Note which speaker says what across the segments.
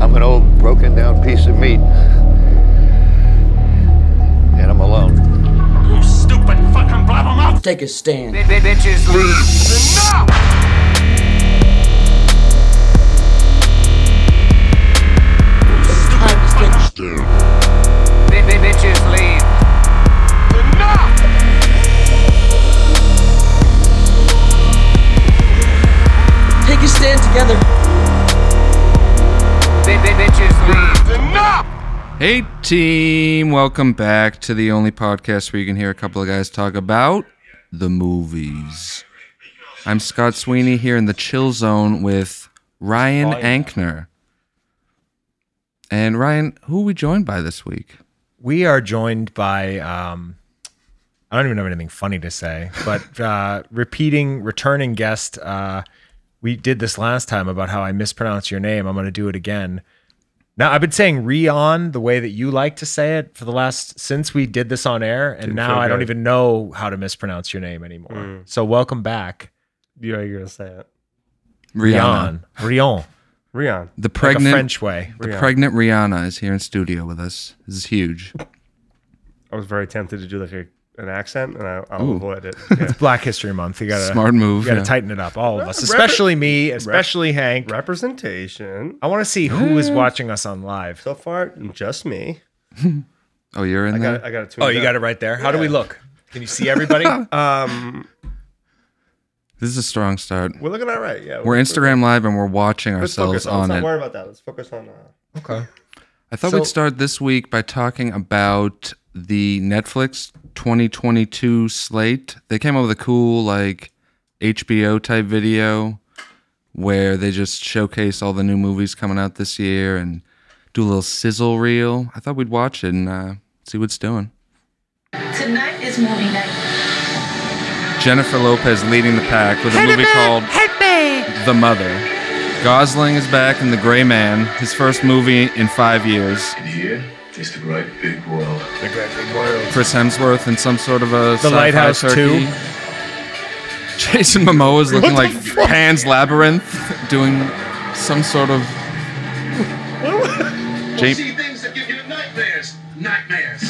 Speaker 1: I'm an old broken down piece of meat. And I'm alone.
Speaker 2: You stupid fucking blabbermouth!
Speaker 3: Take a stand.
Speaker 2: Enough! Enough!
Speaker 3: Take a stand together.
Speaker 2: Enough!
Speaker 4: Hey, team. Welcome back to the only podcast where you can hear a couple of guys talk about the movies. I'm Scott Sweeney here in the chill zone with Ryan Ankner. And Ryan, who are we joined by this week?
Speaker 5: we are joined by um I don't even have anything funny to say, but uh, repeating, returning guest. Uh, we did this last time about how I mispronounced your name. I'm going to do it again. Now I've been saying Rion the way that you like to say it for the last since we did this on air, and now I don't even know how to mispronounce your name anymore. So welcome back,
Speaker 6: You know you're gonna say it.
Speaker 4: Rihanna.
Speaker 5: Rion. Rion,
Speaker 6: Rion.
Speaker 4: The
Speaker 5: like a
Speaker 4: pregnant
Speaker 5: French way.
Speaker 4: the
Speaker 6: Rihanna.
Speaker 4: pregnant Rihanna is here in studio with us. This is huge.
Speaker 6: I was very tempted to do like a, an accent, and I, I'll
Speaker 4: Ooh.
Speaker 6: avoid it. Yeah.
Speaker 5: Black History Month. You got to
Speaker 4: Smart move.
Speaker 5: You got to
Speaker 4: yeah.
Speaker 5: tighten it up, all of us, especially me, especially Hank.
Speaker 6: Representation.
Speaker 5: I want to see who
Speaker 4: Hmm.
Speaker 5: is watching us on live.
Speaker 6: So far, just me.
Speaker 4: Oh, you're in
Speaker 6: I
Speaker 4: there?
Speaker 6: got. I got it.
Speaker 5: Oh, you got it right there. How do we look? Can you see everybody?
Speaker 6: Um,
Speaker 4: this is a strong start.
Speaker 6: we're looking all right. Yeah,
Speaker 4: We're Instagram live and we're watching ourselves
Speaker 6: focus on.
Speaker 4: on
Speaker 6: Let's
Speaker 4: it.
Speaker 6: not worry about that. Let's focus on. Uh,
Speaker 5: okay.
Speaker 4: I thought
Speaker 5: So-
Speaker 4: we'd start this week by talking about the Netflix 2022 slate. They came up with a cool like HBO type video where they just showcase all the new movies coming out this year and do a little sizzle reel. I thought we'd watch it and uh, see what's doing.
Speaker 7: Tonight is movie night.
Speaker 4: Jennifer Lopez leading the pack with a movie called The Mother. Gosling is back in The Gray Man, his first movie in five years.
Speaker 8: Here is the great big world.
Speaker 4: Chris Hemsworth in some sort of a sci-fi
Speaker 5: Lighthouse
Speaker 4: turkey.
Speaker 5: 2.
Speaker 4: Jason Momoa is looking like Pan's Labyrinth, doing some sort of. Jam-
Speaker 8: See things that give you nightmares. Nightmares.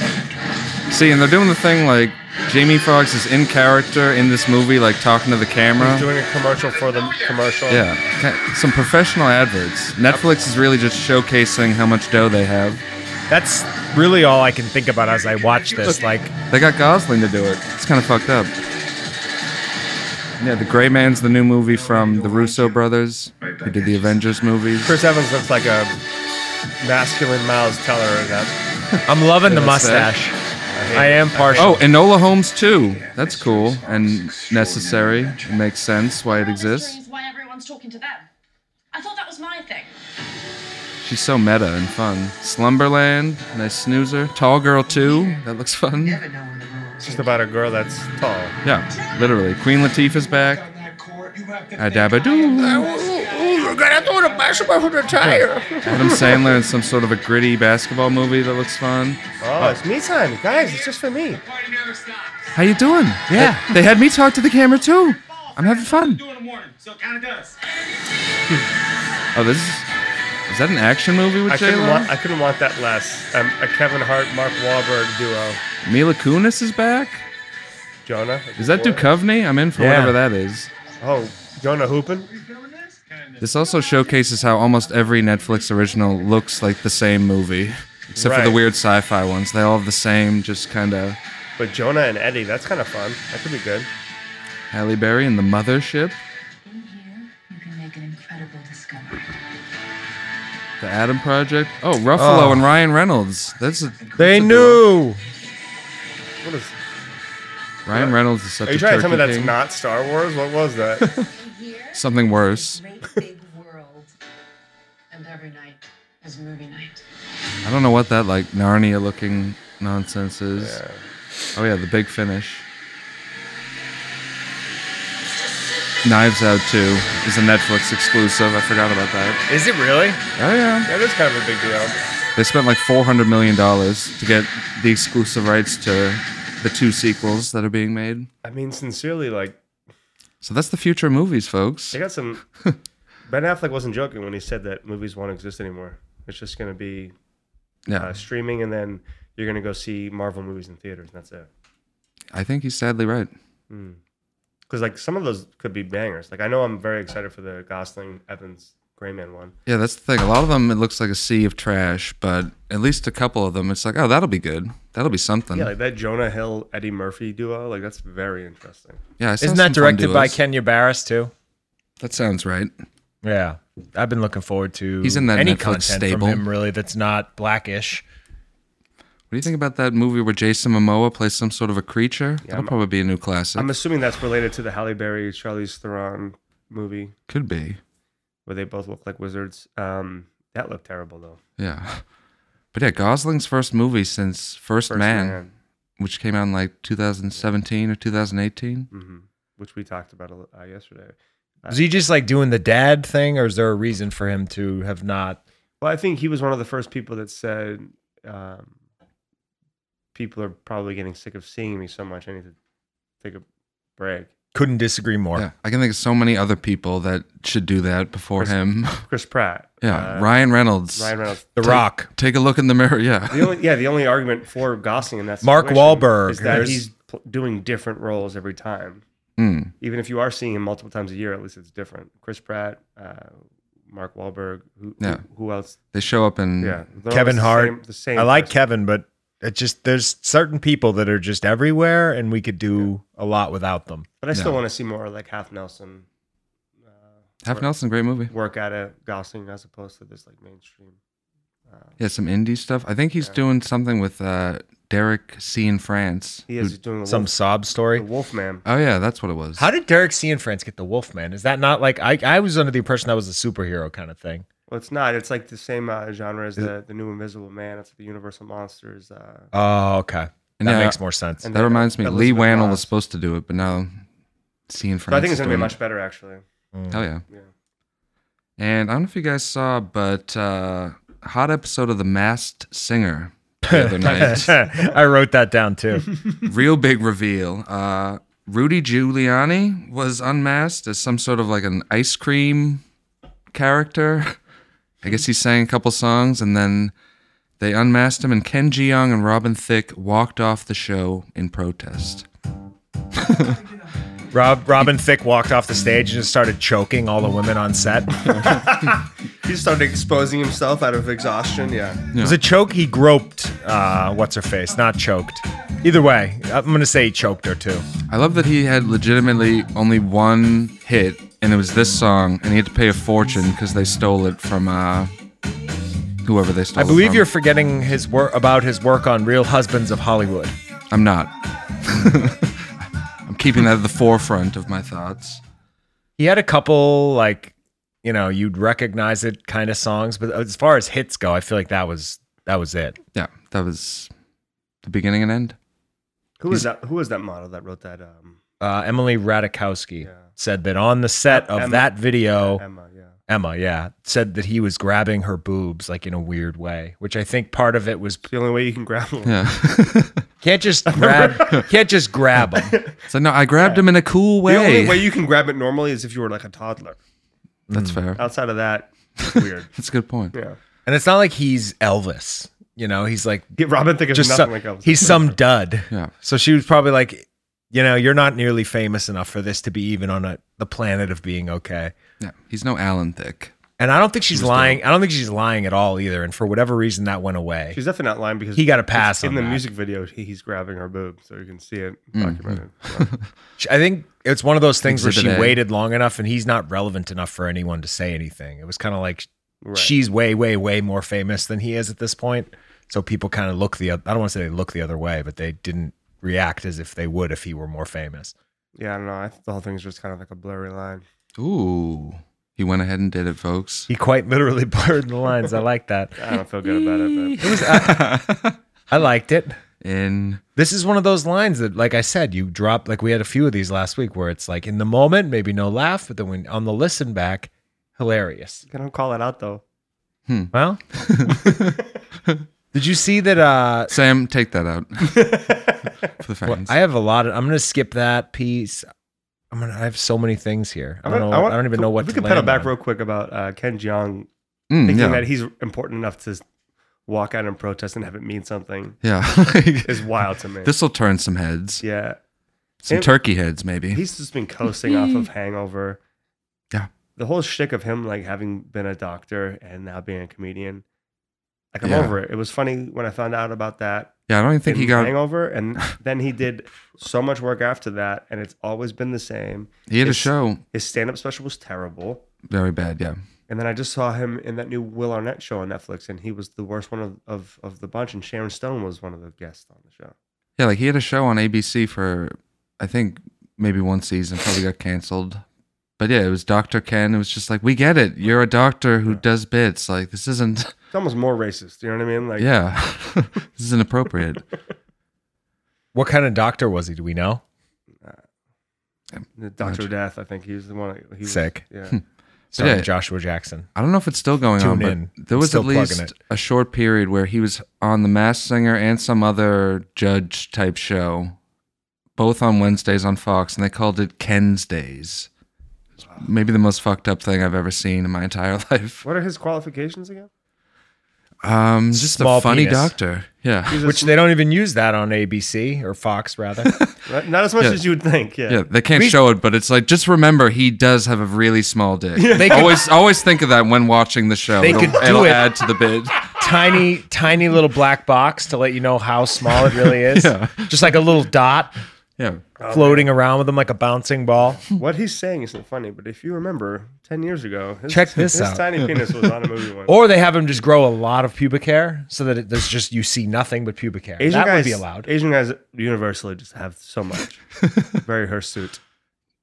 Speaker 4: See, and they're doing the thing like Jamie Foxx is in character in this movie, like talking to the camera.
Speaker 6: doing a commercial for the commercial.
Speaker 4: yeah, Ki- some professional adverts. Netflix is really just showcasing how much dough they have.
Speaker 5: That's really all I can think about as I watch this. Like,
Speaker 4: They got Gosling to do it. It's kind of fucked up. Yeah, The Gray Man's the new movie from the Russo brothers, who did the Avengers movies.
Speaker 6: Chris Evans looks like a masculine Miles Teller. in That
Speaker 5: I'm loving the
Speaker 4: that's that.
Speaker 5: mustache. I am partial.
Speaker 4: Oh, Enola Holmes too. That's cool and necessary. It makes sense why it exists.
Speaker 7: Explains why everyone's talking to them. I thought that was my thing.
Speaker 4: She's so meta and fun. Slumberland, nice snoozer. Tall Girl too. That looks fun.
Speaker 6: it's just
Speaker 4: Oh,
Speaker 6: about a girl that's tall.
Speaker 4: Yeah, literally. Queen Latifah's back. Adabadoo.
Speaker 6: You're gonna do the basketball for the tire.
Speaker 4: Adam Sandler in some sort of a gritty basketball movie that looks fun.
Speaker 6: Oh, it's me time, guys. It's just for me.
Speaker 4: How you doing? Yeah. They, they had me talk to the camera too. I'm having fun. Oh, this is. Is that an action movie with
Speaker 6: I
Speaker 4: J
Speaker 6: couldn't,
Speaker 4: Lo?
Speaker 6: want, I couldn't want that less. Um, a Kevin Hart, Mark Wahlberg duo.
Speaker 4: Mila Kunis is back.
Speaker 6: Jonah.
Speaker 4: Is that
Speaker 6: Duke?
Speaker 4: Duchovny? I'm in for
Speaker 5: Yeah.
Speaker 4: whatever that is.
Speaker 6: Oh, Jonah Hoopin?
Speaker 4: This also showcases how almost every Netflix original looks like the same movie, except for the
Speaker 6: Right.
Speaker 4: weird sci-fi ones. They all have the same, just kind of
Speaker 6: But Jonah and Eddie, that's kind of fun. That could be good.
Speaker 4: Halle Berry and the mothership,
Speaker 7: In here, you can make an incredible discovery.
Speaker 4: the Adam Project. Oh, Ruffalo and Ryan Reynolds. That's a,
Speaker 5: they
Speaker 4: that's a
Speaker 5: knew.
Speaker 6: What is?
Speaker 4: duo. Ryan Reynolds is such
Speaker 6: Are you
Speaker 4: a
Speaker 6: trying to
Speaker 4: turkey
Speaker 6: tell me that's
Speaker 4: king.
Speaker 6: not Star Wars? What was that?
Speaker 7: In here,
Speaker 4: something worse.
Speaker 7: great big world. And every night is movie night.
Speaker 4: I don't know what that like Narnia-looking nonsense is. Oh yeah, the big finish. Knives Out 2 is a Netflix exclusive. I forgot about that.
Speaker 5: Is it really?
Speaker 4: Oh yeah.
Speaker 6: that is kind of a big deal.
Speaker 4: They spent like four hundred million dollars to get the exclusive rights to the two sequels that are being made.
Speaker 6: I mean, sincerely, like
Speaker 4: So that's the future of movies, folks.
Speaker 6: they got some. Ben Affleck wasn't joking when he said that movies won't exist anymore. It's just going to be uh,
Speaker 4: Yeah,
Speaker 6: streaming, and then you're going to go see Marvel movies in theaters, and that's it.
Speaker 4: I think he's sadly right.
Speaker 6: Because like some of those could be bangers. Like I know I'm very excited for the Gosling Evans Gray Man one.
Speaker 4: Yeah, that's the thing. A lot of them, it looks like a sea of trash, but at least a couple of them, it's like, oh, that'll be good. That'll be something.
Speaker 6: Yeah,
Speaker 4: Yeah,
Speaker 6: like that Jonah Hill Eddie Murphy duo. Like that's very interesting.
Speaker 4: I saw
Speaker 5: Isn't
Speaker 4: some
Speaker 5: that
Speaker 4: fun
Speaker 5: directed by
Speaker 4: duos.
Speaker 5: Kenya Barris too?
Speaker 4: That sounds right.
Speaker 5: Yeah, I've been looking forward to
Speaker 4: He's in that
Speaker 5: any
Speaker 4: Netflix
Speaker 5: content
Speaker 4: stable.
Speaker 5: from him really that's not blackish.
Speaker 4: What do you think about that movie where Jason Momoa plays some sort of a creature? That'll
Speaker 6: I'm-
Speaker 4: probably be a new classic.
Speaker 6: I'm assuming that's related to the Halle Berry Charlize Theron movie
Speaker 4: Could be.
Speaker 6: where they both look like wizards. Um, that looked terrible though.
Speaker 4: Yeah. But yeah, Gosling's first movie since First,
Speaker 6: First
Speaker 4: Man,
Speaker 6: Man.
Speaker 4: which came out in like 2017 or 2018.
Speaker 6: hmm which we talked about a li- uh, yesterday.
Speaker 5: Is he just like doing the dad thing, or is there a reason for him to have not?
Speaker 6: Well, I think he was one of the first people that said um, people are probably getting sick of seeing me so much. I need to take a break.
Speaker 5: Couldn't disagree more.
Speaker 4: Yeah, I can think of so many other people that should do that before
Speaker 6: Chris-
Speaker 4: him.
Speaker 6: Chris Pratt.
Speaker 4: yeah,
Speaker 6: uh,
Speaker 4: Ryan Reynolds.
Speaker 6: Ryan Reynolds.
Speaker 5: The Rock.
Speaker 4: Take a look in the mirror. Yeah.
Speaker 6: The only yeah, the only argument for Gosling in that
Speaker 5: Mark
Speaker 6: situation
Speaker 5: Wahlberg.
Speaker 6: is that
Speaker 5: There's-
Speaker 6: he's pl- doing different roles every time.
Speaker 4: Mm.
Speaker 6: Even if you are seeing him multiple times a year, at least it's different. Chris Pratt, uh, Mark Wahlberg, who,
Speaker 4: Yeah.
Speaker 6: who, who else?
Speaker 4: They show up in
Speaker 6: Yeah, they're
Speaker 5: Mm. Kevin
Speaker 6: always the
Speaker 5: Hart.
Speaker 6: same- the same.
Speaker 5: I like
Speaker 6: person.
Speaker 5: Kevin, but it just there's certain people that are just everywhere, and we could do a lot without them.
Speaker 6: but I still
Speaker 4: No.
Speaker 6: want to see more like Half Nelson
Speaker 4: Half Nelson, great movie.
Speaker 6: work at a Gosling as opposed to this like mainstream.
Speaker 4: Yeah, some indie stuff. I think he's doing something with uh, Derek C in France.
Speaker 6: He is doing the
Speaker 5: Some
Speaker 6: wolf,
Speaker 5: sob
Speaker 6: the
Speaker 5: story.
Speaker 6: Wolfman.
Speaker 4: Oh yeah, that's what it was.
Speaker 5: How did Derek C and France get the Wolfman? Is that not like I? I was under the impression that was a superhero kind of thing.
Speaker 6: Well, it's not. It's like the same uh, genre as the, the new Invisible Man. It's the Universal Monsters. Uh,
Speaker 5: Oh, okay. That
Speaker 4: Yeah.
Speaker 5: makes more sense.
Speaker 6: And-
Speaker 4: that reminds me, Lee
Speaker 6: Elizabeth
Speaker 4: Wannell
Speaker 6: Moss.
Speaker 4: was supposed to do it, but now C in France.
Speaker 6: so I think
Speaker 4: is
Speaker 6: it's gonna be
Speaker 4: doing
Speaker 6: much
Speaker 4: it.
Speaker 6: better actually.
Speaker 4: Hell yeah.
Speaker 6: Yeah.
Speaker 4: And I don't know if you guys saw, but uh, hot episode of The Masked Singer the other night.
Speaker 5: I wrote that down too.
Speaker 4: Real big reveal. Uh, Rudy Giuliani was unmasked as some sort of like an ice cream character. I guess he sang a couple songs and then they unmasked him, and Ken Ji Young and Robin Thicke walked off the show in protest.
Speaker 5: Rob Robin Thicke walked off the stage and just started choking all the women on set.
Speaker 6: He started exposing himself out of exhaustion. Yeah.
Speaker 5: It was a choke. He groped. Uh, what's her face? Not choked. Either way, I'm gonna say he choked her too.
Speaker 4: I love that he had legitimately only one hit, and it was this song, and he had to pay a fortune because they stole it from uh, whoever they stole it
Speaker 5: I believe
Speaker 4: from.
Speaker 5: you're forgetting his work about his work on Real Husbands of Hollywood.
Speaker 4: I'm not. I'm keeping that at the forefront of my thoughts.
Speaker 5: He had a couple like, you know, you'd recognize it kind of songs, but as far as hits go, I feel like that was that was it.
Speaker 4: Yeah, that was the beginning and end.
Speaker 6: Who was that? Who was that model that wrote that? Um,
Speaker 5: Uh, Emily Radikowski
Speaker 6: Yeah.
Speaker 5: said that on the set of
Speaker 6: Emma.
Speaker 5: that video,
Speaker 6: Emma. Yeah.
Speaker 5: Emma, yeah, said that he was grabbing her boobs like in a weird way, which I think part of it was
Speaker 6: It's the only way you can grab one.
Speaker 4: Yeah.
Speaker 5: can't just grab can't just grab them.
Speaker 4: so no, I grabbed him in a cool
Speaker 6: The only
Speaker 4: way.
Speaker 6: way you can grab it normally is if you were like a toddler.
Speaker 4: That's fair.
Speaker 6: Outside of that, it's weird.
Speaker 4: That's a good point.
Speaker 6: Mm. yeah.
Speaker 5: And it's not like he's Elvis, you know, he's like
Speaker 6: Get Robin Thicke is
Speaker 5: just
Speaker 6: nothing
Speaker 5: some-
Speaker 6: like Elvis.
Speaker 5: he's some dud.
Speaker 4: Yeah.
Speaker 5: So she was probably like, you know, you're not nearly famous enough for this to be even on a, the planet of being okay.
Speaker 4: Yeah. He's no Alan Thick.
Speaker 5: And I don't think she's lying. I don't think she's lying at all either. And for whatever reason, that went away.
Speaker 6: She's definitely not lying because
Speaker 5: He got a
Speaker 6: it's
Speaker 5: pass
Speaker 6: in
Speaker 5: on
Speaker 6: the
Speaker 5: that. Mm-hmm.
Speaker 6: music video. he- He's grabbing her boob, so you can see it documented. Yeah.
Speaker 5: She- I think it's one of those things where she
Speaker 4: Exhibit A.
Speaker 5: waited long enough, and he's not relevant enough for anyone to say anything. It was kind of like
Speaker 6: Right.
Speaker 5: she's way, way, way more famous than he is at this point. So people kind of look the. oth- I don't want to say they look the other way, but they didn't react as if they would if he were more famous.
Speaker 6: Yeah, I don't know. I think the whole thing's just kind of like a blurry line.
Speaker 4: Ooh. He went ahead and did it, folks.
Speaker 5: He quite literally blurred the lines. I like that.
Speaker 6: I don't feel good about it, but
Speaker 5: I liked it.
Speaker 4: In
Speaker 5: This is one of those lines that, like I said, you drop. Like we had a few of these last week, where it's like in the moment, maybe no laugh, but then when on the listen back, hilarious.
Speaker 6: I don't call it out though.
Speaker 5: Well, did you see that? Uh,
Speaker 4: Sam, take that out for the fans.
Speaker 5: well, I have a lot of. I'm gonna skip that piece. I'm gonna. I have so many things here. I don't know. I, don't even know what.
Speaker 6: We
Speaker 5: to
Speaker 6: can pedal
Speaker 5: land
Speaker 6: back
Speaker 5: on.
Speaker 6: real quick about uh, Ken Jeong
Speaker 4: Mm,
Speaker 6: thinking
Speaker 4: yeah.
Speaker 6: that he's important enough to walk out and protest and have it mean something
Speaker 4: yeah.
Speaker 6: is wild to me.
Speaker 4: this will turn some heads.
Speaker 6: yeah,
Speaker 4: Some
Speaker 6: Him-
Speaker 4: turkey heads, maybe.
Speaker 6: he's just been coasting off of Hangover.
Speaker 4: Yeah.
Speaker 6: the whole shtick of him like having been a doctor and now being a comedian. Like I'm
Speaker 4: Yeah.
Speaker 6: over it. It was funny when I found out about that
Speaker 4: yeah, I don't even think
Speaker 6: in
Speaker 4: he got.
Speaker 6: Hangover, and then he did so much work after that, and it's always been the same.
Speaker 4: He had a
Speaker 6: It's-
Speaker 4: show.
Speaker 6: His stand-up special was terrible.
Speaker 4: Very bad. Yeah.
Speaker 6: And then I just saw him in that new Will Arnett show on Netflix, and he was the worst one of, of, of the bunch. And Sharon Stone was one of the guests on the show.
Speaker 4: Yeah, like he had a show on ABC for I think maybe one season, probably got canceled. But yeah, it was Dr. Ken. It was just like, we get it. You're a doctor who does bits. Like this isn't
Speaker 6: It's almost more racist. You know what I mean? Like,
Speaker 4: yeah. this is inappropriate.
Speaker 5: What kind of doctor was he? Do we know?
Speaker 6: Doctor Death. I think he was the one. He was,
Speaker 5: Sick.
Speaker 6: Yeah.
Speaker 5: Starring
Speaker 4: Yeah.
Speaker 5: Joshua Jackson.
Speaker 4: I don't know if it's still going on,
Speaker 5: Tune
Speaker 4: but
Speaker 5: in.
Speaker 4: there
Speaker 5: I'm
Speaker 4: was
Speaker 5: still
Speaker 4: at
Speaker 5: plugging
Speaker 4: least
Speaker 5: it.
Speaker 4: a short period where he was on The Masked Singer and some other judge type show, both on Wednesdays on Fox, and they called it Ken's Days. It's Maybe the most fucked up thing I've ever seen in my entire life.
Speaker 6: What are his qualifications again?
Speaker 4: Um, just a
Speaker 5: Small
Speaker 4: funny
Speaker 5: penis.
Speaker 4: doctor. Yeah.
Speaker 6: He's a
Speaker 5: Which
Speaker 6: sm-
Speaker 5: they don't even use that on ABC or Fox, rather.
Speaker 6: right? not as much
Speaker 4: Yeah.
Speaker 6: as you would think. Yeah.
Speaker 4: Yeah, they can't
Speaker 5: We-
Speaker 4: show it, but it's like just remember he does have a really small dick.
Speaker 5: They could-
Speaker 4: always always think of that when watching the show.
Speaker 5: They
Speaker 4: it'll,
Speaker 5: could do
Speaker 4: it'll
Speaker 5: it.
Speaker 4: add to the bid.
Speaker 5: tiny, tiny little black box to let you know how small it really is.
Speaker 4: Yeah.
Speaker 5: Just like a little dot
Speaker 4: Yeah.
Speaker 6: Oh,
Speaker 5: floating around with them like a bouncing ball.
Speaker 6: What he's saying isn't funny, but if you remember, ten years ago, his,
Speaker 5: Check this
Speaker 6: his
Speaker 5: out.
Speaker 6: tiny penis was on a movie once.
Speaker 5: Or they have them just grow a lot of pubic hair so that it, there's just you see nothing but pubic hair.
Speaker 6: Asian
Speaker 5: that
Speaker 6: guys
Speaker 5: would be allowed.
Speaker 6: Asian guys universally just have so much. Very hirsute.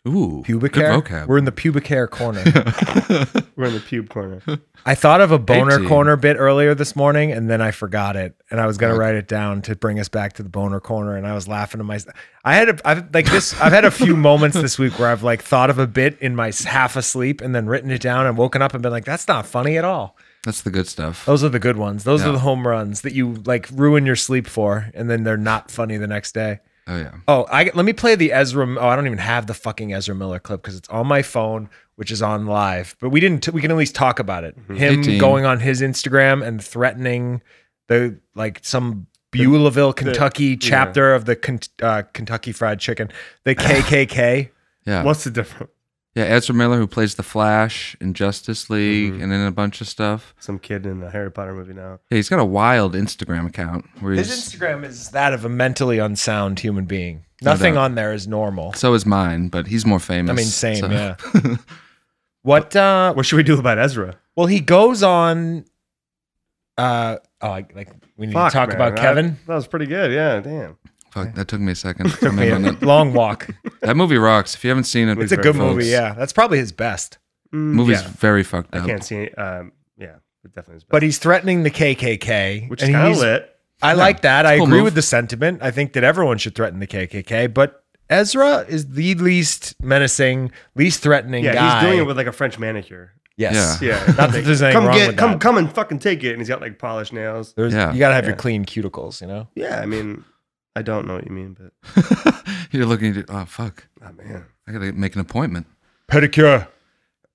Speaker 4: Ooh.
Speaker 5: pubic
Speaker 4: good
Speaker 5: hair.
Speaker 4: vocab.
Speaker 5: We're in the pubic hair corner.
Speaker 6: We're in the pube corner.
Speaker 5: I thought of a boner
Speaker 4: 18.
Speaker 5: corner bit earlier this morning, and then I forgot it, and I was gonna
Speaker 4: Okay.
Speaker 5: write it down to bring us back to the boner corner, and I was laughing to myself. I had a, I've like this. I've had a few moments this week where I've like thought of a bit in my s- half asleep, and then written it down, and woken up and been like, "That's not funny at all."
Speaker 4: That's the good stuff.
Speaker 5: Those are the good ones. Those
Speaker 4: Yeah.
Speaker 5: are the home runs that you like ruin your sleep for, and then they're not funny the next day.
Speaker 4: Oh yeah.
Speaker 5: Oh, I let me play the Ezra. Oh, I don't even have the fucking Ezra Miller clip because it's on my phone, which is on live. But we didn't. we can at least talk about it. Him
Speaker 4: 18.
Speaker 5: going on his Instagram and threatening the like some Beulahville, Kentucky chapter of the Ken, uh, Kentucky Fried Chicken, the KKK.
Speaker 4: Yeah.
Speaker 6: What's the difference?
Speaker 4: Yeah, Ezra Miller, who plays the Flash in Justice League
Speaker 5: Mm-hmm.
Speaker 4: and in a bunch of stuff.
Speaker 6: Some kid in a Harry Potter movie now.
Speaker 4: Yeah, he's got a wild Instagram account where he's
Speaker 5: his Instagram is that of a mentally unsound human being. Nothing
Speaker 4: doubt.
Speaker 5: on there is normal.
Speaker 4: so is mine, but he's more famous.
Speaker 5: I mean, same.
Speaker 4: so-
Speaker 5: Yeah. What uh
Speaker 6: What should we do about Ezra?
Speaker 5: Well, he goes on. Uh oh, I, like we need
Speaker 6: Fuck,
Speaker 5: to talk
Speaker 6: man.
Speaker 5: about
Speaker 6: That-
Speaker 5: Kevin.
Speaker 6: That was pretty good. Yeah, damn.
Speaker 4: Fuck, that took me a second. to
Speaker 5: Yeah,
Speaker 4: remember that.
Speaker 5: long walk.
Speaker 4: that movie rocks. If you haven't seen it,
Speaker 5: It's a
Speaker 6: Very
Speaker 5: good
Speaker 6: close.
Speaker 5: movie. Yeah, that's probably his best.
Speaker 6: Mm,
Speaker 4: Movie's
Speaker 6: yeah.
Speaker 4: very fucked up.
Speaker 6: I can't see. It. Um, yeah, it definitely is.
Speaker 5: But
Speaker 6: best.
Speaker 5: he's threatening the KKK,
Speaker 6: which is kind of
Speaker 5: he's-
Speaker 6: lit.
Speaker 5: I like that. I
Speaker 4: cool
Speaker 5: agree
Speaker 4: move.
Speaker 5: with the sentiment. I think that everyone should threaten the KKK, but Ezra is the least menacing, least threatening
Speaker 6: Yeah,
Speaker 5: guy.
Speaker 6: he's doing it with like a French manicure.
Speaker 5: yes.
Speaker 6: Yeah,
Speaker 5: Not that there's anything
Speaker 6: come
Speaker 5: wrong
Speaker 6: get,
Speaker 5: with
Speaker 6: come,
Speaker 5: that.
Speaker 6: come and fucking take it. And he's got like polished nails.
Speaker 5: There's-
Speaker 4: Yeah.
Speaker 5: You gotta have your
Speaker 6: Yeah.
Speaker 5: clean cuticles, you know.
Speaker 6: Yeah, I mean, I don't know what you mean, but
Speaker 4: You're looking at it. Oh fuck!
Speaker 6: oh man,
Speaker 4: I gotta make an appointment.
Speaker 5: Pedicure.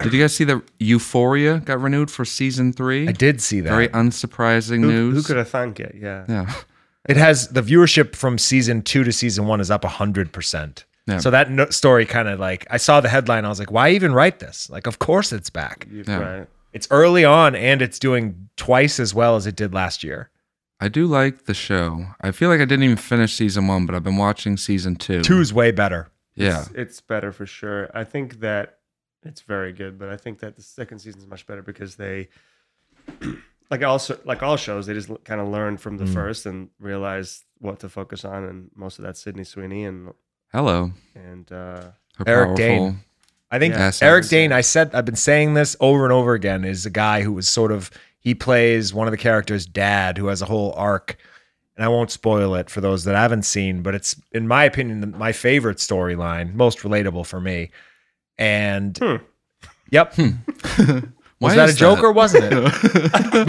Speaker 4: Did you guys see that Euphoria got renewed for season three?
Speaker 5: I did see that.
Speaker 4: Very unsurprising
Speaker 6: who,
Speaker 4: news.
Speaker 6: who could have thunk it? Yeah,
Speaker 4: Yeah.
Speaker 5: It has the viewership from season two to season one is up hundred percent.
Speaker 4: Yeah.
Speaker 5: So that no- story kind of like I saw the headline, I was like, why even write this? Like, of course it's back.
Speaker 6: You-
Speaker 4: Yeah.
Speaker 6: right.
Speaker 5: It's early on, and it's doing twice as well as it did last year.
Speaker 4: I do like the show. I feel like I didn't even finish season one, but I've been watching season two.
Speaker 5: Two's way better.
Speaker 4: Yeah.
Speaker 6: It's, it's better for sure. I think that it's very good, but I think that the second season is much better because they, like also like all shows, they just kind of learn from
Speaker 4: Mm.
Speaker 6: the first and realize what to focus on, and most of that's Sydney Sweeney and
Speaker 4: Hello.
Speaker 6: and uh,
Speaker 4: Her
Speaker 5: Eric Dane. I think
Speaker 6: Yeah.
Speaker 5: Eric
Speaker 4: Yes,
Speaker 5: Dane. I said I've been saying this over and over again. Is a guy who was sort of he plays one of the characters' dad who has a whole arc, and I won't spoil it for those that haven't seen. But it's in my opinion the- my favorite storyline, most relatable for me. And
Speaker 6: Hmm.
Speaker 5: yep, Was
Speaker 4: Why
Speaker 5: that a
Speaker 4: is
Speaker 5: joke
Speaker 4: that?
Speaker 5: or wasn't it?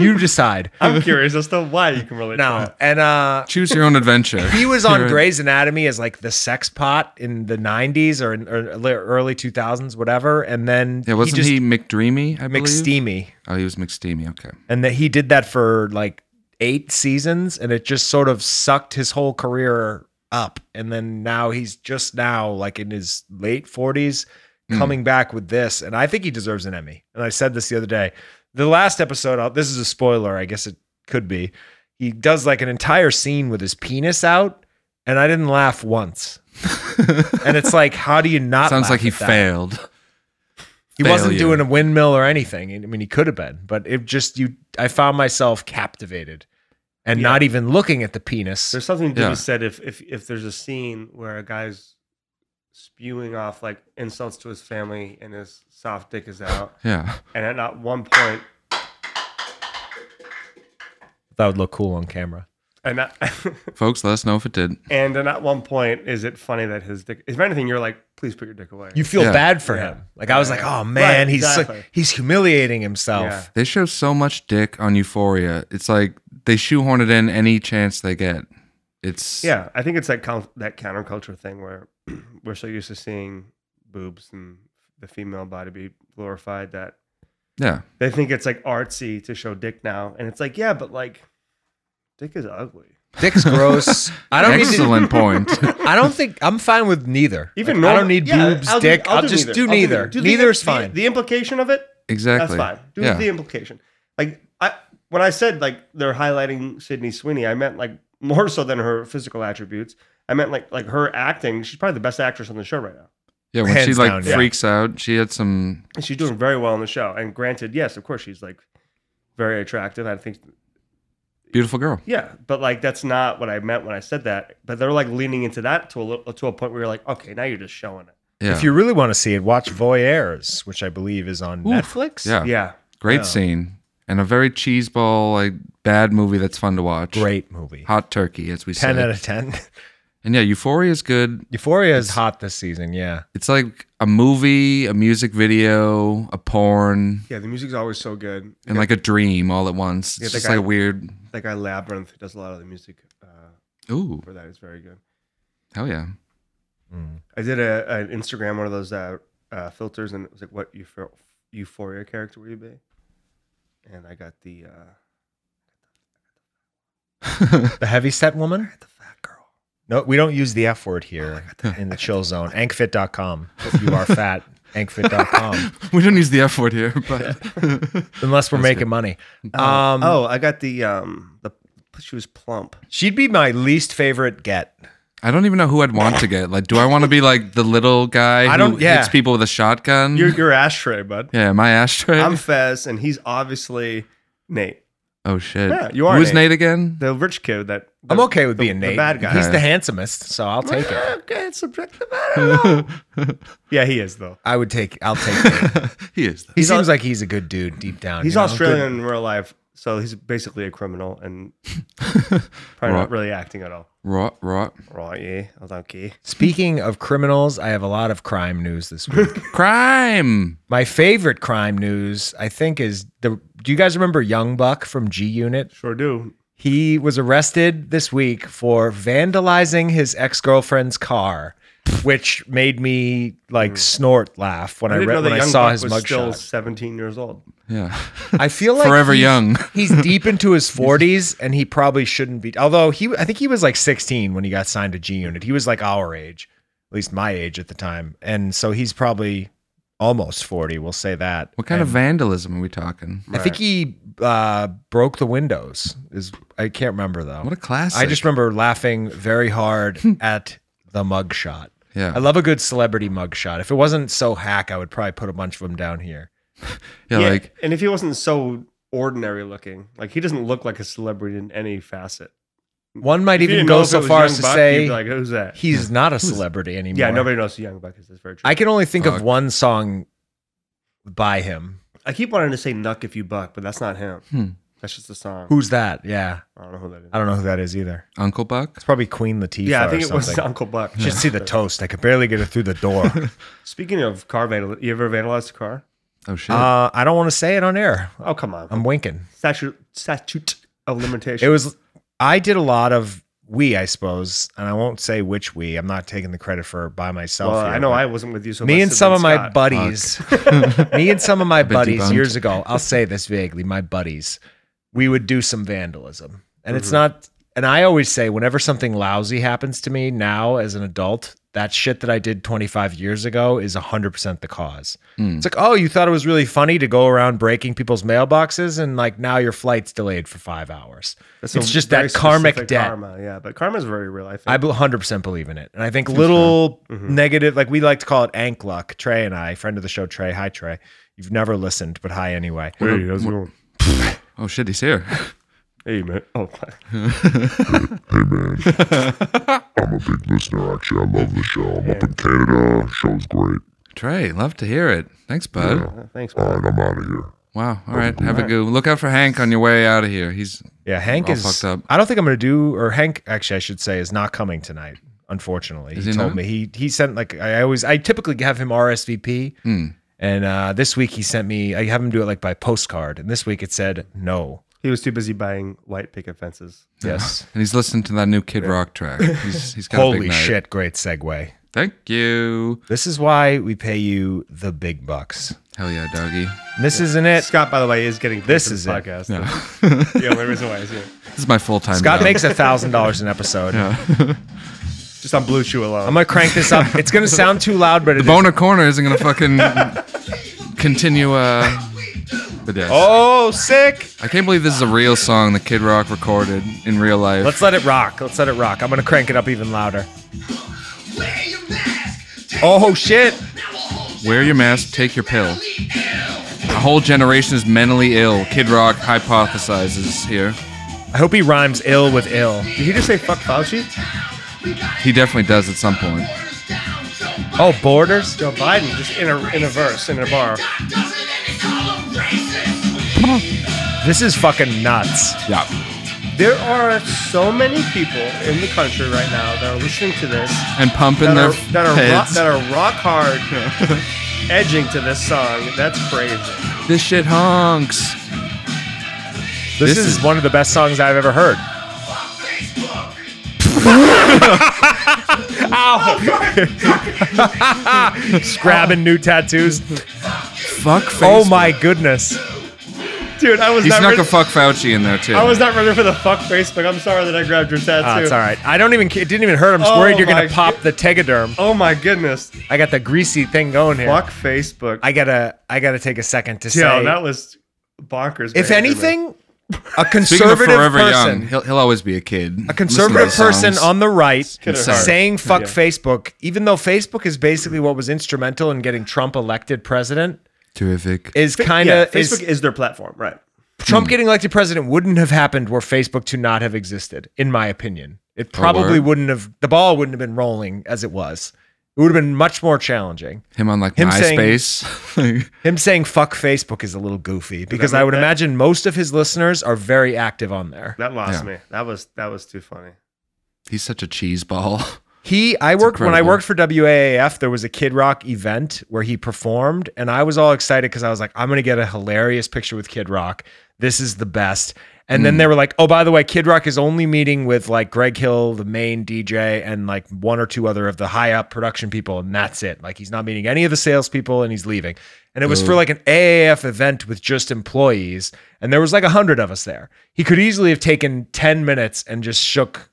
Speaker 5: you decide.
Speaker 6: I'm curious as to why you can relate.
Speaker 5: No,
Speaker 6: to
Speaker 5: and uh,
Speaker 4: Choose your own adventure.
Speaker 5: he was on
Speaker 4: You're-
Speaker 5: Grey's Anatomy as like the sex pot in the '90s or, in, or early 2000s, whatever. And then
Speaker 4: Yeah, wasn't
Speaker 5: just
Speaker 4: he, McDreamy? I believe.
Speaker 5: McSteamy,
Speaker 4: Oh, he was McSteamy. Okay.
Speaker 5: and that he did that for like eight seasons, and it just sort of sucked his whole career up. And then now he's just now like in his late 40s,
Speaker 4: Hmm.
Speaker 5: coming back with this, and I think he deserves an Emmy. And I said this the other day. The last episode, I'll, this is a spoiler, I guess it could be. He does like an entire scene with his penis out, and I didn't laugh once. and it's like, how do you not?
Speaker 4: Sounds
Speaker 5: laugh
Speaker 4: like he
Speaker 5: at that?
Speaker 4: failed.
Speaker 5: He wasn't
Speaker 4: failure.
Speaker 5: doing a windmill or anything. I mean, he could have been, but it just you. I found myself captivated, and
Speaker 6: Yeah.
Speaker 5: not even looking at the penis.
Speaker 6: There's something to
Speaker 4: Yeah.
Speaker 6: be said if if if there's a scene where a guy's spewing off like insults to his family and his soft dick is out,
Speaker 4: Yeah.
Speaker 6: and at not one point,
Speaker 5: That would look cool on camera.
Speaker 6: and not,
Speaker 4: Folks, let us know if it did.
Speaker 6: and then at one point, is it funny that his dick? If anything, you're like, please put your dick away.
Speaker 5: You feel
Speaker 4: Yeah.
Speaker 5: bad for him. Like I was like, oh man, he's
Speaker 6: exactly.
Speaker 5: he's humiliating himself.
Speaker 6: Yeah.
Speaker 4: They show so much dick on Euphoria. It's like they shoehorn it in any chance they get. It's
Speaker 6: yeah, I think it's that coun that counterculture thing where we're so used to seeing boobs and the female body be glorified that
Speaker 4: yeah.
Speaker 6: they think it's like artsy to show dick now, and it's like, yeah, but like, dick is ugly.
Speaker 5: Dick's gross. I don't need to,
Speaker 4: Excellent point.
Speaker 5: I don't think I'm fine with neither.
Speaker 6: Even
Speaker 5: Like,
Speaker 6: normal,
Speaker 5: I don't need
Speaker 6: yeah,
Speaker 5: boobs,
Speaker 6: I'll do-
Speaker 5: dick. I'll, just do
Speaker 6: I'll
Speaker 5: neither.
Speaker 6: Do the-
Speaker 5: Neither's
Speaker 6: the-
Speaker 5: fine.
Speaker 6: The, implication of it,
Speaker 4: exactly.
Speaker 6: that's fine. Do
Speaker 4: yeah.
Speaker 6: the implication. Like I, when I said like they're highlighting Sydney Sweeney, I meant like more so than her physical attributes. I meant like like her acting. She's probably the best actress on the show right now.
Speaker 4: yeah. When she
Speaker 5: Hands
Speaker 4: like
Speaker 5: down, yeah.
Speaker 4: freaks out, she had some.
Speaker 6: And she's doing very well on the show. And granted, yes, of course, she's like very attractive. I think,
Speaker 4: Beautiful girl.
Speaker 6: yeah, but like that's not what I meant when I said that. But they're like leaning into that to a little, to a point where you're like, okay, now you're just showing it.
Speaker 4: Yeah.
Speaker 5: If you really want to see it, watch Voyeurs, which I believe is on
Speaker 4: Oof.
Speaker 5: Netflix.
Speaker 4: yeah.
Speaker 6: Yeah,
Speaker 4: Great scene and a very cheeseball like bad movie that's fun to watch.
Speaker 5: Great movie.
Speaker 4: Hot turkey, as we
Speaker 5: Ten
Speaker 4: say.
Speaker 5: out of ten.
Speaker 4: and yeah, Euphoria is good.
Speaker 5: Euphoria is hot this season. Yeah.
Speaker 4: It's like a movie, a music video, a porn,
Speaker 6: yeah. The music's always so good.
Speaker 4: and like a dream all at once.
Speaker 6: Yeah,
Speaker 4: It's
Speaker 6: the
Speaker 4: just
Speaker 6: guy-
Speaker 4: like weird.
Speaker 6: that guy Labyrinth who does a lot of the music uh,
Speaker 4: Ooh,
Speaker 6: for that is very good.
Speaker 4: hell yeah.
Speaker 6: I did a an Instagram one of those uh, uh, filters, and it was like, "What euphor- euphoria character will you be?" And I got the uh,
Speaker 5: The heavy set woman? The fat girl. Oh No, we don't use the F word here in the chill zone. Ankfit.com. If you are fat, ankfit.com.
Speaker 4: We don't use the F word here, but
Speaker 5: Unless we're making money. Um, oh.
Speaker 6: oh, I got the um the she was plump.
Speaker 5: She'd be my least favorite get.
Speaker 4: I don't even know who I'd want to get. Like, do I want to be like the little guy who
Speaker 5: I don't- yeah.
Speaker 4: hits people with a shotgun?
Speaker 6: Your your ashtray, bud.
Speaker 4: yeah, my ashtray.
Speaker 6: I'm Fez, and he's obviously Nate,
Speaker 4: oh shit.
Speaker 6: Yeah, you are
Speaker 4: Who's
Speaker 6: Nate.
Speaker 4: Nate again?
Speaker 6: the rich kid. That
Speaker 5: I'm okay with
Speaker 6: the-
Speaker 5: being
Speaker 6: the
Speaker 5: Nate.
Speaker 6: bad guy.
Speaker 5: He's the handsomest, so I'll take it.
Speaker 6: Okay, it's subjective. I don't know. yeah, he is though.
Speaker 5: I would take I'll take it.
Speaker 4: he is.
Speaker 5: He
Speaker 6: He's
Speaker 5: seems
Speaker 6: Aus-
Speaker 5: like he's a good dude deep down.
Speaker 6: He's
Speaker 5: you know?
Speaker 6: Australian in real life, so he's basically a criminal and probably
Speaker 4: Right.
Speaker 6: not really acting at all.
Speaker 4: Rot, rot.
Speaker 6: Right, yeah, I was okay.
Speaker 5: Good- Speaking of criminals, I have a lot of crime news this week.
Speaker 4: Crime.
Speaker 5: My favorite crime news, I think, is the. Do you guys remember Young Buck from G Unit?
Speaker 6: Sure do.
Speaker 5: He was arrested this week for vandalizing his ex girlfriend's car, which made me like snort laugh when I,
Speaker 6: Hmm. I didn't
Speaker 5: read
Speaker 6: know
Speaker 5: when
Speaker 6: that
Speaker 5: I
Speaker 6: Young
Speaker 5: saw
Speaker 6: Buck
Speaker 5: his
Speaker 6: was still
Speaker 5: mugshot.
Speaker 6: 17 years old.
Speaker 4: Yeah.
Speaker 5: I feel like
Speaker 4: Forever
Speaker 5: he's-
Speaker 4: young.
Speaker 5: he's deep into his forties, and he probably shouldn't be. Although he, I think he was like sixteen when he got signed to G Unit. He was like our age, at least my age at the time, and so he's probably almost forty. We'll say that.
Speaker 4: What kind of vandalism are we talking?
Speaker 5: I think he uh, broke the windows. Is I can't remember though.
Speaker 4: What a classic.
Speaker 5: I just remember laughing very hard at the mugshot.
Speaker 4: Yeah.
Speaker 5: I love a good celebrity mugshot. If it wasn't so hack, I would probably put a bunch of them down here.
Speaker 4: yeah, like
Speaker 6: and if he wasn't so ordinary looking, like he doesn't look like a celebrity in any facet.
Speaker 5: One might
Speaker 6: If
Speaker 5: even
Speaker 6: you didn't
Speaker 5: go
Speaker 6: know if
Speaker 5: so
Speaker 6: it was
Speaker 5: far
Speaker 6: Young
Speaker 5: as to
Speaker 6: Buck, you'd
Speaker 5: say
Speaker 6: be like, who's that?
Speaker 5: he's not a celebrity anymore.
Speaker 6: yeah, nobody knows who Young Buck is. That's very true.
Speaker 5: I can only think of
Speaker 4: Fuck.
Speaker 5: one song by him.
Speaker 6: I keep wanting to say "Nuck if you buck," but that's not him.
Speaker 5: Hmm.
Speaker 6: That's just a song.
Speaker 5: Who's that? Yeah,
Speaker 6: I don't know who that is.
Speaker 5: I don't know who that is either.
Speaker 4: Uncle Buck.
Speaker 5: It's probably Queen Latifah.
Speaker 6: yeah, I think
Speaker 5: or
Speaker 6: it was
Speaker 5: something.
Speaker 6: Uncle Buck.
Speaker 5: You should see the toast. I could barely get it through the door.
Speaker 6: Speaking of car vandal, you ever vandalized a car?
Speaker 4: Oh shit.
Speaker 5: Uh, I don't want to say it on air.
Speaker 6: Oh come on.
Speaker 5: I'm winking.
Speaker 6: statute statute of limitation.
Speaker 5: Um, It was. I did a lot of we, I suppose, and I won't say which we. I'm not taking the credit for by myself.
Speaker 6: Well,
Speaker 5: here,
Speaker 6: I know
Speaker 5: but
Speaker 6: I wasn't with you. So
Speaker 5: me
Speaker 6: my
Speaker 5: and some of my
Speaker 6: sibling Scott.
Speaker 5: buddies, me and some of my
Speaker 4: Been
Speaker 5: buddies
Speaker 4: debunked.
Speaker 5: years ago, I'll say this vaguely, my buddies, we would do some vandalism. And
Speaker 6: Mm-hmm.
Speaker 5: it's not, and I always say, whenever something lousy happens to me now as an adult, that shit that I did 25 years ago is 100% the cause.
Speaker 4: Hmm.
Speaker 5: It's like, oh, you thought it was really funny to go around breaking people's mailboxes, and like now your flight's delayed for five hours.
Speaker 6: That's
Speaker 5: it's
Speaker 6: a
Speaker 5: just
Speaker 6: very
Speaker 5: that karmic
Speaker 6: specific
Speaker 5: debt.
Speaker 6: Karma, yeah, but karma's very real. I think.
Speaker 5: I 100% believe in it. And I think little
Speaker 4: Mm-hmm.
Speaker 5: negative, like we like to call it ank luck. Trey and I, friend of the show, Trey. Hi, Trey. You've never listened, but hi anyway.
Speaker 6: hey, how's it going?
Speaker 4: oh shit, he's here.
Speaker 6: Hey man. Oh,
Speaker 9: I'm a big listener, actually. I love the show. I'm up in Canada. Show's great.
Speaker 4: Trey, love to hear it. Thanks, bud.
Speaker 6: thanks.
Speaker 9: All
Speaker 6: Man.
Speaker 9: right, I'm out of here.
Speaker 4: Wow. All right. Have a good look out for Hank on your way out of here. He's
Speaker 5: Yeah, Hank
Speaker 4: all
Speaker 5: is.
Speaker 4: fucked up.
Speaker 5: I don't think I'm going to do, or Hank, actually, I should say, is not coming tonight. Unfortunately,
Speaker 4: he
Speaker 5: he told
Speaker 4: not?
Speaker 5: me he he sent like I always I typically have him RSVP,
Speaker 4: Hmm.
Speaker 5: and uh, this week he sent me I have him do it like by postcard, and this week it said no.
Speaker 4: Ah.
Speaker 6: He was too busy buying white picket fences.
Speaker 5: Yes,
Speaker 4: and he's listening to that new Kid Rock track. He's he's got a
Speaker 5: holy
Speaker 4: big night.
Speaker 5: shit, great segue.
Speaker 4: Thank you.
Speaker 5: This is why we pay you the big bucks.
Speaker 4: Hell yeah, doggy.
Speaker 5: And This isn't it.
Speaker 6: Scott, by the way, is getting paid
Speaker 5: This
Speaker 6: for
Speaker 5: is it.
Speaker 6: podcast.
Speaker 4: No.
Speaker 6: the only reason why he's here.
Speaker 4: This is my full time.
Speaker 5: Scott
Speaker 4: job.
Speaker 5: makes a thousand dollars an episode.
Speaker 6: Just on Blue Chew alone.
Speaker 5: I'm gonna crank this up. It's gonna sound too loud, but it is.
Speaker 4: Boner Corner isn't gonna fucking continue. Uh, but yes.
Speaker 5: Oh, sick!
Speaker 4: I can't believe this is a real song that Kid Rock recorded in real life.
Speaker 5: Let's let it rock. Let's let it rock. I'm gonna crank it up even louder.
Speaker 8: Wear your mask. Take
Speaker 5: Oh shit!
Speaker 4: Wear your mask, take your pill. A whole generation is mentally ill. Kid Rock hypothesizes here.
Speaker 5: I hope he rhymes ill with ill.
Speaker 6: Did he just say fuck Fauci?
Speaker 4: He definitely does at some point.
Speaker 5: Oh, borders.
Speaker 6: Joe Biden just in a in a verse in a bar.
Speaker 5: This is fucking nuts.
Speaker 4: Yeah.
Speaker 6: There are so many people in the country right now that are listening to this
Speaker 4: And pumping
Speaker 6: that
Speaker 4: their
Speaker 6: are that are rock,
Speaker 4: heads.
Speaker 6: that are rock hard, edging to this song. That's crazy.
Speaker 4: This shit honks.
Speaker 5: This,
Speaker 4: This
Speaker 5: is,
Speaker 4: is-
Speaker 5: one of the best songs I've ever heard. Ow! Just grabbing new tattoos.
Speaker 4: Fuck face.
Speaker 5: Oh my goodness.
Speaker 6: Dude, I was
Speaker 4: He
Speaker 6: not.
Speaker 4: snuck
Speaker 6: ready-
Speaker 4: a fuck Fauci in there too.
Speaker 6: I was not ready for the fuck Facebook. I'm sorry that I grabbed your tattoo.
Speaker 5: Ah, it's all right. I don't even. ca- It didn't even hurt. I'm just
Speaker 6: Oh
Speaker 5: worried you're
Speaker 6: my
Speaker 5: gonna pop the tegaderm.
Speaker 6: Oh my goodness.
Speaker 5: I got the greasy thing going here.
Speaker 6: Fuck Facebook.
Speaker 5: I gotta. I gotta take a second to
Speaker 6: Yo,
Speaker 5: say.
Speaker 6: that was bonkers.
Speaker 5: if
Speaker 6: man.
Speaker 5: anything, a
Speaker 4: Speaking of
Speaker 5: conservative
Speaker 4: forever
Speaker 5: person,
Speaker 4: young, he'll, he'll always be a kid.
Speaker 5: a conservative person on the right,
Speaker 6: Kid at
Speaker 4: heart.
Speaker 5: saying "fuck
Speaker 6: Yeah.
Speaker 5: Facebook," even though Facebook is basically what was instrumental in getting Trump elected president,
Speaker 4: terrific.
Speaker 5: is
Speaker 6: Fa-
Speaker 5: kind
Speaker 6: yeah,
Speaker 5: of
Speaker 6: Facebook is their platform, right?
Speaker 5: Trump getting elected president wouldn't have happened were Facebook to not have existed, in my opinion. It probably
Speaker 4: word.
Speaker 5: wouldn't have. The ball wouldn't have been rolling as it was. It would have been much more challenging.
Speaker 4: Him on like
Speaker 5: Him saying-
Speaker 4: MySpace.
Speaker 5: Him saying "fuck Facebook" is a little goofy because I would
Speaker 6: that-
Speaker 5: imagine most of his listeners are very active on there.
Speaker 6: That lost
Speaker 4: Yeah.
Speaker 6: me. That was that was too funny.
Speaker 4: He's such a cheese ball.
Speaker 5: He, I worked when I
Speaker 4: incredible.
Speaker 5: worked for WAAF. There was a Kid Rock event where he performed, and I was all excited because I was like, "I'm gonna get a hilarious picture with Kid Rock. This is the best." And then they were like, "Oh, by the way, Kid Rock is only meeting with like Greg Hill, the main DJ, and like one or two other of the high up production people, and that's it. Like he's not meeting any of the salespeople, and he's leaving." And it was for like an AAF event with just employees, and there was like a hundred of us there. He could easily have taken ten minutes and just shook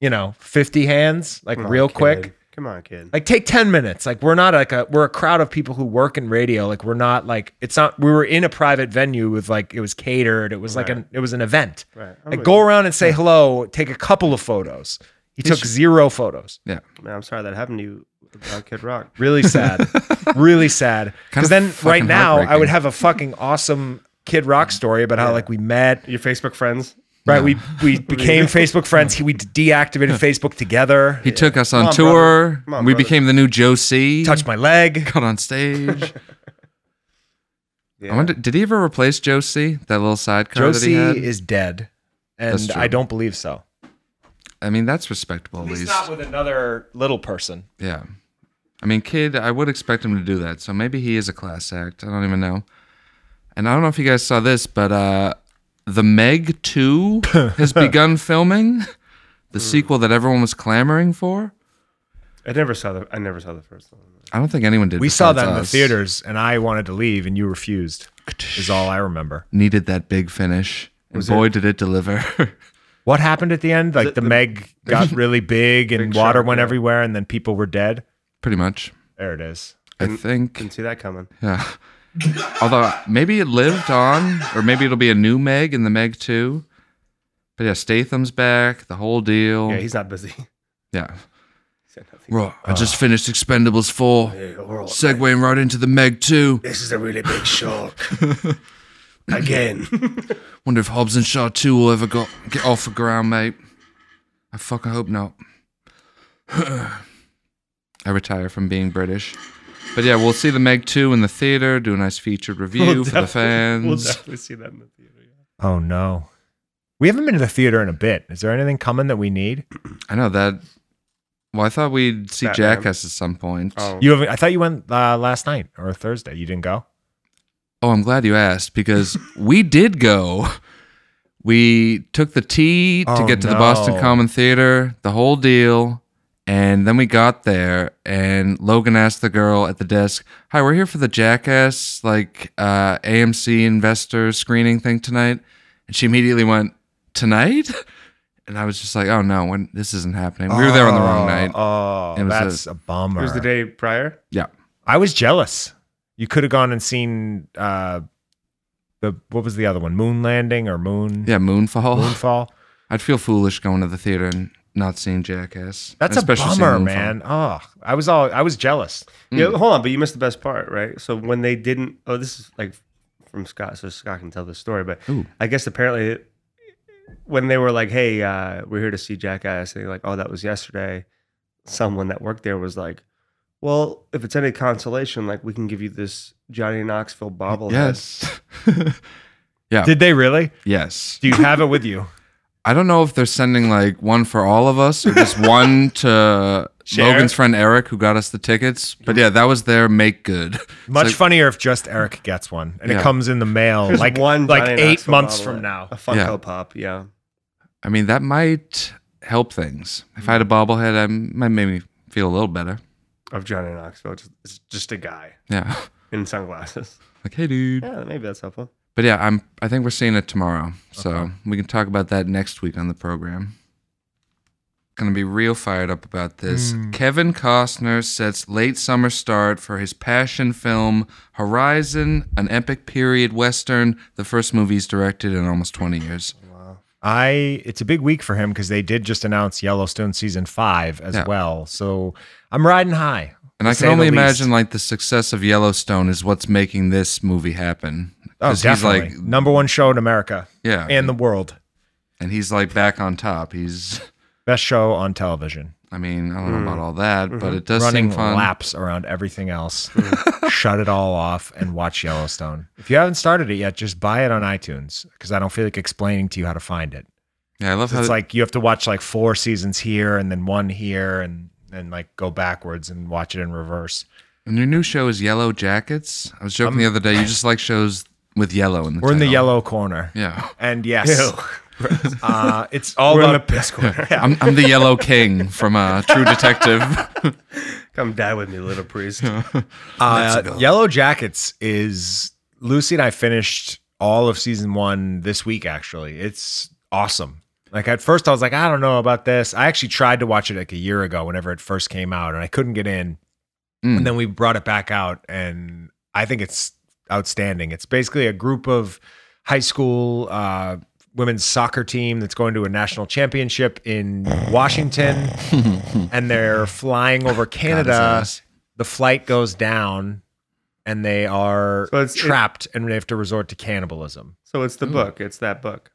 Speaker 5: you know, 50 hands, like
Speaker 6: Come on,
Speaker 5: real
Speaker 6: kid.
Speaker 5: quick.
Speaker 6: Come on, kid.
Speaker 5: Like take 10 minutes. Like we're not like a we're a crowd of people who work in radio. Like we're not like it's not we were in a private venue with like it was catered. It was like
Speaker 6: Right.
Speaker 5: an it was an event.
Speaker 6: Right. I'm
Speaker 5: Like
Speaker 6: with
Speaker 5: go around and say hello, take a couple of photos. He took zero photos.
Speaker 4: Yeah.
Speaker 6: Man, I'm sorry that happened to you about Kid Rock.
Speaker 5: Really sad. really sad.
Speaker 4: Kind
Speaker 5: Because
Speaker 4: of
Speaker 5: then right
Speaker 4: fucking
Speaker 5: now I would
Speaker 4: heartbreaking.
Speaker 5: have a fucking awesome Kid Rock story about how like we met
Speaker 6: Your Facebook friends.
Speaker 5: right we we became Facebook friends he we deactivated Facebook together
Speaker 4: He took us on,
Speaker 6: on, brother.
Speaker 4: tour.
Speaker 6: Come on,
Speaker 4: we
Speaker 6: brother.
Speaker 4: became the new Joe C.
Speaker 5: touched my leg
Speaker 4: got on stage.
Speaker 6: Yeah.
Speaker 4: I wonder, did he ever replace Joe C? That little sidecar that he
Speaker 5: Josie
Speaker 4: had.
Speaker 5: is dead,
Speaker 4: That's
Speaker 5: and
Speaker 4: true.
Speaker 5: I don't believe so.
Speaker 4: I mean, that's respectable at least.
Speaker 5: with another little person.
Speaker 4: Yeah. I mean, Kid, I would expect him to do that. So maybe he is a class act. I don't even know. And I don't know if you guys saw this, but uh, The Meg 2 has begun filming,
Speaker 5: Hmm.
Speaker 4: the sequel that everyone was clamoring for.
Speaker 6: I never saw the I never saw the first one.
Speaker 4: I don't think anyone did.
Speaker 5: We saw that
Speaker 4: besides
Speaker 5: in the
Speaker 4: us.
Speaker 5: theaters, and I wanted to leave, and you refused. Is all I remember.
Speaker 4: Needed that big finish. And boy, did it deliver.
Speaker 5: What happened at the end? Like the, Meg got really big, and
Speaker 6: Big
Speaker 5: water
Speaker 6: shark,
Speaker 5: went
Speaker 6: yeah.
Speaker 5: everywhere, and then people were dead.
Speaker 4: Pretty much.
Speaker 5: There it is.
Speaker 4: I think.
Speaker 6: Didn't see that coming.
Speaker 5: Oh.
Speaker 4: Yeah. Although maybe it lived on, or maybe it'll be a new Meg in the Meg 2. But yeah, Statham's back, the whole deal.
Speaker 6: Yeah, he's not busy. He
Speaker 4: yeah.
Speaker 6: said nothing.
Speaker 4: Raw. I just finished Expendables 4. Segwaying right into the Meg 2.
Speaker 6: This is a really big shock. Again.
Speaker 4: Wonder if Hobbs and Shaw 2 will ever got, get off the ground, mate. I fuck, I hope not. I retire from being British. But yeah, we'll see the Meg 2 in the theater, do a nice featured review for the fans.
Speaker 6: We'll definitely see that in the theater. yeah.
Speaker 5: Oh no, we haven't been to the theater in a bit. Is there anything coming that we need?
Speaker 4: I know that. Well, I thought we'd see
Speaker 6: Batman.
Speaker 4: Jackass at some point. Oh.
Speaker 6: Oh,
Speaker 5: You haven't. I thought you went uh, last night or Thursday. You didn't go.
Speaker 4: Oh, I'm glad you asked because we did go. We took the T to
Speaker 5: Oh,
Speaker 4: get to the Boston
Speaker 5: no.
Speaker 4: Common Theater, the whole deal. And then we got there, and Logan asked the girl at the desk, "Hi, we're here for the Jackass like uh, AMC investor screening thing tonight." And she immediately went, "Tonight?" And I was just like, "Oh no, when this isn't happening." We were there on the wrong night.
Speaker 5: Oh,
Speaker 4: It was a-
Speaker 5: that's a, bummer.
Speaker 6: it was the day prior.
Speaker 4: yeah,
Speaker 5: I was jealous. You could have gone and seen uh, the what was the other one? Moon landing or moon
Speaker 4: yeah, Oh, Moonfall.
Speaker 5: moonfall?
Speaker 4: I'd feel foolish going to the theater and not seeing Jackass.
Speaker 5: That's a
Speaker 4: Especially seeing
Speaker 5: bummer,
Speaker 4: Moonfall. Mm.
Speaker 5: man. Oh, I was all I was jealous.
Speaker 6: Yeah, hold on, but you missed the best part, right? So when they didn't, oh, this is like from Scott, so Scott can tell this story. But
Speaker 4: Ooh.
Speaker 6: I guess apparently when they were like, "Hey, uh, we're here to see Jackass," and they're like, "Oh, that was yesterday," someone that worked there was like, "Well, if it's any consolation, like we can give you this Johnny Knoxville bobblehead."
Speaker 4: Yes.
Speaker 5: Did they really?
Speaker 4: yes.
Speaker 5: Do you have it with you?
Speaker 4: I don't know if they're sending like one for all of us or just one to
Speaker 5: Share. Mm-hmm.
Speaker 4: Logan's friend Eric who got us the tickets. But yeah, that was their make good.
Speaker 5: Much
Speaker 4: like-
Speaker 5: funnier if just Eric gets one and
Speaker 4: Yeah.
Speaker 5: it comes in the mail
Speaker 6: There's
Speaker 5: like
Speaker 6: one
Speaker 5: like
Speaker 6: Johnny
Speaker 5: eight
Speaker 6: Knoxville
Speaker 5: months from
Speaker 6: bobblehead.
Speaker 5: now.
Speaker 6: a Funko
Speaker 4: Yeah.
Speaker 6: Pop, yeah.
Speaker 4: I mean, that might help things. If I had a bobblehead, I might make me feel a little better.
Speaker 6: of Johnny Knoxville. It's, it's just a guy
Speaker 4: Yeah.
Speaker 6: in sunglasses.
Speaker 4: Like, hey, dude.
Speaker 6: Yeah, maybe that's helpful.
Speaker 4: But yeah, I'm. I think we're seeing it tomorrow, so we can talk about that next week on the program. Gonna be real fired up about this.
Speaker 5: Hmm.
Speaker 4: Kevin Costner sets late summer start for his passion film Horizon, an epic period western. The first movie he's directed in almost 20 years.
Speaker 5: I it's a big week for him because they did just announce Yellowstone season five as
Speaker 4: Yeah.
Speaker 5: well. So I'm riding high.
Speaker 4: And
Speaker 5: to
Speaker 4: I
Speaker 5: say
Speaker 4: can only
Speaker 5: the least.
Speaker 4: imagine like the success of Yellowstone is what's making this movie happen.
Speaker 5: Oh,
Speaker 4: 'Cause he's
Speaker 5: definitely.
Speaker 4: like
Speaker 5: number one show in America
Speaker 4: yeah,
Speaker 5: and the world.
Speaker 4: and he's like back on top. He's.
Speaker 5: Best show on television.
Speaker 4: I mean, I don't know about all that, but it does
Speaker 5: Hmm. Mm-hmm. Running
Speaker 4: seem fun.
Speaker 5: laps around everything else. Shut it all off and watch Yellowstone. If you haven't started it yet, just buy it on iTunes because I don't feel like explaining to you how to find it.
Speaker 4: Yeah, I love how
Speaker 5: It's like you have to watch like four seasons here and then one here and then like go backwards and watch it in reverse.
Speaker 4: And your new show is Yellow Jackets. I was joking the other day. You just like shows with yellow in the.
Speaker 5: We're in the
Speaker 4: title.
Speaker 5: yellow corner.
Speaker 4: Yeah,
Speaker 5: And yes, uh, it's all
Speaker 6: We're in the
Speaker 5: about
Speaker 6: piss corner.
Speaker 4: I'm, I'm the yellow king from uh, True Detective.
Speaker 6: Come die with me, little priest.
Speaker 5: Uh, Yellow Jackets is Lucy and I finished all of season one this week. Actually, it's awesome. Like at first, I was like, I don't know about this. I actually tried to watch it like a year ago, whenever it first came out, and I couldn't get in.
Speaker 4: Mm.
Speaker 5: And then we brought it back out, and I think it's outstanding. It's basically a group of high school uh, women's soccer team that's going to a national championship in Washington, and they're flying over Canada
Speaker 4: ass.
Speaker 5: the flight goes down and they are
Speaker 6: So it's-
Speaker 5: trapped and they have to resort to cannibalism.
Speaker 6: so it's the book. It's that book.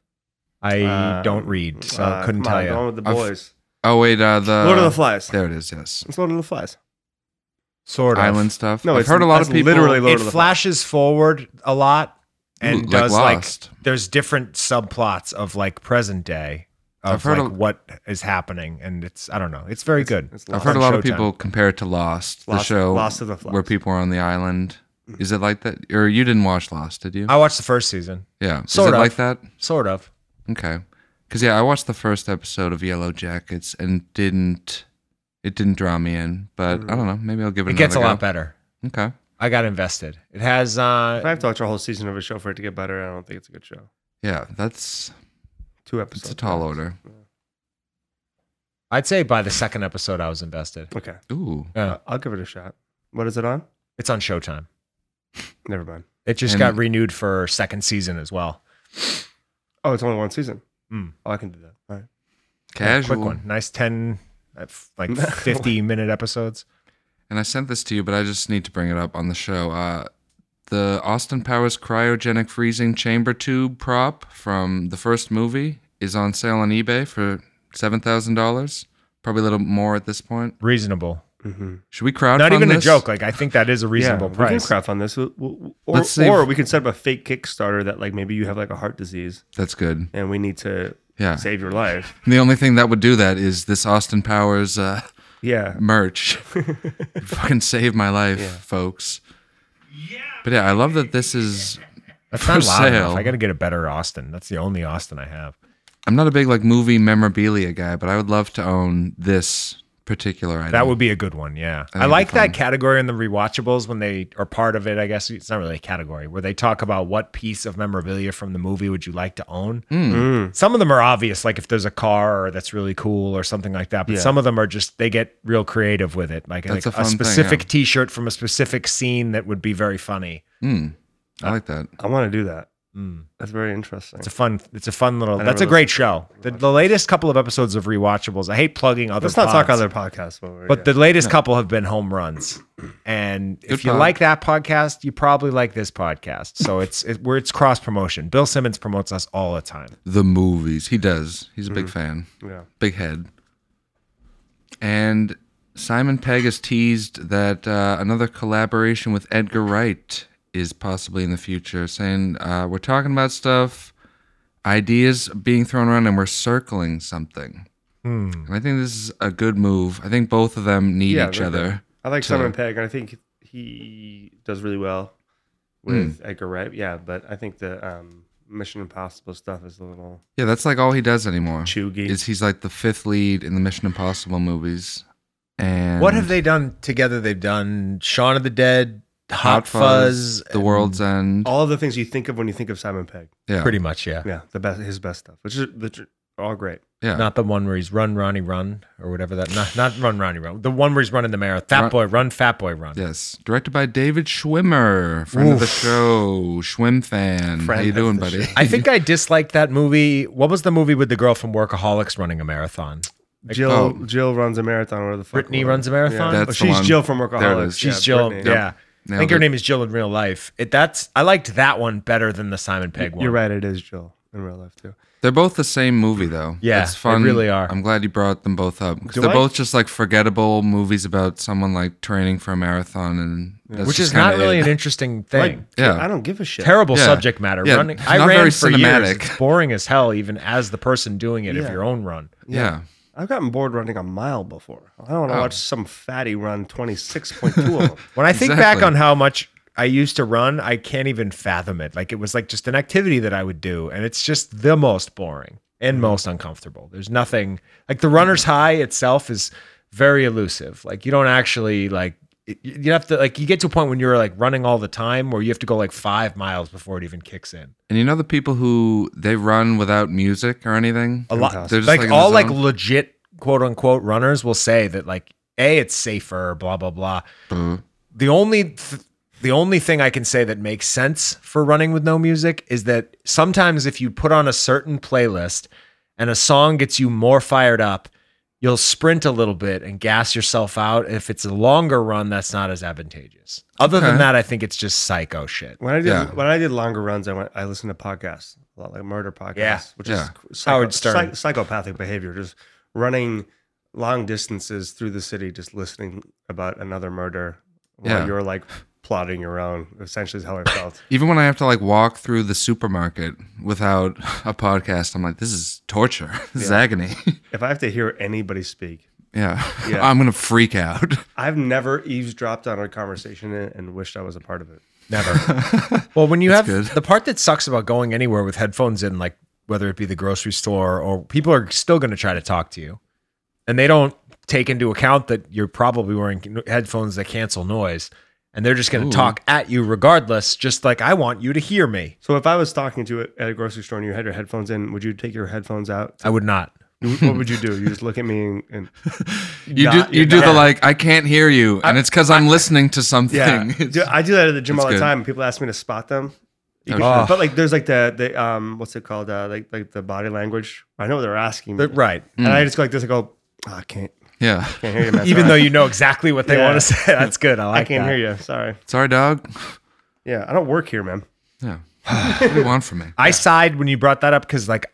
Speaker 5: I
Speaker 6: Um,
Speaker 5: don't read, so
Speaker 6: uh,
Speaker 5: couldn't
Speaker 6: come on,
Speaker 5: tell
Speaker 6: The
Speaker 5: you.
Speaker 6: one with the
Speaker 4: I've-
Speaker 6: boys.
Speaker 4: Oh wait, uh, the
Speaker 6: Lord of the Flies.
Speaker 4: There it is. Yes,
Speaker 6: It's Lord of the Flies.
Speaker 5: Sort of.
Speaker 4: island stuff.
Speaker 6: No,
Speaker 4: I've
Speaker 6: it's-
Speaker 4: heard a lot
Speaker 6: that's
Speaker 4: of people.
Speaker 6: literally Lord
Speaker 5: it
Speaker 6: of the
Speaker 5: flashes forward a lot and
Speaker 4: Ooh, like
Speaker 5: does like
Speaker 4: Lost.
Speaker 5: there's different subplots of like present day of
Speaker 4: I've heard
Speaker 5: like
Speaker 4: a-
Speaker 5: what is happening, and it's I don't know. It's very good.
Speaker 6: It's
Speaker 4: I've
Speaker 6: lost.
Speaker 4: heard a
Speaker 5: on
Speaker 4: lot of
Speaker 5: Showtime.
Speaker 4: people compare it to Lost, the
Speaker 6: Lost-
Speaker 4: show
Speaker 6: Lost of the Flies. Mm-hmm.
Speaker 4: where people are on the island. Is it like that? Or you didn't watch Lost, did
Speaker 6: Uh,
Speaker 4: you?
Speaker 5: I watched the first season,
Speaker 4: yeah. Is
Speaker 5: sort
Speaker 4: it
Speaker 5: of.
Speaker 4: like that?
Speaker 5: sort of.
Speaker 4: Okay. Cuz yeah, I watched the first episode of Yellow Jackets and didn't it didn't draw me in, but I don't know, maybe I'll give it
Speaker 5: Mm. It gets a
Speaker 4: another
Speaker 5: lot better.
Speaker 4: go. Okay.
Speaker 5: I got invested. It has
Speaker 6: If
Speaker 5: uh
Speaker 6: I have to watch a whole season of a show for it to get better, I don't think it's a good show.
Speaker 4: Yeah, that's
Speaker 6: Two
Speaker 4: it's
Speaker 6: episodes.
Speaker 4: a tall order.
Speaker 5: I'd say by the second episode I was invested.
Speaker 6: Okay, Uh,
Speaker 4: Ooh.
Speaker 5: Yeah.
Speaker 6: I'll give it a shot. What is it on?
Speaker 5: It's on Showtime.
Speaker 6: Never mind.
Speaker 5: It just
Speaker 4: And-
Speaker 5: got renewed for second season as well.
Speaker 6: Oh, it's only one season.
Speaker 5: Mm.
Speaker 6: Oh, I can do that. All right.
Speaker 5: Yeah,
Speaker 4: Casual.
Speaker 5: Quick one. Nice 10 uh, f- like 50 minute episodes.
Speaker 4: And I sent this to you, but I just need to bring it up on the show. Uh, the Austin Powers cryogenic freezing chamber tube prop from the first movie is on sale on eBay for seven thousand dollars. Probably a little more at this point.
Speaker 5: Reasonable.
Speaker 4: Should we crowdfund?
Speaker 5: Not even a
Speaker 4: this?
Speaker 5: joke. Like I think that is a reasonable
Speaker 6: yeah, We can
Speaker 5: price.
Speaker 6: crap on this, We'll- we'll- or,
Speaker 4: Let's save-
Speaker 6: or we can set up a fake Kickstarter that like maybe you have like a heart disease
Speaker 4: That's good.
Speaker 6: and we need to
Speaker 4: Yeah.
Speaker 6: save your life.
Speaker 4: And the only thing that would do that is this Austin Powers uh,
Speaker 6: Yeah,
Speaker 4: merch. Fucking save my life, folks. But yeah, I love that this is.
Speaker 5: That's
Speaker 4: for
Speaker 5: not loud enough.
Speaker 4: sale.
Speaker 5: I got to get a better Austin. That's the only Austin I have.
Speaker 4: I'm not a big like movie memorabilia guy, but I would love to own this particular item.
Speaker 5: That would be a good one. Yeah. I
Speaker 4: that'd be
Speaker 5: like
Speaker 4: fun.
Speaker 5: that category in the rewatchables when they are part of it. I guess it's not really a category where they talk about what piece of memorabilia from the movie would you like to own.
Speaker 4: Hmm.
Speaker 5: Some of them are obvious, like if there's a car or that's really cool or something like that. But
Speaker 6: Yeah.
Speaker 5: some of them are just, they get real creative with it. Like,
Speaker 4: That's
Speaker 5: like
Speaker 4: a
Speaker 5: a,
Speaker 4: fun thing,
Speaker 5: specific
Speaker 4: yeah.
Speaker 5: t shirt from a specific scene that would be very funny.
Speaker 4: Mm, I like that.
Speaker 6: I want to do that.
Speaker 5: Mm.
Speaker 6: That's very interesting.
Speaker 5: It's a fun, it's a fun little,
Speaker 6: I
Speaker 5: that's a
Speaker 6: never
Speaker 5: great show. The, the latest couple of episodes of rewatchables, I hate plugging other
Speaker 6: Let's not talk
Speaker 5: pods.
Speaker 6: other podcasts. While we're
Speaker 5: But
Speaker 6: here.
Speaker 5: the latest couple have been home runs. And if
Speaker 4: Good
Speaker 5: you
Speaker 4: pod.
Speaker 5: like that podcast, you probably like this podcast. So it's it, where it's cross promotion. Bill Simmons promotes us all the time.
Speaker 4: the movies. He does. He's a big fan,
Speaker 6: Mm-hmm. yeah,
Speaker 4: big head. And Simon Pegg has teased that uh, another collaboration with Edgar Wright is possibly in the future, saying, uh, We're talking about stuff, ideas being thrown around, and we're circling something. And I think this is a good move. I think both of them need
Speaker 6: Hmm. Yeah,
Speaker 4: each
Speaker 6: they're
Speaker 4: other.
Speaker 6: I like
Speaker 4: to-
Speaker 6: Simon Pegg, and I think he does really well with
Speaker 4: Hmm.
Speaker 6: Edgar Wright. Yeah, but I think the um, Mission Impossible stuff is a little
Speaker 4: Yeah, that's like all he does anymore.
Speaker 6: chuggy.
Speaker 4: Is he's like the fifth lead in the Mission Impossible movies. And
Speaker 5: What have they done together? They've done Shaun of the Dead, Hot, Fuzz,
Speaker 4: The
Speaker 5: and-
Speaker 4: World's End.
Speaker 6: all of the things you think of when you think of Simon Pegg.
Speaker 4: yeah.
Speaker 5: Pretty much, yeah.
Speaker 6: Yeah, the best his best stuff, which is the, tr- all great.
Speaker 4: Yeah.
Speaker 5: Not the one where he's run, Ronnie, run, or whatever that. Not, not run, Ronnie, run. The one where he's running the marathon. Fat
Speaker 4: Run-
Speaker 5: boy, run, fat boy, run.
Speaker 4: Yes, directed by David Schwimmer, friend of the show, Schwim fan. How
Speaker 6: Friend
Speaker 4: you
Speaker 6: of
Speaker 4: doing,
Speaker 6: the
Speaker 4: buddy?
Speaker 5: I think I disliked that movie. What was the movie with the girl from Workaholics running a marathon?
Speaker 6: Jill
Speaker 4: oh.
Speaker 6: Jill runs a marathon. Where the fuck
Speaker 5: Brittany
Speaker 6: it
Speaker 5: runs a
Speaker 6: was.
Speaker 5: marathon?
Speaker 6: Yeah.
Speaker 4: That's
Speaker 6: Oh,
Speaker 4: the
Speaker 6: she's
Speaker 4: one.
Speaker 6: Jill from
Speaker 4: There it
Speaker 6: Workaholics.
Speaker 4: is.
Speaker 5: She's Jill.
Speaker 6: Brittany.
Speaker 5: Yeah. I think
Speaker 4: Nailed
Speaker 5: her
Speaker 4: it.
Speaker 5: name is Jill in real life. It that's I liked that one better than the Simon Pegg one.
Speaker 6: You're right. It is Jill in real life too.
Speaker 4: They're both the same movie, though.
Speaker 5: Yeah,
Speaker 4: it's fun.
Speaker 5: they really are.
Speaker 4: I'm glad you brought them both up 'cause
Speaker 5: Do
Speaker 4: they're
Speaker 5: I-
Speaker 4: both just like forgettable movies about someone like training for a marathon, and that's
Speaker 5: Which
Speaker 4: just
Speaker 5: is not
Speaker 4: kinda
Speaker 5: really
Speaker 4: it.
Speaker 5: an interesting thing.
Speaker 4: Yeah.
Speaker 6: I don't give a shit.
Speaker 5: Terrible
Speaker 4: Yeah.
Speaker 5: subject matter.
Speaker 4: Yeah,
Speaker 5: Running,
Speaker 4: it's
Speaker 5: I
Speaker 4: not
Speaker 5: ran
Speaker 4: very
Speaker 5: for
Speaker 4: cinematic.
Speaker 5: years. It's boring as hell, even as the person doing it. If
Speaker 6: Yeah.
Speaker 5: your own run,
Speaker 4: yeah.
Speaker 6: I've gotten bored running a mile before. I don't want to
Speaker 4: Oh.
Speaker 6: watch some fatty run 26.2 of them.
Speaker 5: when I think
Speaker 4: Exactly.
Speaker 5: back on how much I used to run, I can't even fathom it. Like it was like just an activity that I would do, and it's just the most boring and most uncomfortable. There's nothing like the runner's high itself is very elusive. Like you don't actually like it- you have to like you get to a point when you're like running all the time where you have to go like five miles before it even kicks in.
Speaker 4: And you know the people who they run without music or anything.
Speaker 5: A lot,
Speaker 4: They're just
Speaker 5: like,
Speaker 4: like in the
Speaker 5: all like
Speaker 4: zone.
Speaker 5: legit quote unquote runners will say that like a it's safer, blah blah blah.
Speaker 4: Mm-hmm.
Speaker 5: the only th- the only thing I can say that makes sense for running with no music is that sometimes if you put on a certain playlist and a song gets you more fired up, you'll sprint a little bit and gas yourself out. If it's a longer run, that's not as advantageous. Other
Speaker 4: Okay.
Speaker 5: than that, I think it's just psycho shit.
Speaker 6: When I did
Speaker 4: Yeah.
Speaker 6: when I did longer runs, I went I listened to podcasts a lot, like murder podcasts,
Speaker 5: Yeah.
Speaker 6: which
Speaker 4: Yeah.
Speaker 6: is
Speaker 5: Howard Stern.
Speaker 6: psych- psychopathic behavior, just running long distances through the city, just listening about another murder while
Speaker 4: Yeah.
Speaker 6: you're like plotting your own. Essentially, is how I felt.
Speaker 4: Even when I have to like walk through the supermarket without a podcast, I'm like, this is torture. This is agony.
Speaker 6: If I have to hear anybody speak,
Speaker 4: yeah.
Speaker 6: Yeah.
Speaker 4: I'm gonna freak out.
Speaker 6: I've never eavesdropped on a conversation and, and wished I was a part of it.
Speaker 5: Never. well, when you have
Speaker 4: good.
Speaker 5: the part that sucks about going anywhere with headphones in, like whether it be the grocery store or people are still going to try to talk to you, and they don't take into account that you're probably wearing headphones that cancel noise, and they're just going
Speaker 4: Ooh.
Speaker 5: to talk at you regardless. Just like I want you to hear me,
Speaker 6: So if I was talking to you at a grocery store and you had your headphones in, would you take your headphones out?
Speaker 5: I would not.
Speaker 6: You- what would you do? You just look at me and, and
Speaker 4: You
Speaker 6: Not-
Speaker 4: do you do
Speaker 6: yeah.
Speaker 4: the like I can't hear you, and it's because I'm listening to something.
Speaker 6: yeah,
Speaker 4: It's-
Speaker 6: Dude, I do that at the gym
Speaker 4: That's
Speaker 6: all the
Speaker 4: good.
Speaker 6: time. People ask me to spot them. You
Speaker 4: Oh,
Speaker 6: can-
Speaker 5: sure.
Speaker 6: But like, there's like the the um, what's it called? Uh, like like the body language. I know what they're asking, me.
Speaker 5: But- right.
Speaker 6: and
Speaker 4: Hmm.
Speaker 6: I just go like this. I go, "Oh, I can't
Speaker 4: yeah.
Speaker 6: can't hear you, man.
Speaker 5: Even
Speaker 6: Sorry.
Speaker 5: though you know exactly what they
Speaker 6: Yeah.
Speaker 5: want to say, that's good. I
Speaker 6: I
Speaker 5: like.
Speaker 6: can't
Speaker 5: that.
Speaker 6: hear you. Sorry.
Speaker 4: Sorry, dog.
Speaker 6: Yeah, I don't work here, man.
Speaker 4: Yeah. what do you want from me?
Speaker 5: I sighed when you brought that up because, like,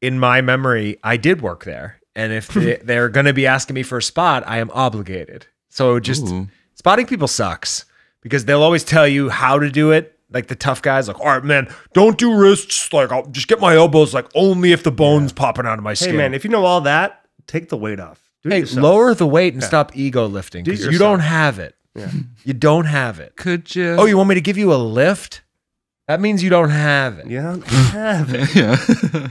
Speaker 5: in my memory, I did work there, and if they, they're going to be asking me for a spot, I am obligated. So just
Speaker 4: Ooh.
Speaker 5: spotting people sucks because they'll always tell you how to do it. Like the tough guys, like, all right, man, don't do wrists. Like, I'll just get my elbows, like, only if the bone's popping out of my
Speaker 6: Hey,
Speaker 5: skin.
Speaker 6: man, if you know all that, take the weight off. Do it
Speaker 5: hey,
Speaker 6: yourself.
Speaker 5: lower the weight and stop ego lifting
Speaker 6: Do it
Speaker 5: because you
Speaker 6: yourself.
Speaker 5: don't have it.
Speaker 6: Yeah.
Speaker 5: You don't have it.
Speaker 4: Could you?
Speaker 5: Oh, you want me to give you a lift? That means you don't have it.
Speaker 6: You don't have it.
Speaker 4: yeah.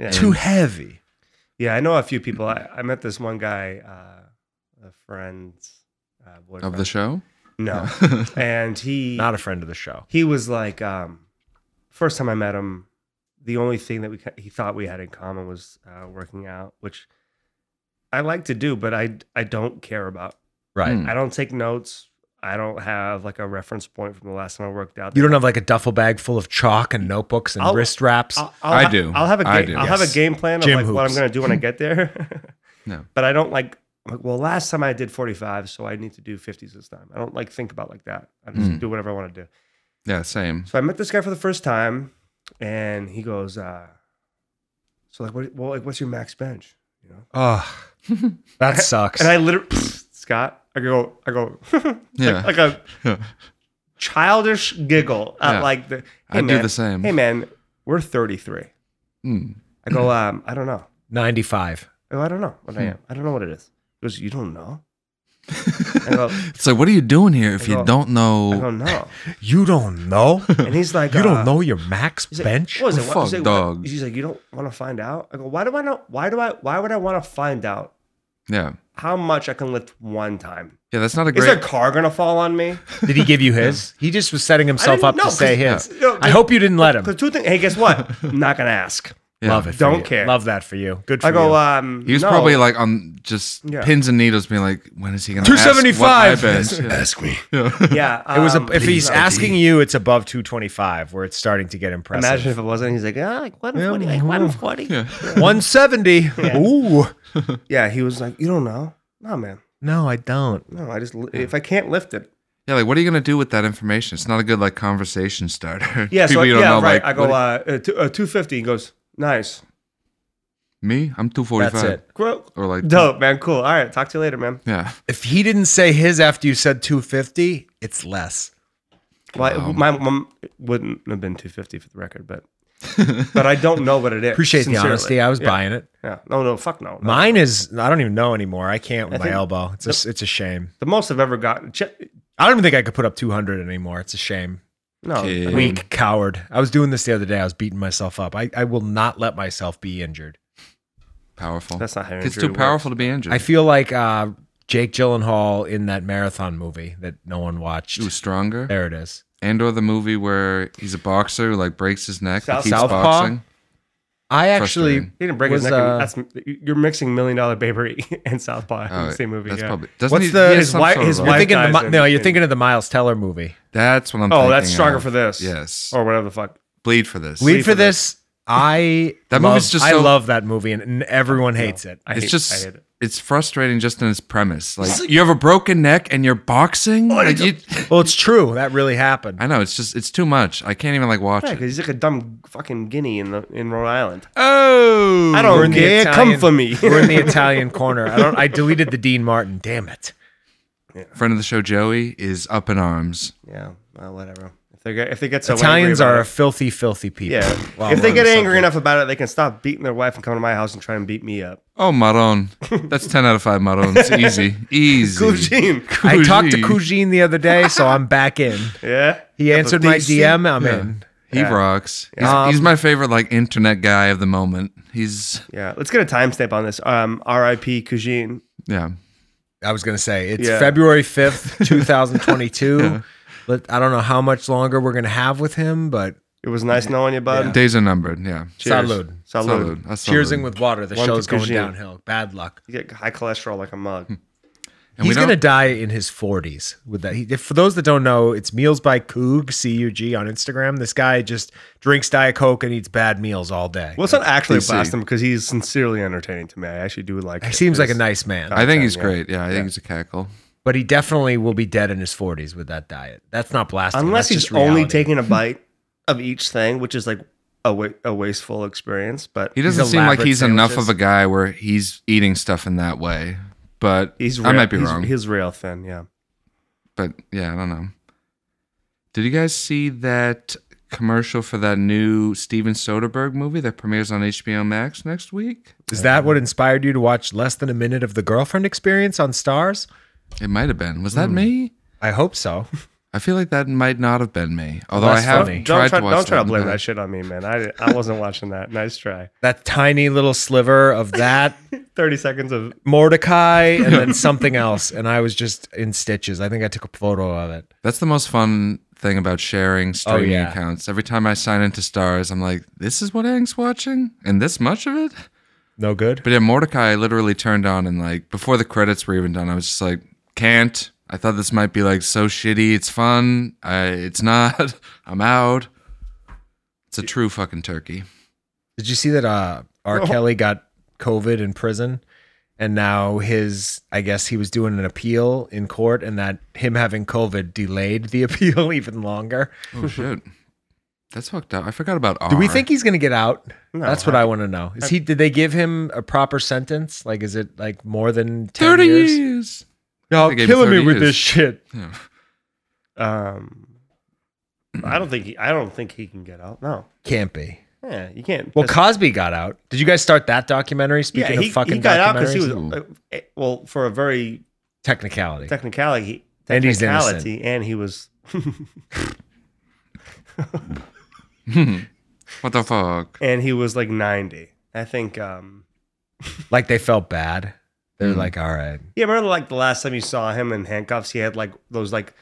Speaker 6: Yeah.
Speaker 5: Too heavy.
Speaker 6: Yeah, I know a few people. I, I met this one guy, uh, a friend uh, boyfriend.
Speaker 4: of the show.
Speaker 6: No, and he
Speaker 5: Not a friend of the show.
Speaker 6: he was like, um, first time I met him, the only thing that we ca- he thought we had in common was uh, working out, which I like to do, but I I don't care about.
Speaker 5: Right.
Speaker 4: Hmm.
Speaker 6: I don't take notes. I don't have like a reference point from the last time I worked out.
Speaker 5: You don't have like a duffel bag full of chalk and notebooks and
Speaker 6: I'll-
Speaker 5: wrist wraps.
Speaker 6: I'll, I'll
Speaker 4: I
Speaker 6: ha-
Speaker 4: do.
Speaker 6: I'll have a game,
Speaker 4: I do.
Speaker 6: I'll have
Speaker 5: Yes.
Speaker 6: a game plan of
Speaker 5: Gym
Speaker 6: like what I'm
Speaker 5: hoops.
Speaker 6: gonna do when I get there.
Speaker 4: No.
Speaker 6: But I don't like I'm like, well, last time I did 45, so I need to do 50s this time. I don't like think about like that. I just
Speaker 4: Mm.
Speaker 6: do whatever I want to do.
Speaker 4: Yeah. Same.
Speaker 6: So I met this guy for the first time, and he goes, uh, "So like, what, well, like, what's your max bench?" You know,
Speaker 5: oh, that sucks.
Speaker 6: and I literally, Scott, I go, I go, like-
Speaker 4: Yeah.
Speaker 6: like, a childish giggle at
Speaker 4: Yeah.
Speaker 6: like the. Hey,
Speaker 4: I do
Speaker 6: man,
Speaker 4: the same.
Speaker 6: Hey man, we're 33.
Speaker 4: Hmm.
Speaker 6: I go, um, I don't know.
Speaker 5: 95.
Speaker 6: I go, I don't know what I
Speaker 4: Hmm.
Speaker 6: am. I don't know what it is. He goes, you don't know. I go,
Speaker 4: It's like, what are you doing here if
Speaker 6: I
Speaker 4: you
Speaker 6: go-
Speaker 4: don't know?
Speaker 6: I don't know.
Speaker 5: You don't know?
Speaker 6: And he's like,
Speaker 5: you
Speaker 6: uh,
Speaker 5: don't know your max
Speaker 6: He's like,
Speaker 5: bench?
Speaker 6: What is it?
Speaker 4: Fuck
Speaker 6: What, he's like, what-
Speaker 4: dog.
Speaker 6: He's like, you don't want to find out. I go, why do I not? Why do I? Why would I want to find out
Speaker 4: yeah.
Speaker 6: how much I can lift one time?
Speaker 4: Yeah. That's not a
Speaker 6: Is
Speaker 4: great.
Speaker 6: a car gonna fall on me?
Speaker 5: Did he give you his? He just was setting himself
Speaker 6: didn't
Speaker 5: up
Speaker 6: know,
Speaker 5: to
Speaker 6: 'cause-
Speaker 5: say his.
Speaker 6: no, 'cause-
Speaker 5: I hope you didn't let him.
Speaker 6: Because two things. Hey, guess what? I'm not gonna ask.
Speaker 4: yeah.
Speaker 5: Love it. for
Speaker 6: Don't
Speaker 5: you.
Speaker 6: care.
Speaker 5: Love that for you. Good for
Speaker 6: I go.
Speaker 5: you.
Speaker 6: Um,
Speaker 4: He was
Speaker 6: no.
Speaker 4: probably like on just
Speaker 6: Yeah.
Speaker 4: pins and needles, being like, when is he gonna? Ask,
Speaker 5: 275?
Speaker 4: what I bench?
Speaker 6: me.
Speaker 4: Yeah.
Speaker 6: Yeah,
Speaker 5: it was a,
Speaker 6: um,
Speaker 5: if he's
Speaker 6: uh,
Speaker 5: asking you, it's above 225 where it's starting to get impressive.
Speaker 6: Imagine if it wasn't. He's like, ah, like 140, like 140. Yeah.
Speaker 4: Yeah.
Speaker 5: 170. Ooh.
Speaker 6: he was like, you don't know. No, man.
Speaker 5: No, I don't.
Speaker 6: No, I just li- if I can't lift it.
Speaker 4: Yeah, like what are you gonna do with that information? It's not a good like conversation starter.
Speaker 6: Yeah, so
Speaker 4: People
Speaker 6: I,
Speaker 4: you don't
Speaker 6: yeah,
Speaker 4: know,
Speaker 6: right.
Speaker 4: like,
Speaker 6: I go
Speaker 4: what-
Speaker 6: uh, uh, two, uh, 250. He goes, nice.
Speaker 4: me, I'm two forty
Speaker 5: That's
Speaker 4: five.
Speaker 5: it.
Speaker 6: Grow.
Speaker 4: Uh, Or like
Speaker 6: Dope, man. Cool. All right, talk to you later, man.
Speaker 4: Yeah.
Speaker 5: If he didn't say his after you said 250, it's less.
Speaker 6: Well, my mom wouldn't have been 250 for the record, but but I don't know what it is.
Speaker 5: Appreciate
Speaker 6: sincerely.
Speaker 5: the honesty. I was
Speaker 6: Yeah,
Speaker 5: buying it.
Speaker 6: Yeah. No, no, fuck no. no.
Speaker 5: Mine is I don't even know anymore. I can't with
Speaker 6: I
Speaker 5: my
Speaker 6: think-
Speaker 5: elbow. It's a, it's a shame.
Speaker 6: the most I've ever gotten. Ch-
Speaker 5: I don't even think I could put up 200 anymore. It's a shame.
Speaker 6: no.
Speaker 4: Kid.
Speaker 6: I mean,
Speaker 5: Weak coward. I was doing this the other day. I was beating myself up. I, I will not let myself be injured.
Speaker 4: Powerful.
Speaker 6: That's not how
Speaker 4: It's
Speaker 6: injury
Speaker 4: too
Speaker 6: works.
Speaker 4: powerful to be injured.
Speaker 5: I feel like uh, Jake Gyllenhaal in that marathon movie that no one watched.
Speaker 4: he was stronger.
Speaker 5: There it is.
Speaker 4: And or the movie where he's a boxer who like breaks his neck but
Speaker 6: South-
Speaker 4: keeps
Speaker 5: Southpaw?
Speaker 4: boxing.
Speaker 5: I actually
Speaker 4: Frustrating.
Speaker 6: He didn't break his
Speaker 5: was,
Speaker 6: neck. and-
Speaker 5: uh,
Speaker 6: that's, you're mixing Million Dollar Baby and Southpaw in
Speaker 4: Oh,
Speaker 6: the same movie.
Speaker 4: That's
Speaker 6: yeah.
Speaker 4: probably doesn't
Speaker 5: What's
Speaker 4: he,
Speaker 5: the-
Speaker 4: he has
Speaker 5: his
Speaker 4: some
Speaker 6: wife-
Speaker 4: sort of
Speaker 6: his
Speaker 4: a-
Speaker 5: you're
Speaker 6: wife-
Speaker 5: thinking of
Speaker 6: guys
Speaker 5: Mi-
Speaker 6: in-
Speaker 5: no, you're
Speaker 6: in-
Speaker 5: thinking of the Miles Teller movie.
Speaker 4: That's what I'm
Speaker 6: oh,
Speaker 4: thinking.
Speaker 6: that's stronger
Speaker 4: of.
Speaker 6: for this. Oh.
Speaker 4: Yes.
Speaker 6: Or whatever the fuck.
Speaker 4: Bleed for this.
Speaker 5: Bleed for this. I
Speaker 4: That
Speaker 5: love,
Speaker 4: movie's just
Speaker 5: I
Speaker 4: so-
Speaker 5: love that movie and, and everyone hates it.
Speaker 6: I
Speaker 4: It's
Speaker 6: hate,
Speaker 4: just
Speaker 6: I hate it.
Speaker 4: it's frustrating just in its premise. Like you have a broken neck and you're boxing? Like, you-
Speaker 5: Well, Oh, it's true. That really happened.
Speaker 4: I know, it's just it's too much. I can't even like watch
Speaker 6: Yeah,
Speaker 4: it.
Speaker 6: because he's like a dumb fucking guinea in the in Rhode Island.
Speaker 4: Oh
Speaker 6: I
Speaker 5: We're
Speaker 6: don't
Speaker 5: in the
Speaker 6: care. Come
Speaker 5: Italian-
Speaker 6: for me.
Speaker 5: We're in the Italian corner. I don't. I deleted the Dean Martin. Damn it.
Speaker 4: friend of the show Joey is up in arms.
Speaker 6: yeah. Well, whatever. If They get, if they get so angry
Speaker 5: Italians
Speaker 6: about
Speaker 5: are
Speaker 6: it-
Speaker 5: a filthy, filthy people.
Speaker 6: yeah.
Speaker 5: While we're
Speaker 6: if they
Speaker 5: on
Speaker 6: get
Speaker 5: the
Speaker 6: angry
Speaker 5: subject.
Speaker 6: enough about it, they can stop beating their wife and come to my house and try and beat me up.
Speaker 4: Oh, Maron. That's 10 out of 5 Marons. Easy. Easy.
Speaker 6: Cool
Speaker 5: I talked to
Speaker 4: Kuji.
Speaker 5: Kujin the other day, so I'm back in.
Speaker 6: Yeah.
Speaker 5: He answered my
Speaker 4: decent-
Speaker 5: DM. I'm
Speaker 4: yeah.
Speaker 5: in.
Speaker 4: He
Speaker 6: Yeah.
Speaker 4: rocks. He's, he's my favorite like internet guy of the moment. He's
Speaker 6: Yeah. Let's get a timestamp on this. Um, R.I.P. Kujin.
Speaker 4: yeah.
Speaker 5: I was gonna say it's
Speaker 6: Yeah.
Speaker 5: February 5th, 2022. Let- I don't know how much longer we're gonna have with him, but
Speaker 6: It was nice knowing you, bud.
Speaker 4: Days are numbered. Yeah.
Speaker 5: salud.
Speaker 6: Salud.
Speaker 4: Salud. A salud.
Speaker 5: Cheersing with water. The
Speaker 6: One
Speaker 5: show's
Speaker 6: to
Speaker 5: going
Speaker 6: Kujin.
Speaker 5: downhill. Bad luck.
Speaker 6: You get high cholesterol like a mug.
Speaker 4: And we
Speaker 5: He's gonna
Speaker 4: don't-
Speaker 5: die in his 40s with that. He, if- for those that don't know, it's Meals by Coog C U G on Instagram. This guy just drinks Diet Coke and eats bad meals all day.
Speaker 6: Well, it's not actually a
Speaker 4: PC.
Speaker 6: blast him because he's sincerely entertaining to me. I actually do like.
Speaker 5: He seems like a
Speaker 6: his-
Speaker 5: nice man,
Speaker 4: I think he's
Speaker 6: Yeah.
Speaker 4: great. Yeah, I think he's a cackle.
Speaker 5: but he definitely will be dead in his 40s with that diet. That's not blasting.
Speaker 6: Unless
Speaker 5: that's
Speaker 6: he's
Speaker 5: just
Speaker 6: only
Speaker 5: reality.
Speaker 6: taking a bite of each thing, which is like a, wa- a wasteful experience. But
Speaker 4: He doesn't seem like
Speaker 5: elaborate
Speaker 4: he's enough of
Speaker 5: sandwiches.
Speaker 4: a guy where he's eating stuff in that way. But
Speaker 6: he's
Speaker 4: I
Speaker 6: real-
Speaker 4: might be
Speaker 6: he's-
Speaker 4: wrong.
Speaker 6: He's real thin. Yeah.
Speaker 4: but yeah, I don't know. Did you guys see that commercial for that new Steven Soderbergh movie that premieres on HBO Max next week?
Speaker 5: Is that what inspired you to watch less than a minute of the girlfriend experience on Stars?
Speaker 4: It might have been. Was
Speaker 5: Hmm.
Speaker 4: that me?
Speaker 5: I hope so.
Speaker 4: I feel like that might not have been me. Although
Speaker 5: that's
Speaker 4: I have
Speaker 5: funny.
Speaker 4: tried
Speaker 6: don't try,
Speaker 4: to watch
Speaker 6: don't try
Speaker 4: that
Speaker 6: to
Speaker 4: in the
Speaker 6: blame that
Speaker 4: past.
Speaker 6: shit on me, man. I, I wasn't watching that. Nice try.
Speaker 5: That tiny little sliver of that
Speaker 6: Thirty seconds of
Speaker 5: Mordecai and then something else, and I was just in stitches. I think I took a photo of it.
Speaker 4: That's the most fun thing about sharing streaming
Speaker 5: Oh, yeah.
Speaker 4: accounts. Every time I sign into Stars, I'm like, this is what Ang's watching? And this much of it?
Speaker 5: No good.
Speaker 4: But yeah, Mordecai I literally turned on and like before the credits were even done, I was just like, can't. I thought this might be like so shitty. It's fun. I, it's not. I'm out. It's a true fucking turkey.
Speaker 5: Did you see that uh, R. Kelly got COVID in prison? And now his, I guess he was doing an appeal in court, and that him having COVID delayed the appeal even longer.
Speaker 4: Oh shit, that's fucked up. I forgot about R.
Speaker 5: Do we think he's going to get out?
Speaker 6: No,
Speaker 5: That's what I, want to know. Is he? Did they give him a proper sentence? Like, is it like more than 10
Speaker 4: thirty
Speaker 5: years?
Speaker 4: years?
Speaker 5: Y'all
Speaker 4: They gave him
Speaker 5: killing me
Speaker 4: 30
Speaker 5: with
Speaker 4: years.
Speaker 5: this shit.
Speaker 4: Yeah.
Speaker 6: um. I don't think he. I don't think he can get out. No.
Speaker 5: Can't be.
Speaker 6: Yeah, you can't.
Speaker 5: Well,
Speaker 6: piss-
Speaker 5: Cosby got out. Did you guys start that documentary? Speaking
Speaker 6: yeah, he,
Speaker 5: of fucking
Speaker 6: he got out because
Speaker 5: documentaries,
Speaker 6: he was uh, eh, well for a very
Speaker 5: technicality.
Speaker 6: technicality. he-
Speaker 5: And he's
Speaker 6: technicality, and he was.
Speaker 4: What the fuck?
Speaker 6: and he was like 90 i think um
Speaker 5: like they felt bad. They're like, all right.
Speaker 6: yeah remember like the last time you saw him in handcuffs he had like those like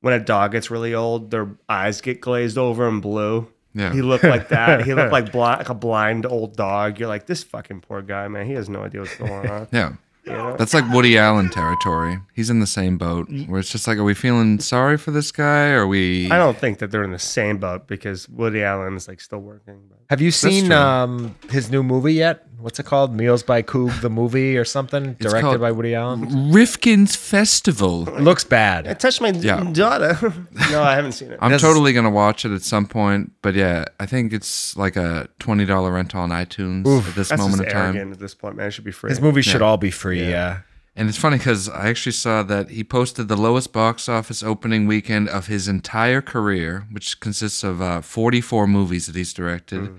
Speaker 6: when a dog gets really old their eyes get glazed over and blue
Speaker 4: Yeah.
Speaker 6: he looked like that he looked like, bli- like a blind old dog you're like this fucking poor guy man he has no idea what's going on
Speaker 4: Yeah.
Speaker 6: you know?
Speaker 4: That's like Woody Allen territory. He's in the same boat where it's just like, are we feeling sorry for this guy? Or are we?
Speaker 6: i don't think that they're in the same boat because woody allen is like still working but
Speaker 5: Have you seen
Speaker 4: true.
Speaker 5: um, his new movie yet? What's it called? Meals by Coog, the movie or something, directed
Speaker 4: called-
Speaker 5: by Woody Allen.
Speaker 4: Rifkin's Festival.
Speaker 5: Looks
Speaker 6: i
Speaker 5: bad.
Speaker 6: touched my
Speaker 4: Yeah.
Speaker 6: daughter no i haven't seen it
Speaker 4: I'm
Speaker 5: That's-
Speaker 4: totally gonna watch it at some point, but yeah, I think it's like a twenty dollar rental on iTunes at this
Speaker 6: that's
Speaker 4: moment
Speaker 6: just
Speaker 4: in time.
Speaker 6: arrogant at this point man it should be free
Speaker 5: His movies should all be free. Yeah.
Speaker 4: And it's funny because I actually saw that he posted the lowest box office opening weekend of his entire career, which consists of uh, 44 movies that he's directed.
Speaker 5: Hmm.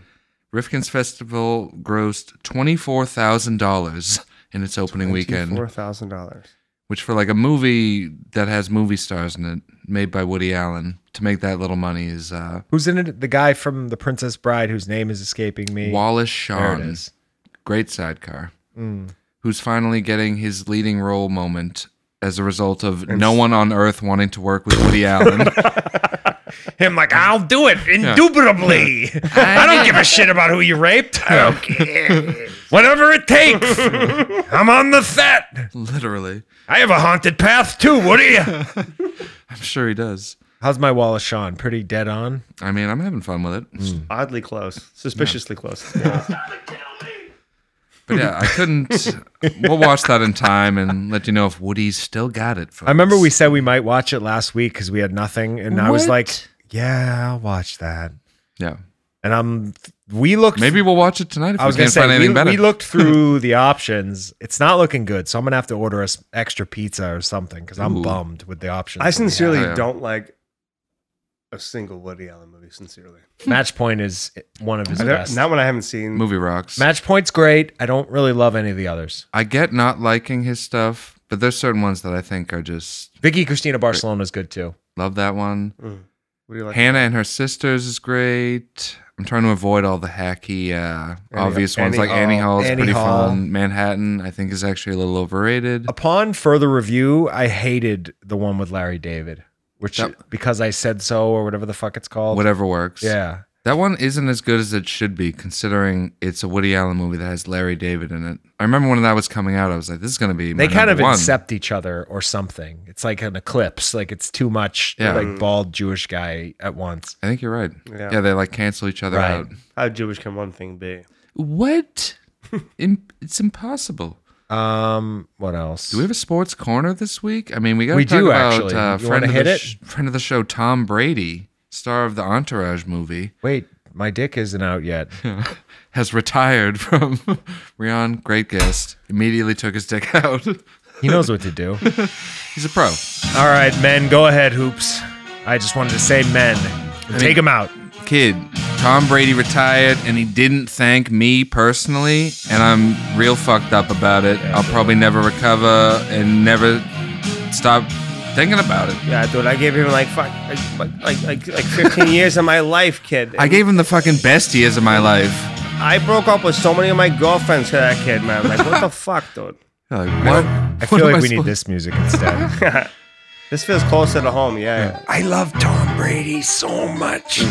Speaker 4: Rifkin's Festival grossed twenty four thousand dollars in its opening weekend,
Speaker 6: four thousand dollars
Speaker 4: which for like a movie that has movie stars in it, made by Woody Allen, to make that little money is uh,
Speaker 5: Who's in it? The guy from The Princess Bride, whose name is escaping me.
Speaker 4: Wallace
Speaker 5: There it
Speaker 4: Shawn.
Speaker 5: is.
Speaker 4: great sidecar,
Speaker 5: Mm.
Speaker 4: who's finally getting his leading role moment as a result of no one on earth wanting to work with Woody Allen.
Speaker 5: Him like, I'll do it indubitably. I don't give a shit about who you raped. Okay. Whatever it takes. I'm on the set.
Speaker 4: Literally.
Speaker 5: I have a haunted path too, Woody.
Speaker 4: I'm sure he does.
Speaker 5: How's my Wallace Shawn? Pretty dead on.
Speaker 4: I mean, I'm having fun with it.
Speaker 5: Mm.
Speaker 6: oddly close, suspiciously close. Yeah.
Speaker 4: But yeah, I couldn't. we'll watch that in time and let you know if Woody's still got it. Folks.
Speaker 5: I remember we said we might watch it last week because we had nothing, and I was
Speaker 4: What?
Speaker 5: like, "Yeah, I'll watch that."
Speaker 4: Yeah.
Speaker 5: And I'm, we looked.
Speaker 4: Maybe we'll watch it tonight if
Speaker 5: I was
Speaker 4: we
Speaker 5: gonna
Speaker 4: can't
Speaker 5: say
Speaker 4: find
Speaker 5: we,
Speaker 4: anything better.
Speaker 5: we looked through the options. It's not looking good, so I'm gonna have to order us extra pizza or something because I'm
Speaker 4: Ooh.
Speaker 5: bummed with the options.
Speaker 6: I
Speaker 5: that we have.
Speaker 6: sincerely
Speaker 4: Yeah.
Speaker 6: don't like a single Woody Allen movie, sincerely.
Speaker 5: Match Point is one of his
Speaker 6: I don't-
Speaker 5: best.
Speaker 6: Not one I haven't seen.
Speaker 4: Movie rocks.
Speaker 5: Match Point's great. I don't really love any of the others.
Speaker 4: I get not liking his stuff, but there's certain ones that I think are just
Speaker 5: Vicky Cristina Barcelona is good too.
Speaker 4: love that one.
Speaker 6: Mm. What do you like?
Speaker 4: Hannah and her sisters is great. I'm trying to avoid all the hacky, uh, obvious ones
Speaker 6: Annie
Speaker 4: like
Speaker 6: Hall.
Speaker 4: Annie Hall is
Speaker 5: Annie
Speaker 4: pretty
Speaker 5: Hall.
Speaker 4: fun. Manhattan, I think, is actually a little overrated.
Speaker 5: Upon further review, I hated the one with Larry David, which
Speaker 4: That-
Speaker 5: because I said so or whatever the fuck it's called.
Speaker 4: Whatever works.
Speaker 5: Yeah.
Speaker 4: That one isn't as good as it should be, considering it's a Woody Allen movie that has Larry David in it. I remember when that was coming out, I was like, "This is going to be." My
Speaker 5: They kind of
Speaker 4: number one.
Speaker 5: incept each other or something. It's like an eclipse. Like it's too much
Speaker 4: Yeah.
Speaker 5: like bald Jewish guy at once.
Speaker 4: I think you're right. Yeah,
Speaker 6: Yeah.
Speaker 4: they like cancel each other
Speaker 5: Right.
Speaker 4: out.
Speaker 6: How Jewish can one thing be?
Speaker 4: What? Im- it's impossible.
Speaker 5: Um what else?
Speaker 4: Do we have a sports corner this week? I mean, we got to
Speaker 5: We
Speaker 4: talk
Speaker 5: do,
Speaker 4: about
Speaker 5: actually.
Speaker 4: uh,
Speaker 5: You
Speaker 4: friend
Speaker 5: wanna
Speaker 4: of
Speaker 5: hit
Speaker 4: the
Speaker 5: it?
Speaker 4: sh- friend of the show, Tom Brady, star of the Entourage movie,
Speaker 5: Wait, my dick isn't out yet.
Speaker 4: has retired from Rion. Great guest. Immediately took his dick out.
Speaker 5: He knows what to do.
Speaker 4: He's a pro.
Speaker 5: All right, men, go ahead, hoops. I just wanted to say men. Take him out.
Speaker 4: kid, Tom Brady retired and he didn't thank me personally, and I'm real fucked up about it. I'll probably never recover and never stop thinking about it.
Speaker 6: Yeah, dude, I gave him like fuck, like like like, like 15 years of my life, kid.
Speaker 4: I gave him the fucking best years of my life.
Speaker 6: I broke up with so many of my girlfriends for that kid, man. Like, what the fuck, dude?
Speaker 4: Like, what?
Speaker 5: I
Speaker 4: what
Speaker 5: feel
Speaker 4: am
Speaker 5: like we need
Speaker 4: supposed-
Speaker 5: this music instead.
Speaker 6: This feels closer to home, yeah.
Speaker 5: I love Tom Brady so much.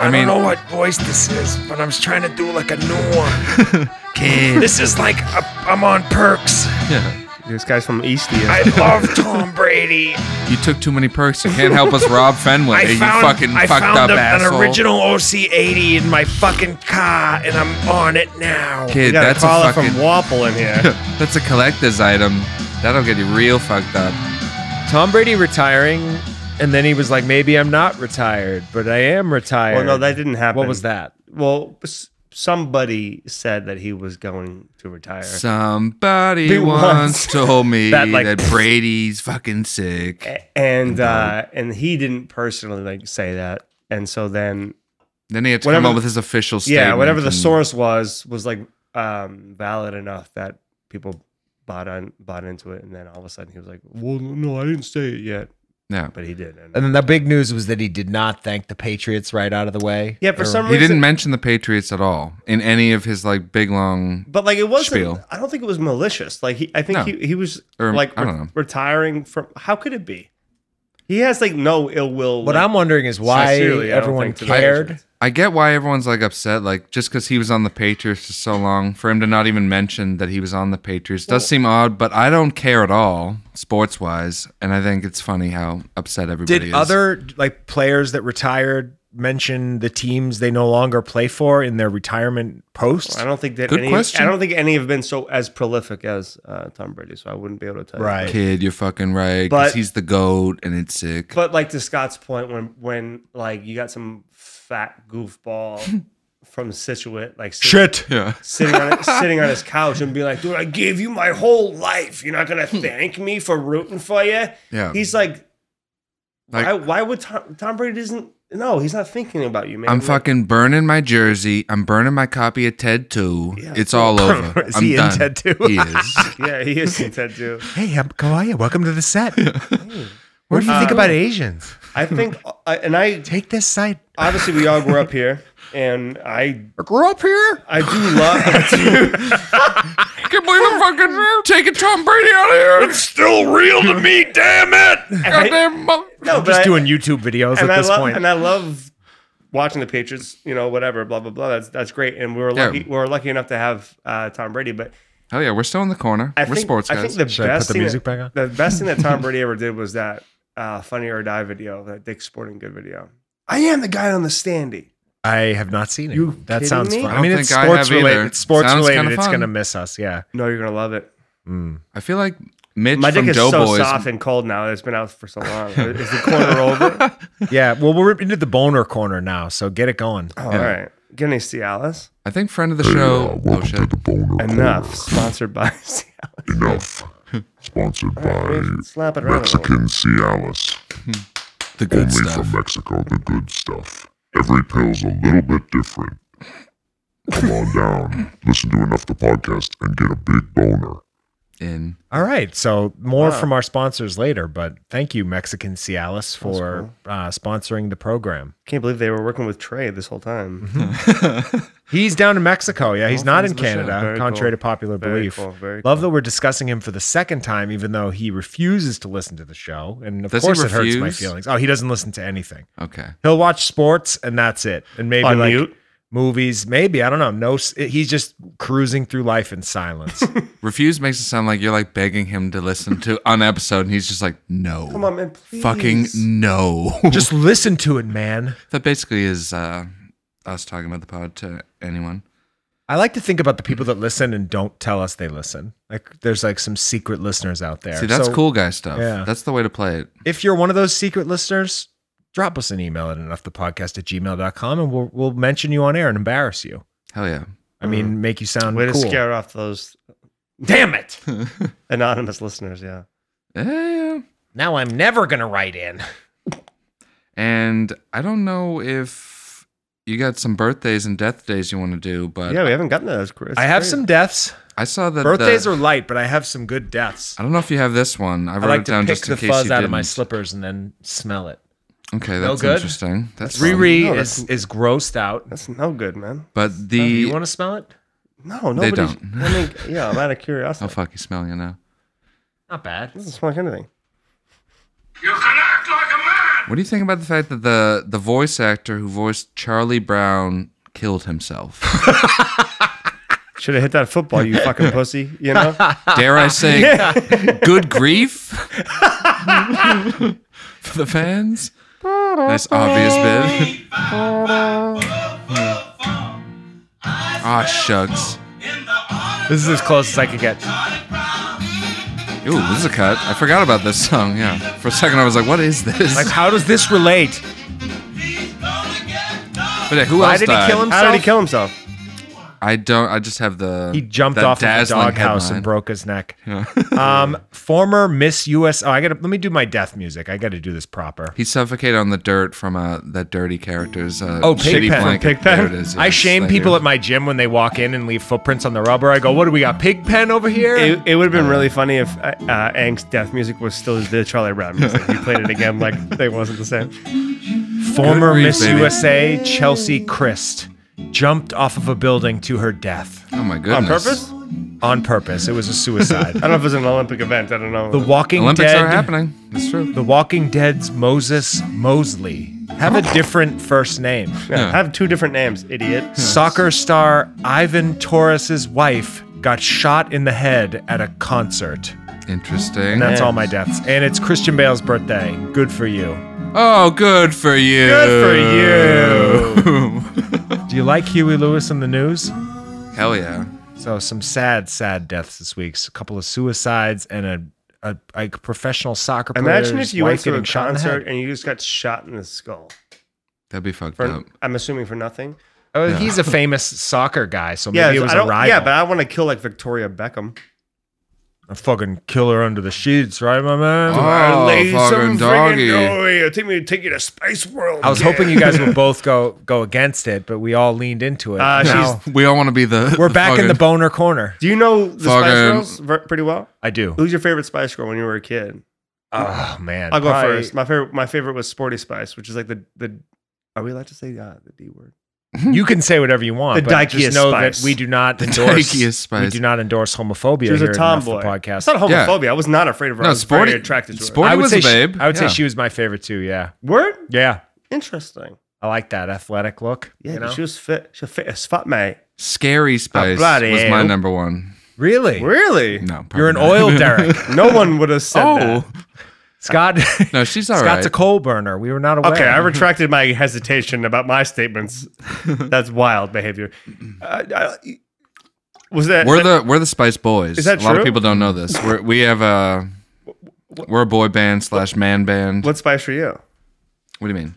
Speaker 5: I,
Speaker 4: mean-
Speaker 5: don't know what voice this is, but I'm trying to do like a new one.
Speaker 4: Kid.
Speaker 5: this is like a, I'm on perks.
Speaker 4: Yeah.
Speaker 6: This guy's from Eastie.
Speaker 5: I love Tom Brady.
Speaker 4: You took too many perks. You can't help us rob Fenway.
Speaker 5: I
Speaker 4: you
Speaker 5: found,
Speaker 4: fucking
Speaker 5: I
Speaker 4: fucked
Speaker 5: found
Speaker 4: up
Speaker 5: a-
Speaker 4: asshole.
Speaker 5: an original OC80 in my fucking car, and I'm on it now.
Speaker 4: Kid,
Speaker 6: You got
Speaker 4: that's
Speaker 6: a caller
Speaker 4: a fucking
Speaker 6: from Wapple in here.
Speaker 4: that's a collector's item. That'll get you real fucked up.
Speaker 5: Tom Brady retiring, and then he was like, maybe I'm not retired, but I am retired.
Speaker 6: well, no, that didn't happen.
Speaker 5: What was that?
Speaker 6: Well, s- somebody said that he was going to retire.
Speaker 4: Somebody
Speaker 6: He
Speaker 4: once
Speaker 6: once-
Speaker 4: told me that,
Speaker 6: that, like- Eh,
Speaker 4: Brady's fucking sick.
Speaker 6: A- and uh, and he didn't personally like say that. And so then,
Speaker 4: Then he had to
Speaker 6: Whatever
Speaker 4: come up
Speaker 6: the-
Speaker 4: with his official statement.
Speaker 6: yeah, whatever the
Speaker 4: and-
Speaker 6: source was was like um, valid enough that people bought on bought into it. And then all of a sudden he was like, "Well, no, I didn't say it yet,"
Speaker 4: Yeah.
Speaker 6: but he did. And,
Speaker 5: And then the big news was that he did not thank the Patriots right out of the way.
Speaker 6: yeah, for
Speaker 5: Or-
Speaker 6: some
Speaker 4: He
Speaker 6: reason,
Speaker 4: didn't mention the Patriots at all in any of his like big long.
Speaker 6: But like it wasn't.
Speaker 4: spiel.
Speaker 6: I don't think it was malicious. Like he, I think
Speaker 4: No.
Speaker 6: he, he was
Speaker 4: Or,
Speaker 6: like
Speaker 4: I
Speaker 6: re-
Speaker 4: don't know.
Speaker 6: retiring from. How could it be? He has like no ill will.
Speaker 5: What
Speaker 6: like,
Speaker 5: I'm wondering is why
Speaker 6: sincerely, I don't
Speaker 5: everyone
Speaker 6: think to the
Speaker 5: cared.
Speaker 6: Patriots.
Speaker 4: I get why everyone's like upset, like just because he was on the Patriots for so long, for him to not even mention that he was on the Patriots does seem odd. But I don't care at all, sports wise, and I think it's funny how upset everybody
Speaker 5: Did
Speaker 4: is.
Speaker 5: other like players that retired mention the teams they no longer play for in their retirement posts?
Speaker 6: I don't think that
Speaker 4: Good
Speaker 6: any.
Speaker 4: question.
Speaker 6: I don't think any have been so as prolific as uh, Tom Brady, so I wouldn't be able to tell. you.
Speaker 5: Right.
Speaker 4: kid, you're fucking right because
Speaker 6: But-
Speaker 4: he's the goat, and it's sick.
Speaker 6: But like to Scott's point, when when like you got some fat goofball from Situate, like sit-
Speaker 5: Shit.
Speaker 4: yeah,
Speaker 6: sitting on sitting on his couch and be like, "Dude, I gave you my whole life. You're not gonna thank me for rooting for you."
Speaker 4: Yeah.
Speaker 6: he's like,
Speaker 4: Like-
Speaker 6: why, why would Tom, Tom Brady isn't? No, he's not thinking about you, man.
Speaker 4: I'm
Speaker 6: Like,
Speaker 4: fucking burning my jersey. I'm burning my copy of Ted Two. It's all over.
Speaker 5: Is
Speaker 4: I'm
Speaker 5: he in
Speaker 4: done.
Speaker 5: Ted 2?
Speaker 4: He is.
Speaker 6: Yeah, he is intent to.
Speaker 5: Hey, I'm- how are you? Welcome to the set. What do you
Speaker 6: Uh,
Speaker 5: think about Asians?
Speaker 6: I think, I, and I
Speaker 5: Take this side.
Speaker 6: obviously we all grew up here, and I
Speaker 5: Grow up here.
Speaker 6: I do love.
Speaker 4: can't believe I'm fucking taking Tom Brady out of here. It's still real to me, damn it. Goddamn
Speaker 6: no,
Speaker 5: I'm
Speaker 6: but
Speaker 5: just
Speaker 6: I-
Speaker 5: doing YouTube videos at
Speaker 6: and I
Speaker 5: this
Speaker 6: love
Speaker 5: point.
Speaker 6: and I love watching the Patriots. You know, whatever, blah blah blah. That's that's great, and we were
Speaker 4: Yeah.
Speaker 6: lucky. We were lucky enough to have uh, Tom Brady, but
Speaker 4: Hell yeah, we're still in the corner.
Speaker 6: I
Speaker 4: we're
Speaker 6: think,
Speaker 4: sports guys.
Speaker 6: I think the
Speaker 5: Should I put
Speaker 6: best
Speaker 5: the
Speaker 6: thing
Speaker 5: music
Speaker 6: that,
Speaker 5: back on?
Speaker 6: The best thing that Tom Brady ever did was that uh, "Funny or Die" video, that Dick Sporting Good video. I am the guy on the standee.
Speaker 5: I have not seen it.
Speaker 6: You
Speaker 5: that
Speaker 6: kidding
Speaker 5: sounds
Speaker 6: me?
Speaker 4: I
Speaker 5: fun. I,
Speaker 4: don't
Speaker 5: mean,
Speaker 4: think
Speaker 5: it's
Speaker 4: I
Speaker 5: sports
Speaker 4: have either.
Speaker 5: related. It's sports
Speaker 4: Sounds
Speaker 5: related.
Speaker 4: kinda
Speaker 5: It's
Speaker 4: fun.
Speaker 5: gonna miss us. Yeah.
Speaker 6: No, you're gonna love it.
Speaker 4: I feel like Mitch
Speaker 6: My dick
Speaker 4: from
Speaker 6: is so
Speaker 4: Doughboys.
Speaker 6: soft and cold now. that It's been out for so long. Is the corner over?
Speaker 5: Yeah. Well, we're into the boner corner now, so get it going.
Speaker 6: All right. Give me Cialis.
Speaker 4: I think friend of the
Speaker 9: Hey, uh,
Speaker 4: show. oh
Speaker 9: welcome to
Speaker 4: shit.
Speaker 9: the Boner
Speaker 6: Enough. Sponsored by Cialis.
Speaker 9: Corner. Enough. Sponsored by
Speaker 4: Mm-hmm.
Speaker 6: Slap it around. a little.
Speaker 9: Mexican Cialis.
Speaker 4: The good
Speaker 9: Only
Speaker 4: stuff.
Speaker 9: from Mexico, the good stuff. Every pill's a little bit different. Come on down, listen to enough the podcast, and get a big boner.
Speaker 4: In
Speaker 5: All right. So more
Speaker 6: Wow.
Speaker 5: from our sponsors later, but thank you, Mexican Cialis, for uh, sponsoring the program.
Speaker 6: Can't believe they were working with Trey this whole time.
Speaker 5: He's down in Mexico. Yeah, he's
Speaker 4: All
Speaker 5: not
Speaker 4: friends
Speaker 5: in
Speaker 4: of the show.
Speaker 5: Canada,
Speaker 6: Very
Speaker 5: contrary
Speaker 6: cool.
Speaker 5: to popular
Speaker 6: Very
Speaker 5: belief.
Speaker 6: cool, very
Speaker 5: Love
Speaker 6: cool.
Speaker 5: that we're discussing him for the second time, even though he refuses to listen to the show. And of
Speaker 4: Does he
Speaker 5: course, it hurts my
Speaker 4: refuse?
Speaker 5: feelings. Oh, he doesn't listen to anything.
Speaker 4: okay.
Speaker 5: He'll watch sports and that's it. And maybe
Speaker 6: On
Speaker 5: like
Speaker 6: mute?
Speaker 5: movies. Maybe I don't know. No, s- he's just cruising through life in silence.
Speaker 4: Refuse makes it sound like you're like begging him to listen to an episode, and he's just like, no.
Speaker 6: Come on, man, please.
Speaker 4: Fucking no.
Speaker 5: just listen to it, man.
Speaker 4: that basically is uh, us talking about the pod to anyone.
Speaker 5: I like to think about the people that listen and don't tell us they listen. Like there's like some secret listeners out there.
Speaker 4: See, that's
Speaker 5: So
Speaker 4: cool guy stuff.
Speaker 5: yeah.
Speaker 4: That's the way to play it.
Speaker 5: If you're one of those secret listeners, drop us an email at enoughthepodcast at gmail.com and we'll, we'll mention you on air and embarrass you.
Speaker 4: Hell yeah.
Speaker 5: I mean, make you sound
Speaker 6: Way
Speaker 5: cool.
Speaker 6: to scare off those. Damn it, anonymous listeners. Yeah,
Speaker 4: Yeah.
Speaker 5: Now I'm never going to write in.
Speaker 4: And I don't know if you got some birthdays and death days you want to do, but
Speaker 6: yeah, we haven't gotten to those. Chris.
Speaker 5: I have
Speaker 6: Great.
Speaker 5: some deaths.
Speaker 4: I saw that the-
Speaker 5: Birthdays are light, but I have some good deaths.
Speaker 4: I don't know if you have this one. I wrote
Speaker 5: I like
Speaker 4: it
Speaker 5: to
Speaker 4: down
Speaker 5: pick
Speaker 4: just in
Speaker 5: the
Speaker 4: case
Speaker 5: fuzz
Speaker 4: you
Speaker 5: out
Speaker 4: didn't.
Speaker 5: of my slippers and then smell it. Oh,
Speaker 4: Okay,
Speaker 5: No
Speaker 4: that's
Speaker 5: good?
Speaker 4: interesting. That's fun.
Speaker 5: Riri
Speaker 6: No,
Speaker 5: is,
Speaker 6: that's-
Speaker 5: is grossed out.
Speaker 6: That's no good, man.
Speaker 4: But
Speaker 5: Do Oh, you
Speaker 4: the
Speaker 5: want to smell it?
Speaker 6: No,
Speaker 4: They
Speaker 6: nobody.
Speaker 4: don't.
Speaker 6: I mean, yeah, I'm out of
Speaker 4: oh
Speaker 6: curiosity.
Speaker 4: fuck, you smell you now.
Speaker 5: Not bad.
Speaker 6: doesn't smell like anything.
Speaker 8: You can act like a man.
Speaker 4: What do you think about the fact that the the voice actor who voiced Charlie Brown killed himself?
Speaker 6: Should have hit that football, you fucking pussy. You know,
Speaker 4: Dare I say, good grief for the fans? Nice obvious bit. Ah, shucks.
Speaker 5: This is as close as I could get.
Speaker 4: Ooh, this is a cut. I forgot about this song. Yeah. For a second, I was like, what is this?
Speaker 5: Like, how does this relate?
Speaker 4: but yeah, who
Speaker 5: Why
Speaker 4: else
Speaker 5: did he
Speaker 4: died?
Speaker 5: kill him?
Speaker 6: how did he kill himself?
Speaker 4: I don't. I just have the.
Speaker 5: He jumped
Speaker 4: that
Speaker 5: off of the
Speaker 4: dazzling
Speaker 5: doghouse
Speaker 4: headline.
Speaker 5: and broke his neck. um, former Miss US. Oh, I gotta let me do my death music. I gotta do this proper.
Speaker 4: He suffocated on the dirt from uh, that dirty character's. Uh,
Speaker 5: Oh, Pig
Speaker 4: shitty
Speaker 5: Pen.
Speaker 4: blanket.
Speaker 6: Pigpen?
Speaker 4: There it is.
Speaker 5: I
Speaker 4: yes,
Speaker 5: shame
Speaker 4: thank
Speaker 5: people
Speaker 4: you.
Speaker 5: at my gym when they walk in and leave footprints on the rubber. I go, "What do we got? Pig pen over here?"
Speaker 6: It, it would have been really funny if uh, uh, Ang's death music was still the Charlie Brown music. He played it again like they wasn't the same.
Speaker 5: former
Speaker 4: grief,
Speaker 5: Miss
Speaker 4: baby.
Speaker 5: USA Chelsea Christ jumped off of a building to her death
Speaker 4: Oh my
Speaker 6: On
Speaker 4: goodness.
Speaker 6: purpose? I
Speaker 5: on purpose. It was a suicide.
Speaker 6: don't know if it was an Olympic event. I don't know.
Speaker 5: the Walking
Speaker 4: Olympics
Speaker 5: Dead.
Speaker 4: are happening. That's true.
Speaker 5: The Walking Dead's Moses Mosley. Have a different first name.
Speaker 6: Yeah, Have two different names, idiot.
Speaker 5: Soccer star Ivan Torres's wife got shot in the head at a concert.
Speaker 4: Interesting.
Speaker 5: And that's
Speaker 6: Yeah.
Speaker 5: all my deaths. And it's Christian Bale's birthday. Good for you.
Speaker 4: Oh, good for you.
Speaker 5: Good
Speaker 4: for you.
Speaker 5: Do you like Huey Lewis in the news?
Speaker 4: Hell yeah.
Speaker 5: So some sad, sad deaths this week. A couple of suicides and a a, a professional soccer player.
Speaker 6: Imagine if you went to a
Speaker 5: shot in the
Speaker 6: concert
Speaker 5: head.
Speaker 6: and you just got shot in the skull.
Speaker 4: That'd be fucked
Speaker 6: For,
Speaker 4: up.
Speaker 6: I'm assuming for nothing.
Speaker 5: Oh, he's a famous soccer guy, so maybe
Speaker 6: Yeah,
Speaker 5: it was
Speaker 6: I
Speaker 5: a
Speaker 6: don't,
Speaker 5: rival.
Speaker 6: yeah, but I want to kill like Victoria Beckham.
Speaker 5: a fucking killer under the sheets, right, my man?
Speaker 4: Oh, fucking doggy.
Speaker 6: doggy. Take me, take you to space world.
Speaker 5: I was hoping you guys would both go go against it, but we all leaned into it.
Speaker 6: Uh,
Speaker 5: Now,
Speaker 4: We all want to be the.
Speaker 5: we're
Speaker 4: the
Speaker 5: back in the
Speaker 4: fucking-
Speaker 5: boner corner.
Speaker 6: Do you know the Spice
Speaker 4: Fucking-
Speaker 6: Girls ver- pretty well?
Speaker 5: I do.
Speaker 6: Who's your favorite Spice Girl when you were a kid?
Speaker 5: Oh man,
Speaker 6: I'll go
Speaker 5: Probably-
Speaker 6: first. My favorite, my favorite was Sporty Spice, which is like the the. Are we allowed to say uh, the D word?
Speaker 5: You can say whatever you want,
Speaker 6: The
Speaker 5: but just
Speaker 6: dykiest
Speaker 5: know
Speaker 6: spice.
Speaker 5: that we do not
Speaker 4: The
Speaker 5: endorse.
Speaker 4: dykiest spice.
Speaker 5: We do not endorse homophobia.
Speaker 6: She was
Speaker 5: here
Speaker 6: a
Speaker 5: at Enough
Speaker 6: tomboy.
Speaker 5: The podcast.
Speaker 6: It's not
Speaker 4: Yeah.
Speaker 6: homophobia. I was not afraid of her.
Speaker 4: No,
Speaker 6: I was
Speaker 4: Sporty-
Speaker 6: very attracted to her.
Speaker 4: Sporty-
Speaker 5: I would
Speaker 4: was
Speaker 5: say
Speaker 4: a babe.
Speaker 5: She, I would
Speaker 4: Yeah.
Speaker 5: say she was my favorite too. Yeah,
Speaker 6: Word?
Speaker 5: yeah.
Speaker 6: Interesting.
Speaker 5: I like that athletic look.
Speaker 6: Yeah,
Speaker 5: you
Speaker 6: but
Speaker 5: know?
Speaker 6: she was fit. She was fit as fuck, mate.
Speaker 4: Scary Spice
Speaker 6: bloody
Speaker 4: was my
Speaker 6: hell.
Speaker 4: number one.
Speaker 5: really.
Speaker 6: Really?
Speaker 4: No, probably
Speaker 5: You're an
Speaker 4: not.
Speaker 5: oil Derek.
Speaker 6: No one would have said
Speaker 4: oh
Speaker 6: that.
Speaker 5: Scott.
Speaker 4: no, she's all
Speaker 5: Scott's
Speaker 4: right.
Speaker 5: a coal burner. We were not aware.
Speaker 6: Okay, I retracted my hesitation about my statements. That's wild behavior. Uh, I- was that
Speaker 4: We're the we're the Spice Boys.
Speaker 6: Is that
Speaker 4: a lot of
Speaker 6: true?
Speaker 4: people don't know this. We're, we have a we're a boy band slash man band. What,
Speaker 6: what Spice for you?
Speaker 4: do you mean?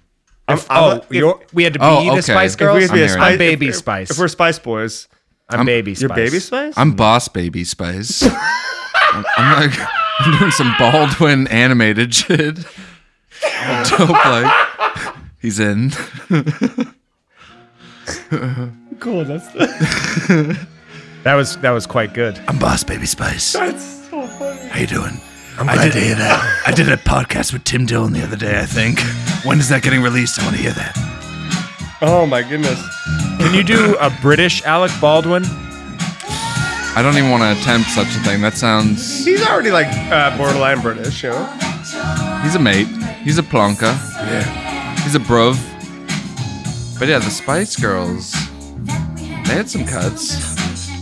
Speaker 5: If-
Speaker 6: I'm- I'm
Speaker 5: oh,
Speaker 6: a- if-
Speaker 5: you're, we had to be
Speaker 4: Oh, okay.
Speaker 5: the Spice
Speaker 4: If we had
Speaker 5: Girls.
Speaker 4: to be a I'm Spice-
Speaker 5: I'm Baby
Speaker 6: if- if-
Speaker 5: Spice.
Speaker 6: If we're Spice Boys,
Speaker 5: I'm, Baby Spice.
Speaker 6: you're Baby Spice.
Speaker 4: I'm Boss Baby Spice. I'm, I'm like I'm doing some Baldwin animated shit. Dope like he's in.
Speaker 6: Cool. That's the,
Speaker 5: That was that was quite good.
Speaker 4: I'm Boss Baby Spice.
Speaker 6: that's so funny.
Speaker 4: How you doing? I'm glad I did to hear that. I did a podcast with Tim Dillon the other day, I think. When is that getting released? I want to hear that.
Speaker 6: Oh my goodness.
Speaker 5: Can you do a British Alec Baldwin?
Speaker 4: I don't even want to attempt such a thing. That sounds.
Speaker 6: He's already like uh, borderline British, you know.
Speaker 4: He's a mate. He's a plonker. Yeah. He's a bruv. But yeah, the Spice Girls, they had some cuts.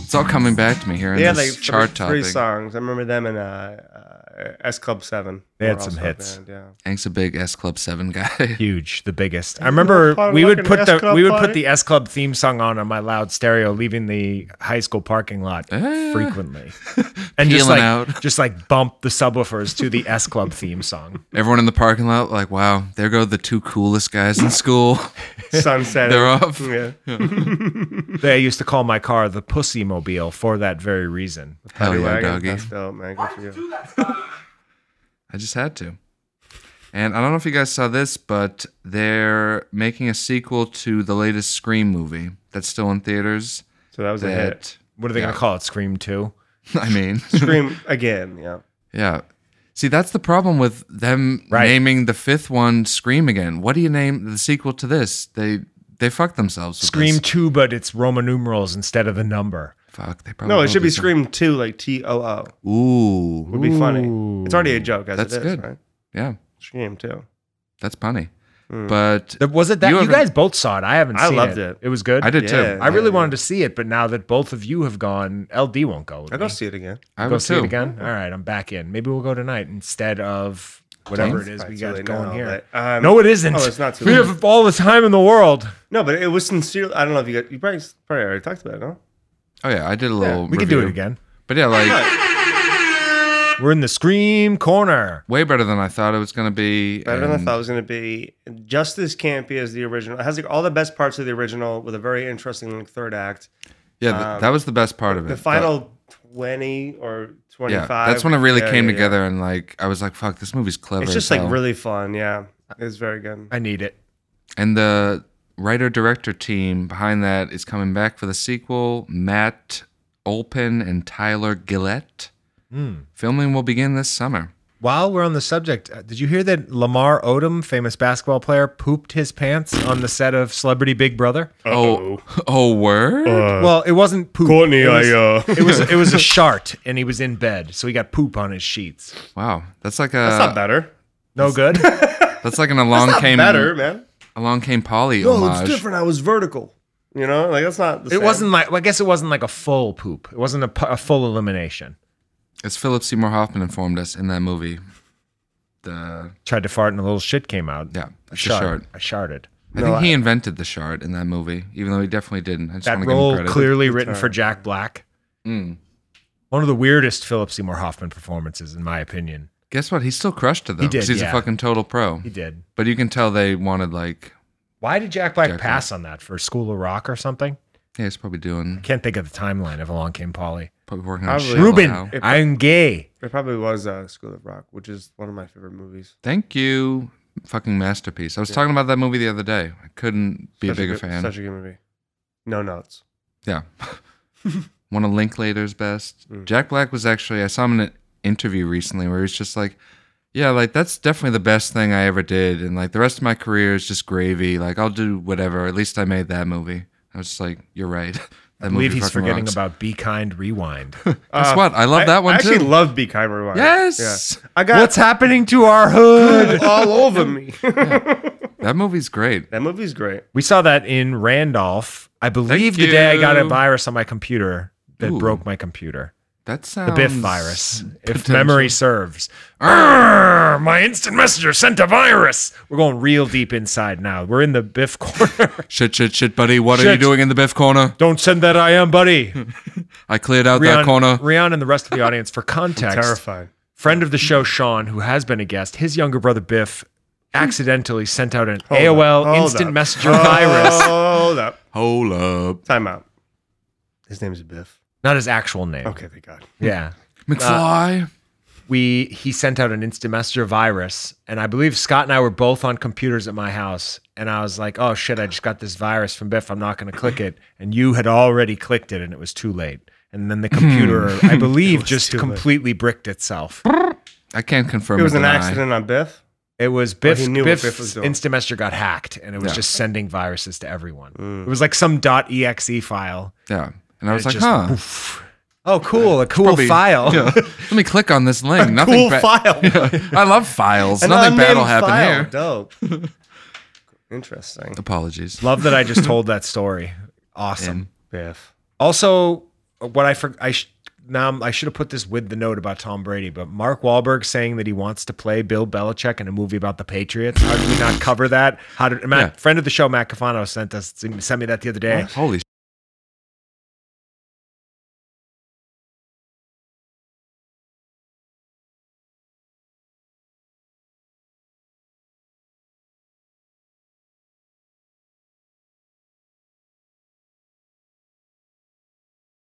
Speaker 4: It's all coming back to me here in
Speaker 6: Yeah,
Speaker 4: this
Speaker 6: like
Speaker 4: chart
Speaker 6: three, three
Speaker 4: topic.
Speaker 6: songs. I remember them in uh, uh, S Club Seven.
Speaker 5: They had
Speaker 6: were
Speaker 5: some
Speaker 6: also a
Speaker 5: hits.
Speaker 6: band, yeah.
Speaker 4: Hank's a big S Club 7 guy.
Speaker 5: Huge, the biggest. I remember
Speaker 6: fun
Speaker 5: we would
Speaker 6: fucking
Speaker 5: put
Speaker 6: S
Speaker 5: the
Speaker 6: Club
Speaker 5: we would
Speaker 6: party.
Speaker 5: put the S Club theme song on on my loud stereo, leaving the high school parking lot
Speaker 4: Ah.
Speaker 5: frequently, and just
Speaker 4: Peeling
Speaker 5: like
Speaker 4: out.
Speaker 5: just like bump the subwoofers to the S Club theme song.
Speaker 4: Everyone in the parking lot, like, wow, there go the two coolest guys in school.
Speaker 6: Sunset.
Speaker 4: They're off. Oh,
Speaker 6: Yeah.
Speaker 5: They used to call my car the Pussy Mobile for that very reason.
Speaker 4: Hell
Speaker 6: Paddy
Speaker 4: yeah,
Speaker 6: Wagon,
Speaker 4: doggy.
Speaker 6: That's dope, man. Good for you.
Speaker 4: I just had to. And I don't know if you guys saw this, but they're making a sequel to the latest Scream movie that's still in theaters.
Speaker 6: So that was a hit.
Speaker 4: That
Speaker 5: What are they
Speaker 4: Yeah.
Speaker 5: gonna call it? Scream Two.
Speaker 4: I mean,
Speaker 6: Scream again. Yeah.
Speaker 4: yeah. See, that's the problem with them
Speaker 5: Right.
Speaker 4: naming the fifth one Scream again. What do you name the sequel to this? They they fucked themselves. With
Speaker 5: Scream
Speaker 4: this.
Speaker 5: Two, but it's Roman numerals instead of the number.
Speaker 4: Fuck. They probably
Speaker 6: No,
Speaker 4: will
Speaker 6: it should
Speaker 4: do
Speaker 6: be
Speaker 4: some-
Speaker 6: Scream Two, like T O O.
Speaker 4: Ooh.
Speaker 6: Would be funny. It's already a joke as
Speaker 4: That's
Speaker 6: it is,
Speaker 4: good.
Speaker 6: right?
Speaker 4: Yeah,
Speaker 6: Scream Two.
Speaker 4: that's punny.
Speaker 6: Hmm.
Speaker 4: But
Speaker 5: There- Was it that
Speaker 4: You
Speaker 5: you,
Speaker 4: haven't-
Speaker 5: guys both saw it? I haven't.
Speaker 6: I
Speaker 5: seen
Speaker 6: loved
Speaker 5: it.
Speaker 6: it.
Speaker 5: It was good.
Speaker 4: I did
Speaker 6: Yeah.
Speaker 4: too.
Speaker 5: I really wanted to see it, but now that both of you have gone, LD won't go. With
Speaker 6: I
Speaker 5: me.
Speaker 6: go see it again.
Speaker 4: I
Speaker 5: go
Speaker 4: would
Speaker 5: see
Speaker 4: too.
Speaker 5: it again. All right, I'm back in. Maybe we'll go tonight instead of whatever it is we
Speaker 6: It's
Speaker 5: got
Speaker 6: really
Speaker 5: going
Speaker 6: now,
Speaker 5: here.
Speaker 6: but, um,
Speaker 5: no, it isn't.
Speaker 6: Oh, it's not too
Speaker 5: We
Speaker 6: late.
Speaker 5: have all the time in the world.
Speaker 6: No, but it was sincere. I don't know if you got, you probably probably already talked about it. No,
Speaker 4: Oh yeah, I did a little.
Speaker 5: We can do it
Speaker 4: review.
Speaker 5: again.
Speaker 4: But yeah, like.
Speaker 5: We're in the scream corner.
Speaker 4: way better than I thought it was going to be.
Speaker 6: better than I
Speaker 4: and
Speaker 6: thought it was going to be. Just as campy as the original. It has like all the best parts of the original with a very interesting like, third act.
Speaker 4: Yeah, th- that was the best part of it.
Speaker 6: um, The final twenty or
Speaker 4: But,
Speaker 6: twenty
Speaker 4: yeah,
Speaker 6: five.
Speaker 4: that's when it really came together, and like I was like, "Fuck, this movie's clever."
Speaker 6: It's
Speaker 4: as
Speaker 6: just like
Speaker 4: hell.
Speaker 6: really fun. Yeah, it's very good.
Speaker 5: I need it.
Speaker 4: And the writer director team behind that is coming back for the sequel. Matt Olpin and Tyler Gillette. Filming will begin this summer.
Speaker 5: While we're on the subject, uh, did you hear that Lamar Odom, famous basketball player, pooped his pants on the set of Celebrity Big Brother?
Speaker 4: Oh, oh, word!
Speaker 5: well, it wasn't poop.
Speaker 6: Uh, Courtney,
Speaker 5: it was,
Speaker 6: I, uh,
Speaker 5: it was it was a shart, and he was in bed, so he got poop on his sheets.
Speaker 4: Wow, that's like a
Speaker 6: That's
Speaker 4: that's,
Speaker 6: not better.
Speaker 5: No good.
Speaker 4: like an along came
Speaker 6: Better, man.
Speaker 4: along came Polly
Speaker 6: No,
Speaker 4: homage.
Speaker 6: it's different. I was vertical. You know, like that's not.
Speaker 5: It
Speaker 6: The same.
Speaker 5: wasn't like well, I guess it wasn't like a full poop. It wasn't a, pu- a full elimination.
Speaker 4: As Philip Seymour Hoffman informed us in that movie, the
Speaker 5: Tried to fart and a little shit came out.
Speaker 4: yeah, it's a
Speaker 5: Shart.
Speaker 4: shard.
Speaker 5: I sharted.
Speaker 4: I think he invented the shard in that movie, even though he definitely didn't. I just
Speaker 5: That
Speaker 4: want to give him
Speaker 5: role
Speaker 4: credit. Mm.
Speaker 5: clearly written for Jack Black. One of the weirdest Philip Seymour Hoffman performances, in my opinion.
Speaker 4: Guess what? He still crushed it though.
Speaker 5: He did,
Speaker 4: 'cause He's
Speaker 5: yeah.
Speaker 4: a fucking total pro.
Speaker 5: He did.
Speaker 4: But you can tell they wanted like,
Speaker 5: Why did Jack Black
Speaker 4: Jack Black.
Speaker 5: pass on that for School of Rock or something?
Speaker 4: yeah, he's probably doing,
Speaker 5: Can't think of the timeline of Along Came Polly.
Speaker 4: probably working on
Speaker 6: Probably.
Speaker 4: shit.
Speaker 5: Ruben,
Speaker 4: now.
Speaker 6: If-
Speaker 5: I'm gay.
Speaker 6: It probably was uh, School of Rock, which is one of my favorite movies.
Speaker 4: Thank you, fucking masterpiece. I was talking about that movie the other day. I couldn't be
Speaker 6: Such
Speaker 4: a bigger
Speaker 6: good-
Speaker 4: fan.
Speaker 6: Such a good movie. No notes.
Speaker 4: Yeah. One of Linklater's best. Jack Black was actually, I saw him in an interview recently where he's just like, yeah, like that's definitely the best thing I ever did. And like the rest of my career is just gravy. Like I'll do whatever. At least I made that movie. I was just like, you're right. That
Speaker 5: I believe he's
Speaker 4: fucking
Speaker 5: forgetting
Speaker 4: rocks.
Speaker 5: about Be Kind Rewind.
Speaker 4: Guess what? I love
Speaker 6: I-
Speaker 4: that one
Speaker 6: I
Speaker 4: too.
Speaker 6: actually love Be Kind Rewind.
Speaker 4: yes.
Speaker 6: Yeah. I got
Speaker 5: What's happening to our hood?
Speaker 6: all over me.
Speaker 4: That movie's great.
Speaker 6: that movie's great.
Speaker 5: We saw that in Randolph. I believe the
Speaker 4: you.
Speaker 5: day I got a virus on my computer that
Speaker 4: Ooh.
Speaker 5: broke my computer.
Speaker 4: That
Speaker 5: The
Speaker 4: sounds.
Speaker 5: Biff virus, if
Speaker 4: potential.
Speaker 5: memory serves. Arrgh, my instant messenger sent a virus. We're going real deep inside now. We're in the Biff corner.
Speaker 4: Shit, shit, shit, buddy. What are you
Speaker 5: Shit.
Speaker 4: doing in the Biff corner?
Speaker 5: Don't send that I am, buddy. Rian,
Speaker 4: I cleared out that corner.
Speaker 5: Rian and the rest of the audience, for context,
Speaker 6: Terrifying.
Speaker 5: friend of the show, Sean, who has been a guest, his younger brother, Biff, accidentally sent out an
Speaker 6: Hold
Speaker 5: AOL
Speaker 6: up, hold
Speaker 5: instant
Speaker 6: up.
Speaker 5: messenger virus.
Speaker 6: Hold up.
Speaker 4: Hold up.
Speaker 6: Time out. His name's Biff.
Speaker 5: Not his actual name.
Speaker 6: Okay, thank God.
Speaker 5: Yeah.
Speaker 4: McFly.
Speaker 5: we he sent out an instant messenger virus, and I believe Scott and I were both on computers at my house, and I was like, "Oh shit, I just got this virus from Biff. I'm not going to click it," and you had already clicked it, and it was too late. And then the
Speaker 6: Hmm.
Speaker 5: computer, I believe, just completely bricked itself.
Speaker 4: I can't confirm.
Speaker 6: It was
Speaker 4: or
Speaker 6: an
Speaker 4: deny.
Speaker 6: accident on Biff.
Speaker 5: It was Biff.
Speaker 6: he knew what
Speaker 5: Biff's
Speaker 6: Biff was doing.
Speaker 5: Instamessenger got hacked, and it was
Speaker 4: Yeah.
Speaker 5: just sending viruses to everyone.
Speaker 6: Hmm.
Speaker 5: It was like some .exe file.
Speaker 4: Yeah, and I was like,
Speaker 5: it just-
Speaker 4: huh.
Speaker 5: Oh, cool! A cool
Speaker 4: probably-
Speaker 5: file.
Speaker 4: yeah. Let me click on this link. Nothing
Speaker 5: cool
Speaker 4: ba-
Speaker 5: file.
Speaker 4: Yeah. I love files.
Speaker 6: An
Speaker 4: Nothing bad
Speaker 6: unnamed
Speaker 4: will happen
Speaker 6: file.
Speaker 4: here.
Speaker 6: Dope. Interesting.
Speaker 4: Apologies.
Speaker 5: Love that I just told that story. Awesome.
Speaker 4: And-
Speaker 6: Biff.
Speaker 5: Also, what I for, I sh- now I'm- I should have put this with the note about Tom Brady, but Mark Wahlberg saying that he wants to play Bill Belichick in a movie about the Patriots. How did we not cover that? How did Matt,
Speaker 4: Yeah.
Speaker 5: friend of the show Matt Cafano sent us sent me that the other day?
Speaker 4: Holy sh-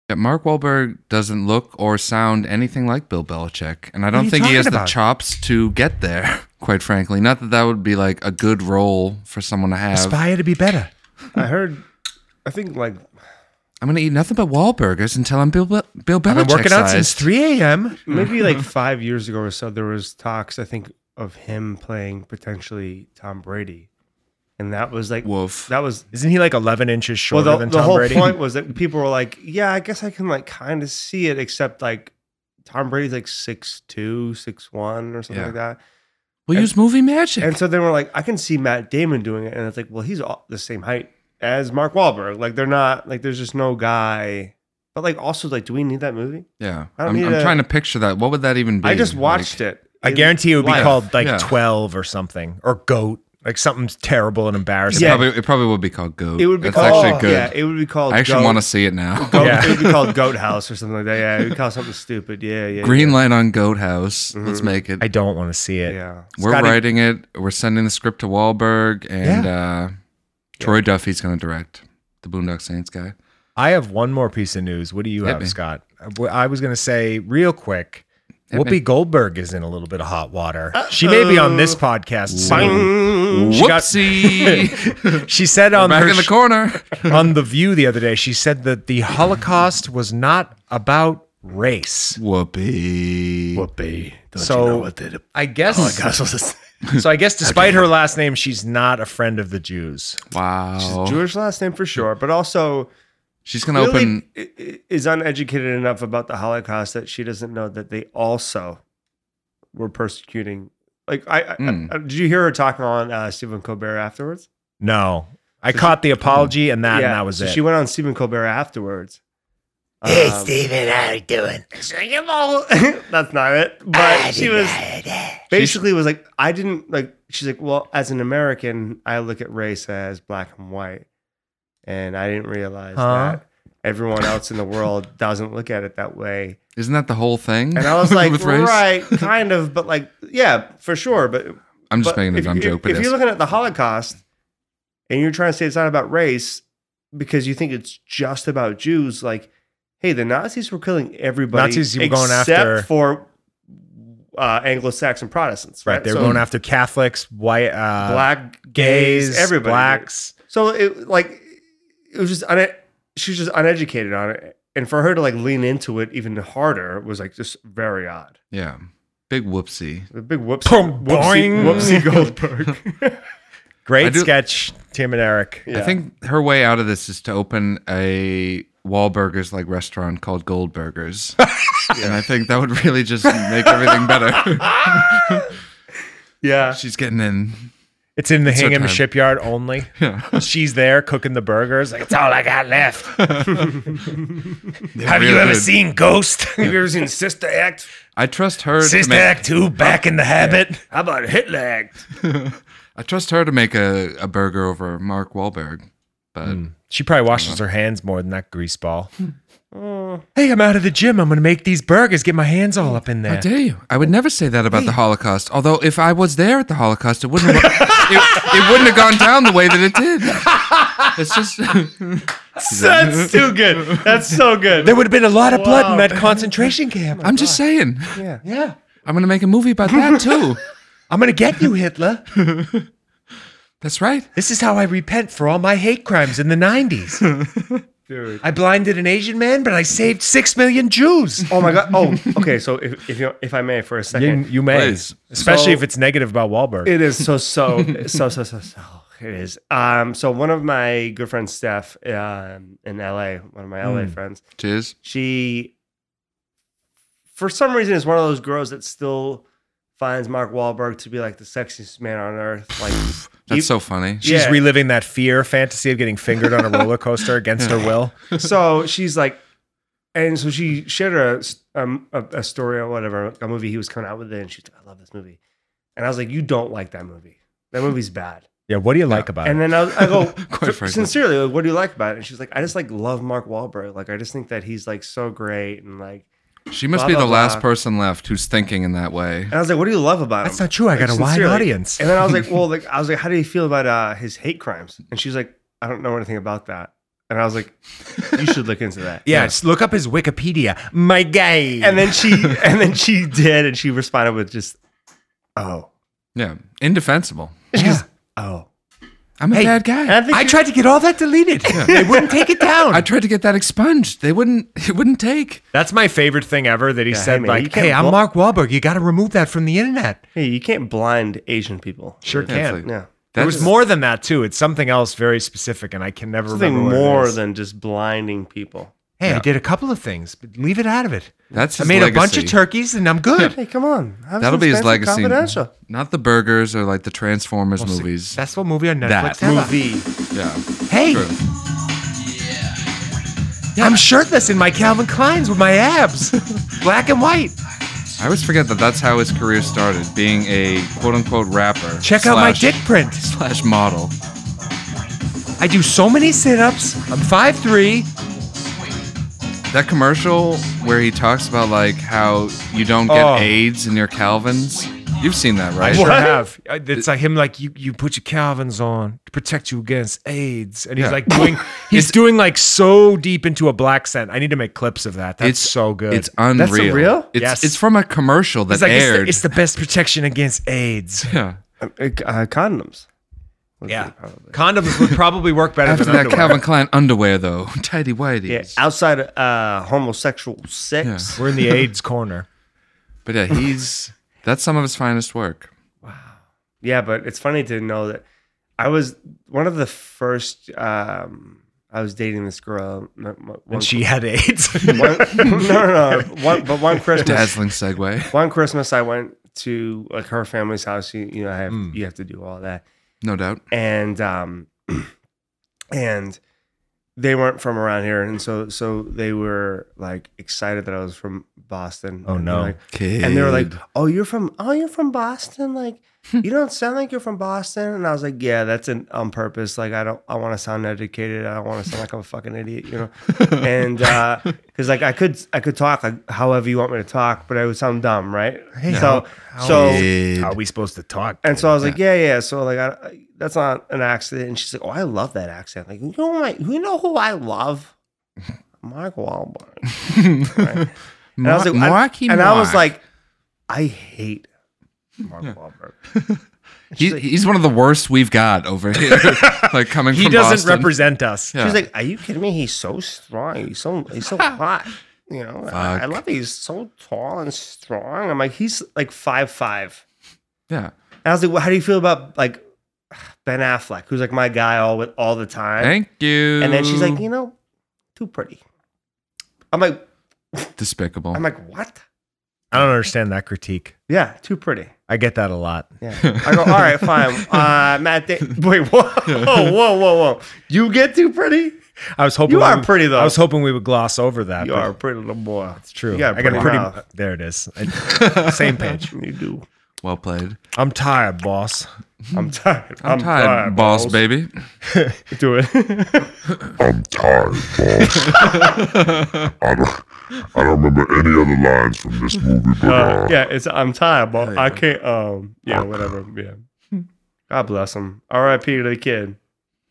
Speaker 4: Yeah, Mark Wahlberg doesn't look or sound anything like Bill Belichick, and I
Speaker 5: are
Speaker 4: don't
Speaker 5: you
Speaker 4: think he
Speaker 5: talking
Speaker 4: has
Speaker 5: about?
Speaker 4: the chops to get there. Quite frankly, not that that would be like a good role for someone to have.
Speaker 5: Aspire to be better.
Speaker 6: I heard. I think like
Speaker 4: I'm gonna eat nothing but Wahlburgers until I'm Bill Be- Bill Belichick.
Speaker 5: I've been working out since
Speaker 4: sized.
Speaker 5: 3 a.m.
Speaker 6: maybe
Speaker 5: Mm.
Speaker 6: like five years ago or so, there was talks. I think of him playing potentially Tom Brady, and that was like
Speaker 4: Woof.
Speaker 6: That was
Speaker 5: Isn't he like 11 inches
Speaker 6: well.
Speaker 5: shorter
Speaker 6: The,
Speaker 5: than
Speaker 6: the
Speaker 5: Tom
Speaker 6: whole
Speaker 5: Brady?
Speaker 6: point was that people were like, "Yeah, I guess I can like kind of see it," except like Tom Brady's like six two, six one, or something
Speaker 4: Yeah.
Speaker 6: like that.
Speaker 4: We'll use movie magic.
Speaker 6: And so they were like, "I can see Matt Damon doing it," and it's like, "Well, he's all the same height as Mark Wahlberg. Like they're not like there's just no guy." But like also like, do we need that movie?
Speaker 4: yeah,
Speaker 6: I don't
Speaker 4: I'm,
Speaker 6: need
Speaker 4: I'm
Speaker 6: a-
Speaker 4: trying to picture that. What would that even be?
Speaker 6: I just watched it.
Speaker 5: I guarantee it would be
Speaker 6: live.
Speaker 5: called like
Speaker 4: Yeah.
Speaker 5: 12 or something, or goat, like something terrible and embarrassing.
Speaker 4: It,
Speaker 6: Yeah.
Speaker 4: probably, it probably would be called Goat.
Speaker 6: It would be
Speaker 4: That's
Speaker 6: called,
Speaker 4: actually good.
Speaker 6: Yeah, it would be called.
Speaker 4: I actually
Speaker 6: Goat.
Speaker 4: want to see it now.
Speaker 6: Goat,
Speaker 5: Yeah.
Speaker 6: It would be called Goat House or something like that. Yeah, it would call something stupid. Yeah, yeah.
Speaker 4: Green light on Goat House.
Speaker 6: Mm-hmm.
Speaker 4: Let's make it.
Speaker 5: I don't want to see
Speaker 6: Yeah.
Speaker 5: it.
Speaker 6: yeah.
Speaker 4: We're
Speaker 5: Scotty-
Speaker 4: writing it. We're sending the script to Wahlberg, and uh, Troy Duffy's going to direct the Boondock Saints guy.
Speaker 5: I have one more piece of news. What do you
Speaker 4: Hit
Speaker 5: have,
Speaker 4: me.
Speaker 5: Scott? Uh, I was going to say real quick.
Speaker 4: Hit
Speaker 5: Whoopi
Speaker 4: me.
Speaker 5: Goldberg is in a little bit of hot water. She may be on this podcast soon. She got-
Speaker 4: Whoopsie!
Speaker 5: She said on
Speaker 4: Back
Speaker 5: her
Speaker 4: in the
Speaker 5: sh-
Speaker 4: corner.
Speaker 5: on the View the other day. She said that the Holocaust was not about race.
Speaker 4: Whoopee.
Speaker 6: Whoopee. Don't
Speaker 5: so I guess. So I guess, despite her last name, she's not a friend of the Jews.
Speaker 4: Wow.
Speaker 6: Jewish last name for sure, but also
Speaker 4: She's going to
Speaker 6: really
Speaker 4: open.
Speaker 6: i- i- is uneducated enough about the Holocaust that she doesn't know that they also were persecuting. Like I, I-
Speaker 4: Mm.
Speaker 6: I- did you hear her talking on uh, Stephen Colbert afterwards?
Speaker 5: No, I caught the apology and that, and that was
Speaker 6: so
Speaker 5: it.
Speaker 6: She went on Stephen Colbert afterwards. Um,
Speaker 5: Stephen, how are you doing?
Speaker 6: That's not it. But she was basically was like, I didn't like. She's like, well, as an American, I look at race as black and white, and I didn't realize
Speaker 5: Huh?
Speaker 6: that everyone else in the world doesn't look at it that way.
Speaker 4: Isn't that the whole thing?
Speaker 6: And I was like,
Speaker 4: with race?
Speaker 6: right, kind of, but like, yeah, for sure. But
Speaker 4: I'm just
Speaker 6: but
Speaker 4: making a
Speaker 6: if-
Speaker 4: dumb
Speaker 6: if,
Speaker 4: joke, but
Speaker 6: If
Speaker 4: yes.
Speaker 6: you're looking at the Holocaust and you're trying to say it's not about race because you think it's just about Jews, like, hey, the Nazis were killing everybody.
Speaker 5: Nazis were going
Speaker 6: except
Speaker 5: after-
Speaker 6: for uh, Anglo-Saxon Protestants, right?
Speaker 5: Right, they were
Speaker 6: So
Speaker 5: going after Catholics, white, uh,
Speaker 6: black
Speaker 5: gays,
Speaker 6: everybody.
Speaker 5: blacks.
Speaker 6: So it like it was just une- she was just uneducated on it, and for her to like lean into it even harder was like just very odd.
Speaker 4: yeah. Big whoopsie.
Speaker 6: A big whoops,
Speaker 5: Boom, boing.
Speaker 6: whoopsie, whoopsie Goldberg.
Speaker 4: I
Speaker 5: Great
Speaker 4: do-
Speaker 5: sketch, Tim and Eric.
Speaker 4: I think her way out of this is to open a Wahlburgers like restaurant called Goldburgers. And I think that would really just make everything better.
Speaker 6: yeah.
Speaker 4: She's getting in.
Speaker 5: It's in the
Speaker 4: her
Speaker 5: Hingham
Speaker 4: time.
Speaker 5: shipyard only. She's there cooking the burgers. Like it's all I got left. Have
Speaker 4: Real
Speaker 5: you ever
Speaker 4: good.
Speaker 5: seen Ghost?
Speaker 6: Have you ever seen Sister Act?
Speaker 4: I trust her to
Speaker 5: Sister
Speaker 4: make,
Speaker 5: Act Two, Back in the Habit.
Speaker 6: How about Hitler Act?
Speaker 4: I trust her to make a, a burger over Mark Wahlberg. But
Speaker 5: She probably washes her hands more than that grease ball. Hey, I'm out of the gym. I'm gonna make these burgers. Get my hands all up in
Speaker 4: how
Speaker 5: there.
Speaker 4: dare you? I would never say that about the Holocaust. Although if I was there at the Holocaust, it wouldn't have, it, it wouldn't have gone down the way that it did. It's just
Speaker 6: That's too good. That's so good.
Speaker 5: There would have been a lot of blood in
Speaker 6: Wow.
Speaker 5: that concentration camp.
Speaker 4: I'm just saying.
Speaker 5: Oh Yeah.
Speaker 4: I'm gonna make a movie about that too.
Speaker 5: I'm gonna get you, Hitler.
Speaker 4: That's right.
Speaker 5: This is how I repent for all my hate crimes in the 90s.
Speaker 6: Dude.
Speaker 5: I blinded an Asian man, but I saved six million Jews.
Speaker 6: Oh my god. Oh, okay. So if if, you, if I may for a second,
Speaker 5: may.
Speaker 4: Please.
Speaker 5: Especially
Speaker 6: So-
Speaker 5: if it's negative about Wahlberg.
Speaker 6: it is so so so so so so. It is. Um. So one of my good friends, Steph, um, in LA, one of my LA friends,
Speaker 4: Cheers.
Speaker 6: she, for some reason, is one of those girls that still finds Mark Wahlberg to be like the sexiest man on earth. Like
Speaker 4: That's
Speaker 6: you-
Speaker 4: so funny.
Speaker 5: She's
Speaker 6: yeah.
Speaker 5: reliving that fear fantasy of getting fingered on a roller coaster against her will.
Speaker 6: so she's like, and so she shared a, um, a a story or whatever, a movie he was coming out with, and she's like, I love this movie, and I was like, you don't like that movie. That movie's bad.
Speaker 5: Yeah, what do you like about
Speaker 6: And
Speaker 5: it?
Speaker 6: then I, I go,
Speaker 4: Quite frankly.
Speaker 6: sincerely, like, what do you like about it? And she's like, I just like love Mark Wahlberg. Like, I just think that he's like so great, and like,
Speaker 4: She must
Speaker 6: blah,
Speaker 4: be the
Speaker 6: blah,
Speaker 4: last
Speaker 6: blah.
Speaker 4: person left who's thinking in that way.
Speaker 6: and I was like, what do you love about
Speaker 5: That's
Speaker 6: him?
Speaker 5: not true. I
Speaker 6: Like,
Speaker 5: got a wide
Speaker 6: sincerely.
Speaker 5: audience.
Speaker 6: And then I was like, well, like I was like, how do you feel about uh, his hate crimes? And she's like, I don't know anything about that. And I was like, you should look into that.
Speaker 5: yeah, just look up his Wikipedia. My guy.
Speaker 6: And then she and then she did, and she responded with just, oh,
Speaker 4: Yeah, indefensible.
Speaker 6: oh.
Speaker 4: I'm a bad guy.
Speaker 6: And I think
Speaker 5: I
Speaker 6: she-
Speaker 5: tried to get all that deleted. They wouldn't take it down.
Speaker 4: I tried to get that expunged. They wouldn't. It wouldn't take.
Speaker 5: That's my favorite thing ever that he
Speaker 6: hey,
Speaker 5: said,
Speaker 6: man, you
Speaker 5: like,
Speaker 6: can't
Speaker 5: hey, I'm
Speaker 6: blo-
Speaker 5: Mark Wahlberg. You got to remove that from the internet.
Speaker 6: hey, you can't blind Asian people.
Speaker 5: Sure
Speaker 4: Yeah, it's
Speaker 5: can.
Speaker 4: like-
Speaker 6: Yeah.
Speaker 5: There
Speaker 4: That's-
Speaker 5: was more than that, too. It's something else very specific, and I can never
Speaker 6: Something
Speaker 5: remember. what it
Speaker 6: more
Speaker 5: is.
Speaker 6: than just blinding people.
Speaker 5: Hey, I did a couple of things, but leave it out of it.
Speaker 4: That's
Speaker 5: I
Speaker 4: his
Speaker 5: made a bunch
Speaker 4: legacy.
Speaker 5: of turkeys, and I'm good.
Speaker 6: Hey, come on. Have
Speaker 4: That'll
Speaker 6: some
Speaker 4: be his
Speaker 6: Spencer
Speaker 4: legacy.
Speaker 6: Confidential.
Speaker 4: Not the burgers or like the Transformers movies.
Speaker 5: That's what movie on Netflix.
Speaker 4: That.
Speaker 5: ever.
Speaker 4: yeah,
Speaker 5: Hey,
Speaker 4: true.
Speaker 5: I'm shirtless in my Calvin Kleins with my abs, black and white.
Speaker 4: I always forget that that's how his career started, being a quote unquote rapper.
Speaker 5: Check out my
Speaker 4: slash-
Speaker 5: dick print.
Speaker 4: slash model.
Speaker 5: I do so many sit-ups. I'm 5'3".
Speaker 4: That commercial where he talks about like how you don't get
Speaker 5: Oh.
Speaker 4: AIDS in your Calvins. You've seen that, right?
Speaker 5: Sure have. Uh, It's like him, like you, you put your Calvins on to protect you against AIDS, and he's
Speaker 4: Yeah.
Speaker 5: like doing, he's doing like so deep into a black scent. I need to make clips of that. That's
Speaker 4: it's
Speaker 5: so good.
Speaker 4: It's unreal.
Speaker 6: real?
Speaker 4: It's,
Speaker 5: Yes.
Speaker 4: it's from a commercial that
Speaker 5: It's like it's the,
Speaker 4: aired.
Speaker 5: it's the best protection against AIDS.
Speaker 4: yeah.
Speaker 6: Uh, uh, condoms.
Speaker 5: Yeah, condoms would probably work better
Speaker 4: After
Speaker 5: than
Speaker 4: that
Speaker 5: underwear.
Speaker 4: Calvin Klein underwear though, tidy whitey.
Speaker 6: Yeah, outside of, uh, homosexual sex.
Speaker 5: We're in the AIDS corner.
Speaker 4: But yeah, he's that's some of his finest work.
Speaker 6: Yeah. but it's funny to know that I was one of the first. Um, I was dating this girl. m- m- one-
Speaker 5: And she had AIDS.
Speaker 6: one, no, no, no. One, but one Christmas,
Speaker 4: Dazzling segue.
Speaker 6: one Christmas, I went to like her family's house. You, you know, I have
Speaker 5: Mm.
Speaker 6: you have to do all that.
Speaker 4: No doubt.
Speaker 6: and um and they weren't from around here and so so they were like excited that I was from Boston.
Speaker 5: Oh,
Speaker 6: And they're
Speaker 5: no.
Speaker 6: like- and they were like,
Speaker 4: Kid.
Speaker 6: "Oh, you're from oh, you're from Boston? Like you don't sound like you're from Boston." And I was like, "Yeah, that's an on purpose. Like I don't I want to sound educated. I don't want to sound like I'm a fucking idiot, you know." and uh cuz like I could I could talk like however you want me to talk, but I would sound dumb, right? so
Speaker 5: how-
Speaker 6: so
Speaker 5: How are we supposed to talk?
Speaker 6: and so I was like, yeah, yeah. So like, I, I- that's not an accident. And she's like, oh, I love that accent. Like, you know, my, you know who I love? Mark Wahlberg. Right? And I was like,
Speaker 4: Mar- Marky
Speaker 6: I, and I was
Speaker 4: Mark.
Speaker 6: like, I hate Mark Wahlberg.
Speaker 4: He, he's one of the worst we've got over here. like coming
Speaker 5: he
Speaker 4: from
Speaker 5: doesn't
Speaker 4: Boston.
Speaker 5: represent us.
Speaker 4: Yeah.
Speaker 6: She's like, are you kidding me? He's so strong. He's so he's so hot. You know, I, I
Speaker 4: Fuck.
Speaker 6: love that he's so tall and strong. I'm like, he's like five five.
Speaker 4: yeah.
Speaker 6: And I was like, well, how do you feel about like Ben Affleck, who's like my guy all with all the time?
Speaker 4: Thank you.
Speaker 6: And then she's like, you know, too pretty. I'm like,
Speaker 4: despicable.
Speaker 6: I'm like, what?
Speaker 5: I don't understand that critique.
Speaker 6: Yeah, too pretty.
Speaker 5: I get that a lot.
Speaker 6: Yeah. I go, all right, fine. Uh, Matt, da- wait, whoa, whoa, whoa, whoa. You get too pretty?
Speaker 5: I was hoping
Speaker 6: You
Speaker 5: we
Speaker 6: are
Speaker 5: would-
Speaker 6: pretty, though.
Speaker 5: I was hoping we would gloss over that.
Speaker 6: You
Speaker 5: but
Speaker 6: are a pretty little boy.
Speaker 5: It's true.
Speaker 6: You got a
Speaker 5: I got a pretty.
Speaker 6: pretty mouth.
Speaker 5: There it is. I- same page.
Speaker 6: You do.
Speaker 4: well played.
Speaker 5: I'm tired, boss.
Speaker 6: I'm tired.
Speaker 4: I'm, tired, boss,
Speaker 6: balls.
Speaker 4: baby.
Speaker 6: Do it.
Speaker 9: I'm tired, boss. I don't, I don't remember any other lines from this movie, but uh,
Speaker 6: Uh, yeah, it's I'm tired, but I can't. Um, yeah, whatever. Yeah. God bless him. R.I.P. to the kid.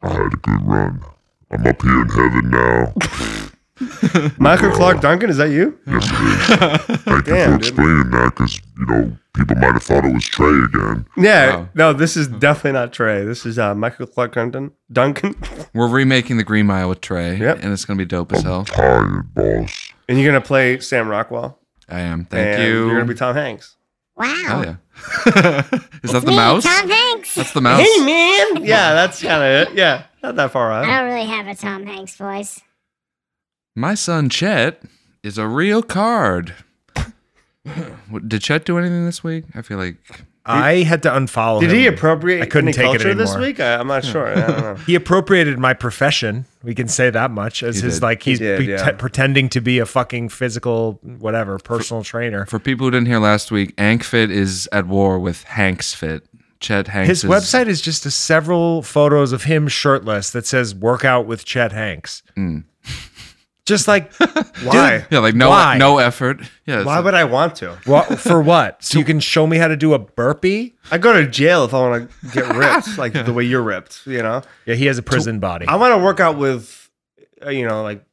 Speaker 9: I had a good run. I'm up here in heaven now.
Speaker 6: Michael Clark Duncan, is that you?
Speaker 9: Thank you
Speaker 6: Damn,
Speaker 9: for
Speaker 6: dude.
Speaker 9: explaining that, because you know, people might have thought it was Trey again.
Speaker 6: Yeah,
Speaker 4: Wow.
Speaker 6: no, this is definitely not Trey. This is uh, Michael Clark Duncan. Duncan,
Speaker 4: We're remaking the Green Mile with Trey,
Speaker 6: Yep.
Speaker 4: and it's gonna be dope as hell.
Speaker 9: Tired, boss.
Speaker 6: and you're gonna play Sam Rockwell.
Speaker 4: I am. Thank
Speaker 6: and
Speaker 4: you.
Speaker 6: You're gonna be Tom Hanks.
Speaker 4: Hell yeah. Is that the mouse?
Speaker 10: Tom Hanks.
Speaker 4: That's the mouse.
Speaker 6: Hey man, yeah, that's kind of it. Yeah, not that far
Speaker 10: I
Speaker 6: off.
Speaker 10: don't really have a Tom Hanks voice.
Speaker 4: My son Chet is a real card. What- Did Chet do anything this week? I feel like
Speaker 5: I had to unfollow
Speaker 6: Did
Speaker 5: him.
Speaker 6: he appropriate
Speaker 5: I couldn't
Speaker 6: any
Speaker 5: take it
Speaker 6: culture this
Speaker 5: anymore.
Speaker 6: week? I, I'm not sure. I don't know.
Speaker 5: He appropriated my profession. We can say that much as
Speaker 4: He
Speaker 5: his
Speaker 4: did.
Speaker 5: like he's
Speaker 6: did,
Speaker 5: pre-
Speaker 6: yeah.
Speaker 5: pretending to be a fucking physical whatever personal trainer.
Speaker 4: for people who didn't hear last week, Ankfit is at war with Hanks Fit. Chet Hanks.
Speaker 5: His
Speaker 4: is-
Speaker 5: website is just a several photos of him shirtless that says "Workout with Chet Hanks." Just like
Speaker 6: Why?
Speaker 4: Mm. Yeah, like no,
Speaker 5: Why?
Speaker 4: no effort. Yeah.
Speaker 6: Why would I want to?
Speaker 5: what for what? So you can show me how to do a burpee?
Speaker 6: I go to jail if I want to get ripped, like the way you're ripped. You know,
Speaker 5: Yeah, he has a prison body.
Speaker 6: I want to work out with, uh, you know, like.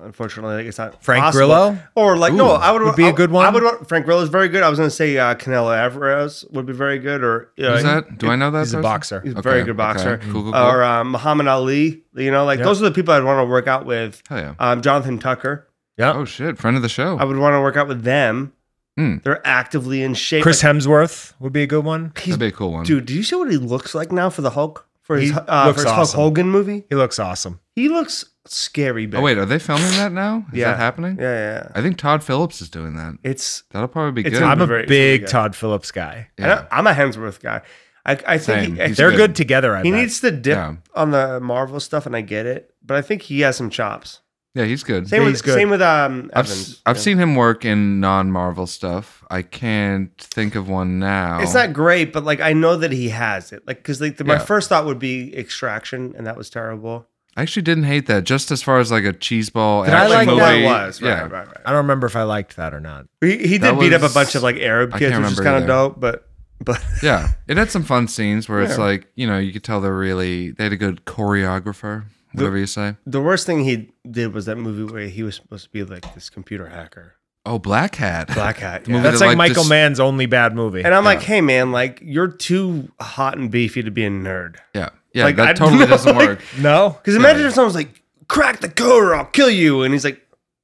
Speaker 6: Unfortunately, like, it's not
Speaker 5: Frank
Speaker 6: possible.
Speaker 5: Grillo?
Speaker 6: or like no,
Speaker 4: Ooh,
Speaker 6: I would,
Speaker 5: would be a
Speaker 6: I-
Speaker 5: good one.
Speaker 6: I would want- Frank Grillo is very good. I was going to say uh, Canelo Alvarez would be very good, or uh,
Speaker 4: Is that? Do I know that?
Speaker 5: He's a
Speaker 4: person?
Speaker 5: boxer.
Speaker 6: He's a
Speaker 4: Okay,
Speaker 6: very good
Speaker 4: okay.
Speaker 6: boxer.
Speaker 4: Cool, cool, cool.
Speaker 6: Or um, Muhammad Ali. You know, like
Speaker 5: Yeah.
Speaker 6: those are the people I'd want to work out with.
Speaker 4: Hell yeah.
Speaker 6: Um, Jonathan Tucker.
Speaker 5: Yeah.
Speaker 4: Oh shit! Friend of the show.
Speaker 6: I would want to work out with them.
Speaker 4: Hmm.
Speaker 6: They're actively in shape.
Speaker 5: Chris
Speaker 6: Like,
Speaker 5: Hemsworth would be a good one.
Speaker 4: That'd
Speaker 6: he's-
Speaker 4: be a cool one.
Speaker 6: dude, do you see what he looks like now for the Hulk? For his,
Speaker 5: He
Speaker 6: uh,
Speaker 5: looks
Speaker 6: for his Hulk
Speaker 5: awesome.
Speaker 6: Hogan movie?
Speaker 5: He looks awesome.
Speaker 6: He looks scary big.
Speaker 4: oh wait, are they filming that now? Is
Speaker 6: Yeah.
Speaker 4: that happening?
Speaker 6: Yeah, yeah. yeah.
Speaker 4: I think Todd Phillips is doing that.
Speaker 6: It's.
Speaker 4: That'll probably be
Speaker 6: It's
Speaker 4: good.
Speaker 6: a-
Speaker 5: I'm a
Speaker 6: very-
Speaker 5: big
Speaker 6: yeah.
Speaker 5: Todd Phillips guy.
Speaker 6: and I- I'm a Hemsworth guy. I, I
Speaker 4: Same.
Speaker 6: think he, I
Speaker 4: He's
Speaker 5: They're
Speaker 4: good.
Speaker 5: good, together. I
Speaker 6: He
Speaker 5: bet.
Speaker 6: needs to dip
Speaker 4: Yeah.
Speaker 6: on the Marvel stuff, and I get it, but I think he has some chops.
Speaker 4: yeah, he's good.
Speaker 6: Same
Speaker 5: Yeah,
Speaker 6: with
Speaker 5: he's good.
Speaker 6: same with um
Speaker 4: I've,
Speaker 6: Evans.
Speaker 4: s- I've
Speaker 6: Yeah.
Speaker 4: seen him work in non-Marvel stuff. I can't think of one now.
Speaker 6: It's not great, but like I know that he has it. Like because like the, my
Speaker 4: Yeah.
Speaker 6: first thought would be Extraction, and that was terrible.
Speaker 4: I actually didn't hate that. Just as far as like a cheeseball.
Speaker 5: Did I
Speaker 4: action
Speaker 5: like
Speaker 6: But
Speaker 5: that?
Speaker 6: what
Speaker 4: movie.
Speaker 6: it was. Right,
Speaker 4: yeah.
Speaker 6: right, right.
Speaker 5: I don't remember if I liked that or not.
Speaker 6: He, he did
Speaker 4: That
Speaker 6: beat up a
Speaker 4: was-
Speaker 6: bunch of like Arab
Speaker 4: I
Speaker 6: kids,
Speaker 4: can't
Speaker 6: which is kind
Speaker 4: remember
Speaker 6: of dope. But but
Speaker 4: Yeah. It had some fun scenes where it's
Speaker 6: Yeah.
Speaker 4: like you know you could tell they're really they had a good choreographer. Whatever you say.
Speaker 6: the worst thing he did was that movie where he was supposed to be like this computer hacker,
Speaker 4: Oh, Black Hat.
Speaker 6: black hat.
Speaker 4: The movie
Speaker 6: yeah.
Speaker 5: That's
Speaker 4: that,
Speaker 5: like,
Speaker 4: like,
Speaker 5: Michael
Speaker 4: just-
Speaker 5: Mann's only bad movie.
Speaker 6: And I'm like, hey man, like you're too hot and beefy to be a nerd.
Speaker 4: Yeah. Yeah.
Speaker 6: Like,
Speaker 4: that
Speaker 6: I-
Speaker 4: totally doesn't
Speaker 6: like-
Speaker 4: work.
Speaker 5: no,
Speaker 6: Because imagine if someone's like, crack the code or I'll kill you, and he's like,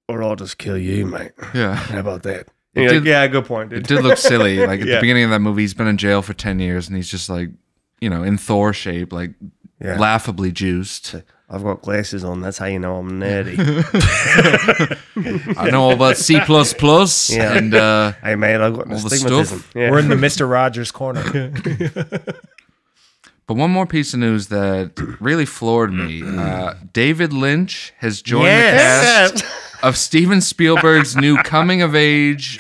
Speaker 6: or I'll just kill you, mate.
Speaker 4: Yeah.
Speaker 6: How about that?
Speaker 4: It
Speaker 6: And you're
Speaker 4: did-
Speaker 6: like, yeah, good point, dude.
Speaker 4: It did look silly. Like at the
Speaker 6: Yeah.
Speaker 4: beginning of that movie, he's been in jail for ten years, and he's just like, you know, in Thor shape, like
Speaker 6: Yeah.
Speaker 4: laughably juiced.
Speaker 6: I've got glasses on. That's how you know I'm nerdy.
Speaker 4: I know all about C plus plus
Speaker 6: Yeah.
Speaker 4: and uh,
Speaker 6: hey, mate, I've got
Speaker 4: All the
Speaker 6: astigmatism.
Speaker 4: stuff.
Speaker 6: Yeah.
Speaker 5: we're in the Mister Rogers corner.
Speaker 4: But one more piece of news that really floored me: uh, David Lynch has joined the cast of Steven Spielberg's new coming-of-age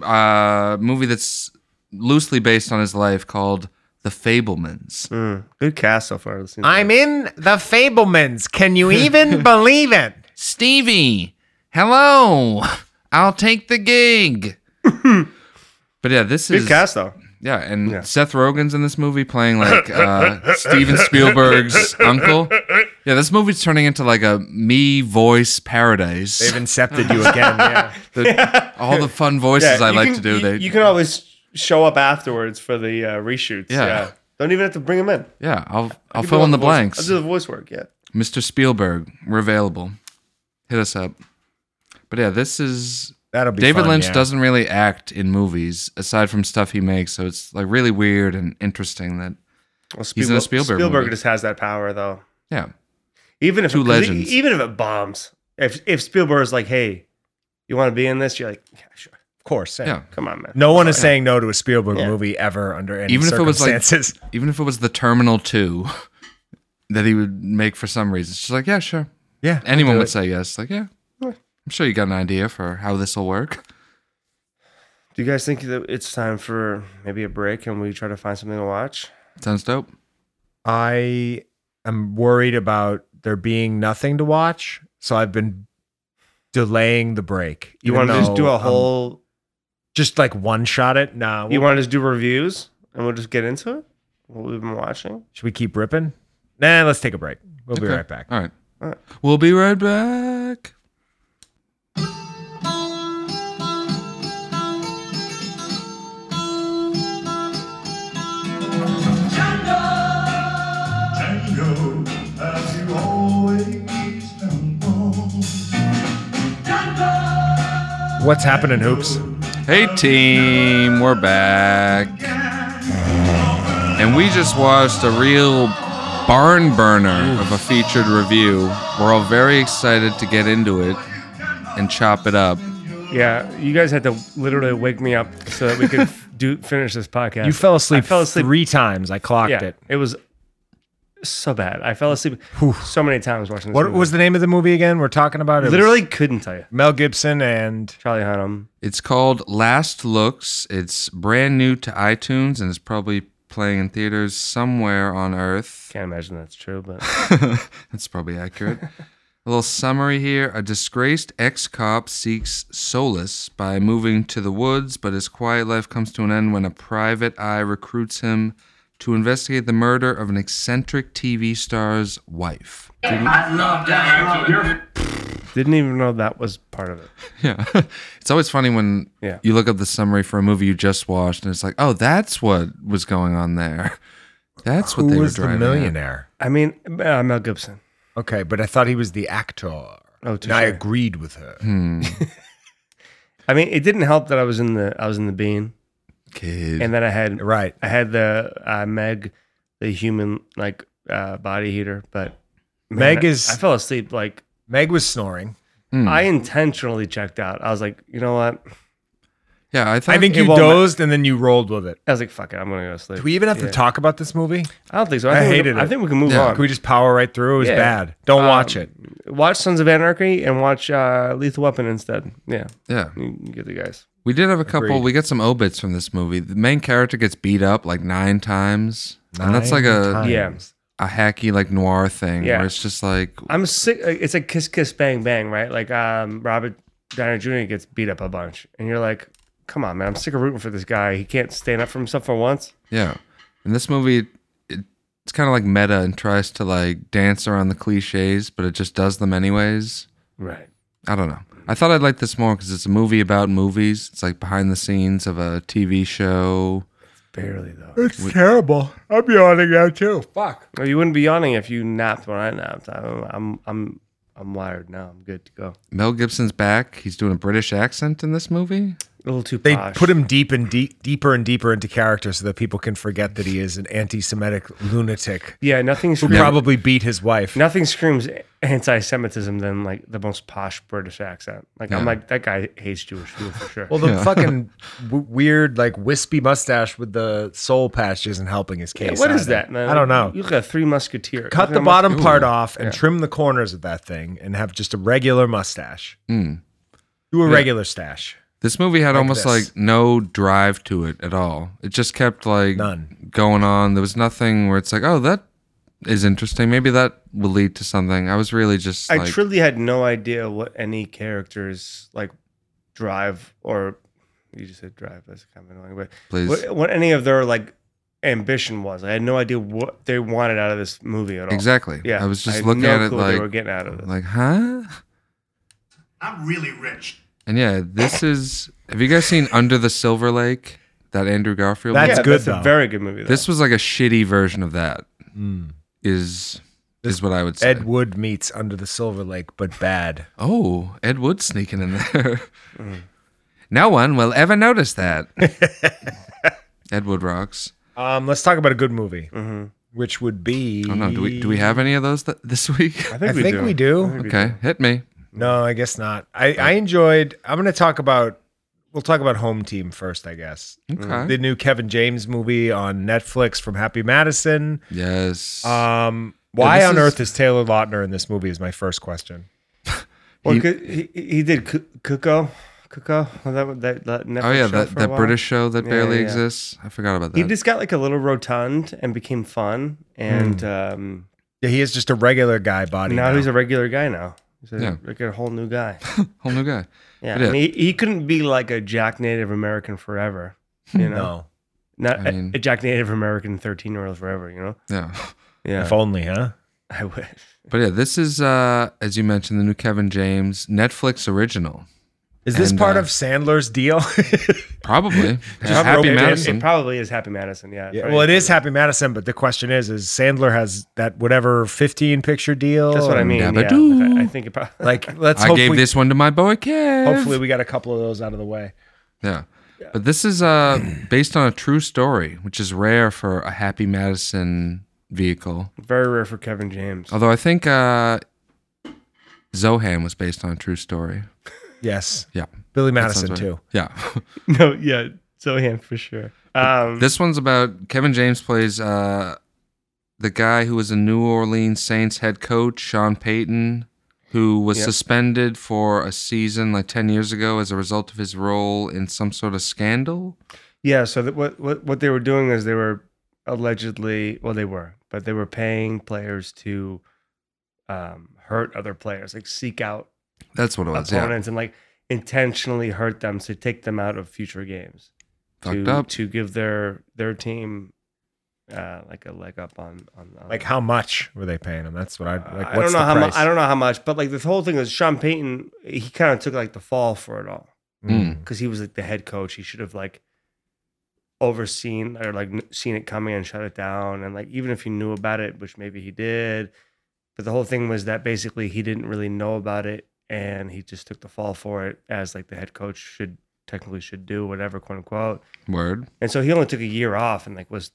Speaker 4: uh, movie that's loosely based on his life called The Fablemans.
Speaker 6: Mm, good cast so far. This
Speaker 5: I'm in the Fablemans. Can you even believe it?
Speaker 4: Stevie, hello, I'll take the gig. but yeah, this
Speaker 6: good
Speaker 4: is
Speaker 6: cast though.
Speaker 4: Yeah, and
Speaker 6: Yeah.
Speaker 4: Seth Rogen's in this movie playing like uh, Steven Spielberg's uncle. Yeah, this movie's turning into like a me voice paradise.
Speaker 5: They've incepted you again. Yeah.
Speaker 4: The- all the fun voices I
Speaker 6: you
Speaker 4: like
Speaker 6: can-
Speaker 4: to do.
Speaker 6: You,
Speaker 4: they,
Speaker 6: you can always show up afterwards for the uh, reshoots.
Speaker 4: Yeah.
Speaker 6: Yeah. Don't even have to bring them in.
Speaker 4: yeah, I'll I'll
Speaker 6: Give
Speaker 4: fill
Speaker 6: them
Speaker 4: in the
Speaker 6: voice-
Speaker 4: blanks.
Speaker 6: I'll do the voice work. Yeah.
Speaker 4: Mr. Spielberg, we're available. Hit us up. But yeah, this is
Speaker 5: That'll be
Speaker 4: David
Speaker 5: fun,
Speaker 4: Lynch
Speaker 5: yeah.
Speaker 4: doesn't really act in movies aside from stuff he makes, so it's like really weird and interesting that
Speaker 6: Well,
Speaker 4: He's in a Spielberg movie.
Speaker 6: just has that power though.
Speaker 4: yeah.
Speaker 6: Even if
Speaker 4: Two
Speaker 6: 'cause e-
Speaker 4: legends.
Speaker 6: even if it bombs, if if Spielberg's like, hey, you want to be in this? You're like, yeah, sure.
Speaker 5: Of course. Yeah.
Speaker 4: Yeah.
Speaker 6: Come on, man.
Speaker 5: No one is saying no to a Spielberg
Speaker 6: Yeah.
Speaker 5: movie ever under any
Speaker 4: Even if it was, like-
Speaker 5: circumstances.
Speaker 4: Even if it was the Terminal 2 that he would make for some reason. She's like, "Yeah, sure."
Speaker 5: yeah,
Speaker 4: anyone
Speaker 5: do
Speaker 4: would
Speaker 5: it.
Speaker 4: say yes. Like, yeah, I'm sure you got an idea for how this will work.
Speaker 6: Do you guys think that it's time for maybe a break and we try to find something to watch?
Speaker 4: Sounds dope.
Speaker 5: I am worried about there being nothing to watch, so I've been delaying the break.
Speaker 6: You
Speaker 5: even
Speaker 6: want to just
Speaker 5: though
Speaker 6: do a
Speaker 5: I'm-
Speaker 6: whole?
Speaker 5: just like one shot it? Nah.
Speaker 6: You
Speaker 5: we'll-
Speaker 6: want to just do reviews and we'll just get into it? What we've been watching?
Speaker 5: should we keep ripping? Nah, let's take a break. We'll be
Speaker 4: Okay.
Speaker 5: right back.
Speaker 4: All right.
Speaker 6: All right.
Speaker 4: We'll be right back.
Speaker 5: What's happening, hoops?
Speaker 4: Hey team, we're back. And we just watched a real barn burner of a featured review. We're all very excited to get into it and chop it up.
Speaker 6: Yeah, you guys had to literally wake me up so that we could do finish this podcast.
Speaker 5: You fell asleep.
Speaker 6: I fell asleep.
Speaker 5: three times. I clocked
Speaker 6: yeah,
Speaker 5: it.
Speaker 6: it. was so bad. I fell asleep so many times watching. This
Speaker 5: What
Speaker 6: movie.
Speaker 5: was the name of the movie again? We're talking about it. was
Speaker 6: Literally couldn't tell you.
Speaker 5: Mel Gibson and
Speaker 6: Charlie Hunnam.
Speaker 4: It's called Last Looks. It's brand new to iTunes and it's probably playing in theaters somewhere on earth.
Speaker 6: Can't imagine that's true, but
Speaker 4: That's probably accurate. a little summary here. A disgraced ex cop seeks solace by moving to the woods, but his quiet life comes to an end when a private eye recruits him to investigate the murder of an eccentric TV star's wife.
Speaker 6: didn't even know that was part of it.
Speaker 4: Yeah. it's always funny when
Speaker 6: Yeah.
Speaker 4: you look up the summary for a movie you just watched and it's like, oh, that's what was going on there. That's what
Speaker 5: who
Speaker 4: they
Speaker 5: was
Speaker 4: were
Speaker 5: the
Speaker 4: driving at.
Speaker 5: millionaire?
Speaker 6: I mean, uh, Mel Gibson.
Speaker 5: Okay, but I thought he was the actor.
Speaker 6: Oh, Hmm.
Speaker 5: and I
Speaker 6: touche.
Speaker 5: agreed with her.
Speaker 6: I mean, it didn't help that I was in the I was in the bean,
Speaker 4: Kid.
Speaker 6: and then I had
Speaker 5: Right.
Speaker 6: I had the uh, Meg, the human like uh, body heater, but man,
Speaker 5: Meg
Speaker 6: I-
Speaker 5: is-
Speaker 6: I fell asleep like
Speaker 5: Meg was snoring.
Speaker 4: Mm.
Speaker 6: I intentionally checked out. I was like, you know what?
Speaker 4: yeah, I,
Speaker 5: I
Speaker 4: thought-
Speaker 5: think
Speaker 6: it
Speaker 5: you
Speaker 6: won't-
Speaker 5: dozed and then you rolled with it.
Speaker 6: I was like, fuck it, I'm gonna go to sleep.
Speaker 5: Do we even have
Speaker 6: Yeah.
Speaker 5: to talk about this movie?
Speaker 6: I don't think so. I,
Speaker 5: I
Speaker 6: think we
Speaker 5: hated
Speaker 6: can- I
Speaker 5: it.
Speaker 6: think we can move
Speaker 4: Yeah.
Speaker 6: on.
Speaker 5: Can we just power right through? It was
Speaker 6: Yeah.
Speaker 5: bad. Don't
Speaker 6: Um,
Speaker 5: watch it.
Speaker 6: watch Sons of Anarchy and watch uh, Lethal Weapon instead. Yeah,
Speaker 4: yeah.
Speaker 6: you, you get the guys.
Speaker 4: We did have a couple.
Speaker 5: Agreed.
Speaker 4: We get some obits from this movie. The main character gets beat up like nine times, and that's like a
Speaker 5: Nine
Speaker 6: Yeah.
Speaker 5: times.
Speaker 4: a hacky like noir thing
Speaker 6: Yeah.
Speaker 4: where it's just like
Speaker 6: I'm sick. like, It's like kiss, kiss, bang, bang, right? Like um, Robert Downey Jr. gets beat up a bunch, and you're like, come on, man, I'm sick of rooting for this guy. He can't stand up for himself for once.
Speaker 4: yeah. In this movie, it, it's kind of like meta and tries to like dance around the cliches, but it just does them anyways.
Speaker 6: Right.
Speaker 4: I don't know. I thought I'd like this more because it's a movie about movies. It's like behind the scenes of a TV show.
Speaker 6: Barely though.
Speaker 5: It's terrible. I'm yawning now too. Fuck.
Speaker 6: Well, you wouldn't be yawning if you napped when I napped. I'm, I'm, I'm, I'm wired now. I'm good to go.
Speaker 4: Mel Gibson's back. He's doing a British accent in this movie.
Speaker 6: A little too
Speaker 5: They
Speaker 6: posh.
Speaker 5: put him deep and deep, deeper and deeper into character so that people can forget that he is an anti-Semitic lunatic
Speaker 6: Yeah, nothing.
Speaker 5: who
Speaker 6: screams-
Speaker 5: probably beat his wife.
Speaker 6: Nothing screams anti-Semitism than like the most posh British accent. Like
Speaker 4: Yeah.
Speaker 6: I'm like that guy hates Jewish people for sure.
Speaker 5: Well, the
Speaker 4: Yeah.
Speaker 5: fucking w- weird, like wispy mustache with the soul patch isn't helping his
Speaker 6: Yeah,
Speaker 5: case.
Speaker 6: what is
Speaker 5: either.
Speaker 6: that, man?
Speaker 5: I don't know.
Speaker 6: You got three musketeers.
Speaker 5: Cut
Speaker 6: You
Speaker 5: the
Speaker 6: got
Speaker 5: bottom
Speaker 4: Ooh.
Speaker 5: part off and trim the corners of that thing and have just a regular mustache.
Speaker 4: Mm.
Speaker 5: Do a
Speaker 4: Yeah.
Speaker 5: regular stash.
Speaker 4: This movie had
Speaker 5: Like
Speaker 4: almost
Speaker 5: this.
Speaker 4: like no drive to it at all. It just kept like
Speaker 5: None.
Speaker 4: going on. There was nothing where it's like, oh, that is interesting. Maybe that will lead to something. I was really just
Speaker 6: I
Speaker 4: like,
Speaker 6: truly had no idea what any characters like drive or you just said drive. That's kind of annoying, but
Speaker 4: please.
Speaker 6: what, what any of their like ambition was. I had no idea what they wanted out of this movie at all.
Speaker 4: exactly.
Speaker 6: Yeah,
Speaker 4: I was just
Speaker 6: had
Speaker 4: looking
Speaker 6: no
Speaker 4: at it
Speaker 6: clue what they
Speaker 4: like,
Speaker 6: were getting out of this.
Speaker 4: like, huh?
Speaker 8: I'm really rich.
Speaker 4: And yeah, this is. Have you guys seen Under the Silver Lake? That Andrew Garfield.
Speaker 5: That's
Speaker 4: movie?
Speaker 6: yeah,
Speaker 5: good,
Speaker 6: That's
Speaker 5: though.
Speaker 6: a very good movie. Though. Hmm.
Speaker 4: This was like a shitty version of that.
Speaker 5: Mm.
Speaker 4: Is is what I would say.
Speaker 5: Ed Wood meets Under the Silver Lake, but bad.
Speaker 4: oh, Ed Wood sneaking in there. Mm. No one will ever notice that. Ed Wood rocks.
Speaker 5: Um, let's talk about a good movie,
Speaker 6: Mhm.
Speaker 5: which would be.
Speaker 4: I don't know. Oh, Do we do we have any of those th- this week?
Speaker 5: I think, we, do.
Speaker 4: okay, hit me.
Speaker 5: No, I guess not. I, I enjoyed. I'm going to talk about. We'll talk about Home Team first, I guess.
Speaker 6: Mm.
Speaker 4: Okay.
Speaker 5: The new Kevin James movie on Netflix from Happy Madison.
Speaker 4: Yes.
Speaker 6: Uh,
Speaker 5: Um, why
Speaker 4: this
Speaker 5: on
Speaker 4: is-
Speaker 5: earth is Taylor Lautner in this movie? Is my first question.
Speaker 6: Well,
Speaker 4: He-
Speaker 6: he, he, he did Cu- Cuckoo. Cuckoo. Well, that, that, that Netflix
Speaker 4: oh yeah,
Speaker 6: show
Speaker 4: that,
Speaker 6: for a
Speaker 4: that
Speaker 6: while.
Speaker 4: British show that
Speaker 6: Yeah,
Speaker 4: barely
Speaker 6: yeah.
Speaker 4: exists. I forgot about that.
Speaker 6: He just got like a little rotund and became fun, and
Speaker 4: Hmm.
Speaker 6: um,
Speaker 5: Yeah, he is just a regular guy body.
Speaker 6: now
Speaker 5: now.
Speaker 6: he's a regular guy now. He's a,
Speaker 4: Yeah.
Speaker 6: like a whole new guy.
Speaker 4: Whole new guy.
Speaker 6: Yeah,
Speaker 4: Yeah.
Speaker 6: I mean, he, he couldn't be like a Jack Native American forever. You know,
Speaker 5: no.
Speaker 6: not
Speaker 4: I mean-
Speaker 6: a, a Jack Native American thirteen year old forever. You know.
Speaker 4: Yeah.
Speaker 6: Yeah.
Speaker 5: If only, huh?
Speaker 6: I wish.
Speaker 4: But yeah, this is uh as you mentioned the new Kevin James Netflix original.
Speaker 5: Is this
Speaker 4: And,
Speaker 5: part
Speaker 4: uh,
Speaker 5: of Sandler's deal?
Speaker 4: Probably. Just
Speaker 5: Probably
Speaker 4: Happy
Speaker 5: it is.
Speaker 4: Madison.
Speaker 6: It probably is Happy Madison. Yeah.
Speaker 5: Yeah,
Speaker 6: Right.
Speaker 5: well, it is Happy Madison, but the question is: Is Sandler has that whatever fifteen picture deal?
Speaker 6: That's what I
Speaker 5: and,
Speaker 6: mean. Yeah.
Speaker 4: Dabadoo.
Speaker 6: I, I think it probably.
Speaker 5: Like, let's
Speaker 4: I
Speaker 5: hopefully,
Speaker 4: gave this one to my boy Kev.
Speaker 5: hopefully we got a couple of those out of the way.
Speaker 4: Yeah. But this is uh, based on a true story, which is rare for a Happy Madison vehicle.
Speaker 6: Very rare for Kevin James.
Speaker 4: Although I think uh, Zohan was based on a true story.
Speaker 5: Yes,
Speaker 4: Yeah.
Speaker 5: Billy
Speaker 4: that sounds
Speaker 5: Madison
Speaker 4: right.
Speaker 5: too.
Speaker 4: Yeah.
Speaker 6: No, yeah, so him for sure. Um,
Speaker 4: this one's about Kevin James plays uh, the guy who was a New Orleans Saints head coach, Sean Payton, who was
Speaker 6: Yep.
Speaker 4: suspended for a season like 10 years ago as a result of his role in some sort of scandal.
Speaker 6: yeah, so that what, what what they were doing is they were allegedly, well, they were, but they were paying players to um, hurt other players, like seek out
Speaker 4: That's what it was. Yeah.
Speaker 6: opponents and like intentionally hurt them to take them out of future games
Speaker 4: Fucked
Speaker 6: to
Speaker 4: up.
Speaker 6: to give their their team uh, like a leg up on on, on uh,
Speaker 5: Like, how much were they paying him? That's what I like. What's
Speaker 6: I don't know
Speaker 5: the
Speaker 6: how much.
Speaker 5: price?
Speaker 6: I don't know how much, but like this whole thing is Sean Payton. He kind of took like the fall for it all
Speaker 4: Mm.
Speaker 6: because he was like the head coach. He should have like overseen or like kn- seen it coming and shut it down. And like even if he knew about it, which maybe he did, but the whole thing was that basically he didn't really know about it and he just took the fall for it as like the head coach should technically should do whatever quote unquote.
Speaker 4: Word.
Speaker 6: And so he only took a year off and like was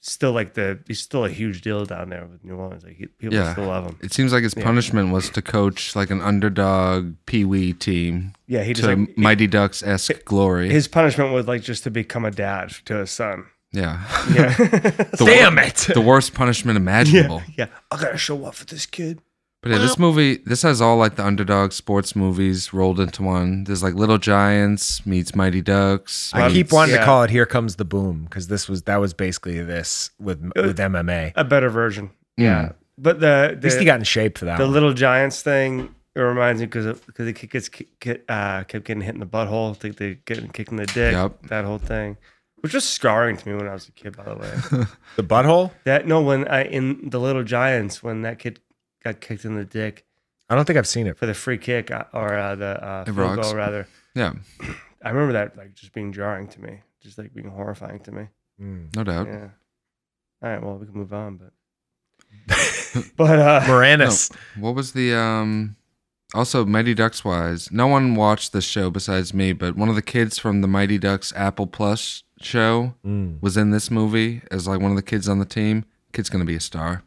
Speaker 6: still like the he's still a huge deal down there with New Orleans. Like he, people
Speaker 4: Yeah.
Speaker 6: still love him.
Speaker 4: It seems like his
Speaker 6: Yeah.
Speaker 4: punishment was to coach like an underdog Pee Wee team
Speaker 6: Yeah, he just
Speaker 4: to
Speaker 6: like,
Speaker 4: Mighty Ducks esque glory.
Speaker 6: his punishment was like just to become a dad to his son.
Speaker 4: yeah.
Speaker 6: Yeah.
Speaker 5: Damn it!
Speaker 4: the worst punishment imaginable.
Speaker 6: yeah. Yeah. I gotta show up for this kid.
Speaker 4: But yeah, this movie, this has all like the underdog sports movies rolled into one. There's like Little Giants meets Mighty Ducks.
Speaker 5: I keep
Speaker 4: meets-
Speaker 5: wanting to
Speaker 6: Um, Yeah.
Speaker 5: call it "Here Comes the Boom" because this was that was basically this with
Speaker 6: Uh,
Speaker 5: with MMA.
Speaker 6: A better version.
Speaker 4: Mm.
Speaker 6: But the
Speaker 5: At least he
Speaker 6: the,
Speaker 5: got in shape for that.
Speaker 6: the
Speaker 5: one.
Speaker 6: little giants thing it reminds me because because the kid gets ki- ki- uh, kept getting hit in the butthole, they, they getting kicked in the dick,
Speaker 4: Yep.
Speaker 6: that whole thing, which was scarring to me when I was a kid. By the way,
Speaker 5: the butthole.
Speaker 6: that no when I in the little giants when that kid got kicked in the dick
Speaker 5: I don't think I've seen it.
Speaker 6: for the free kick uh, or uh, the uh,
Speaker 4: It
Speaker 6: field
Speaker 4: rocks.
Speaker 6: goal rather.
Speaker 4: Yeah,
Speaker 6: I remember that like just being jarring to me, just like being horrifying to me.
Speaker 5: Mm.
Speaker 4: no doubt.
Speaker 6: Yeah. All right. Well, we can move on, but but uh,
Speaker 5: Moranis.
Speaker 4: What was the um also Mighty Ducks wise? No one watched this show besides me, but one of the kids from the Mighty Ducks Apple Plus show
Speaker 5: Mm.
Speaker 4: was in this movie as like one of the kids on the team. Kid's gonna be a star.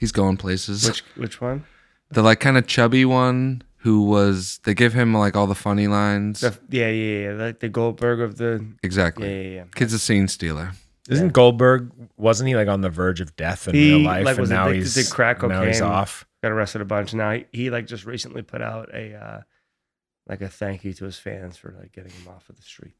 Speaker 4: He's going places.
Speaker 6: which which one?
Speaker 4: the like kind of chubby one who was they give him like all the funny lines.
Speaker 6: The, yeah, yeah, yeah. Like the Goldberg of the yeah,
Speaker 4: exactly.
Speaker 6: yeah, yeah.
Speaker 4: Kid's a scene stealer.
Speaker 5: Isn't Goldberg? Wasn't he like on the verge of death in
Speaker 6: He,
Speaker 5: real life?
Speaker 6: like, was
Speaker 5: and now
Speaker 6: addicted
Speaker 5: he's
Speaker 6: to crack
Speaker 5: now he's
Speaker 6: cocaine.
Speaker 5: off.
Speaker 6: Got arrested a bunch. Now he, he like just recently put out a uh like a thank you to his fans for like getting him off of the street.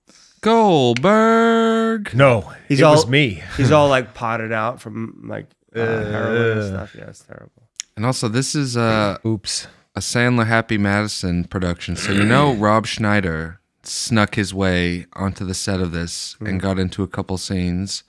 Speaker 4: Goldberg.
Speaker 5: No,
Speaker 6: He's
Speaker 5: it
Speaker 6: all-
Speaker 5: was me.
Speaker 6: He's all like potted out from like uh, heroin and
Speaker 5: Ugh.
Speaker 6: stuff. Yeah, it's terrible.
Speaker 4: And also, this is a,
Speaker 5: Oops.
Speaker 4: a Sandler Happy Madison production. So, you know, Rob Schneider snuck his way onto the set of this
Speaker 5: Mm.
Speaker 4: and got into a couple scenes.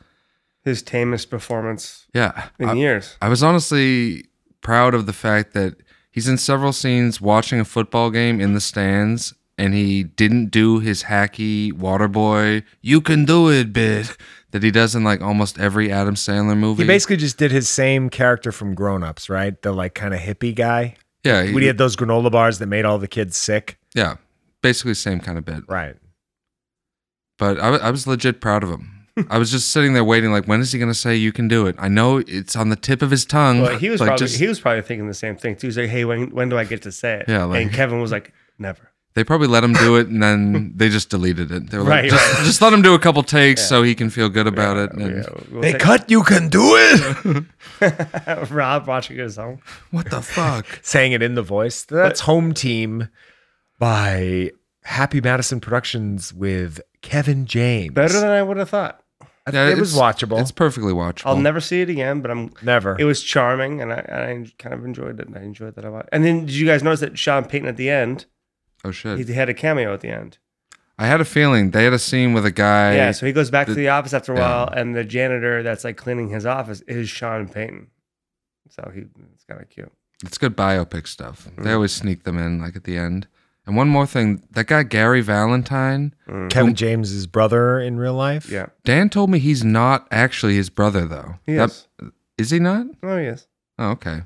Speaker 6: His tamest performance
Speaker 4: Yeah.
Speaker 6: in
Speaker 4: I-
Speaker 6: years.
Speaker 4: I was honestly proud of the fact that he's in several scenes watching a football game in the stands and he didn't do his hacky water boy you can do it bit that he does in like almost every Adam Sandler movie.
Speaker 5: He basically just did his same character from Grown Ups, right? The like kind of hippie guy.
Speaker 4: yeah, he-
Speaker 5: We had those granola bars that made all the kids sick.
Speaker 4: yeah, basically same kind of bit.
Speaker 5: Right.
Speaker 4: But I, wa- I was legit proud of him. I was just sitting there waiting like when is he going to say you can do it? I know it's on the tip of his tongue.
Speaker 6: Well, he was
Speaker 4: like,
Speaker 6: probably
Speaker 4: just-
Speaker 6: he was probably thinking the same thing too. He's like, hey, when when do I get to say it?
Speaker 4: Yeah, like-
Speaker 6: and Kevin was like, never.
Speaker 4: They probably let him do it and then they just deleted it. They were like,
Speaker 6: Right,
Speaker 4: just,
Speaker 6: right.
Speaker 4: just let him do a couple takes so he can feel good about it. And
Speaker 6: we'll
Speaker 5: They
Speaker 6: take-
Speaker 5: cut. You can do it.
Speaker 6: Rob watching his own.
Speaker 4: What the fuck?
Speaker 5: Saying it in the voice. That's Home Team by Happy Madison Productions with Kevin James.
Speaker 6: Better than I would have thought.
Speaker 4: Yeah,
Speaker 5: it
Speaker 4: it's-
Speaker 5: was watchable.
Speaker 4: It's perfectly watchable.
Speaker 6: I'll never see it again, but I'm.
Speaker 5: Never.
Speaker 6: It was charming, and I, I kind of enjoyed it. and I enjoyed that a lot. And then did you guys notice that Sean Payton at the end?
Speaker 4: Oh
Speaker 6: He
Speaker 4: shit!
Speaker 6: had a cameo at the end.
Speaker 4: I had a feeling they had a scene with a guy.
Speaker 6: yeah, so he goes back to
Speaker 4: the-
Speaker 6: the office after a
Speaker 4: yeah.
Speaker 6: while, and the janitor that's like cleaning his office is Sean Payton. So he, it's kind of cute. Mm-hmm.
Speaker 4: it's good biopic stuff. They always sneak them in, like at the end. And one more thing, that guy Gary Valentine,
Speaker 5: Kevin James's brother in real life.
Speaker 6: Yeah.
Speaker 4: Dan told me he's not actually his brother though.
Speaker 6: He
Speaker 4: That-
Speaker 6: is.
Speaker 4: is he not?
Speaker 6: Oh, yes.
Speaker 4: Oh, okay.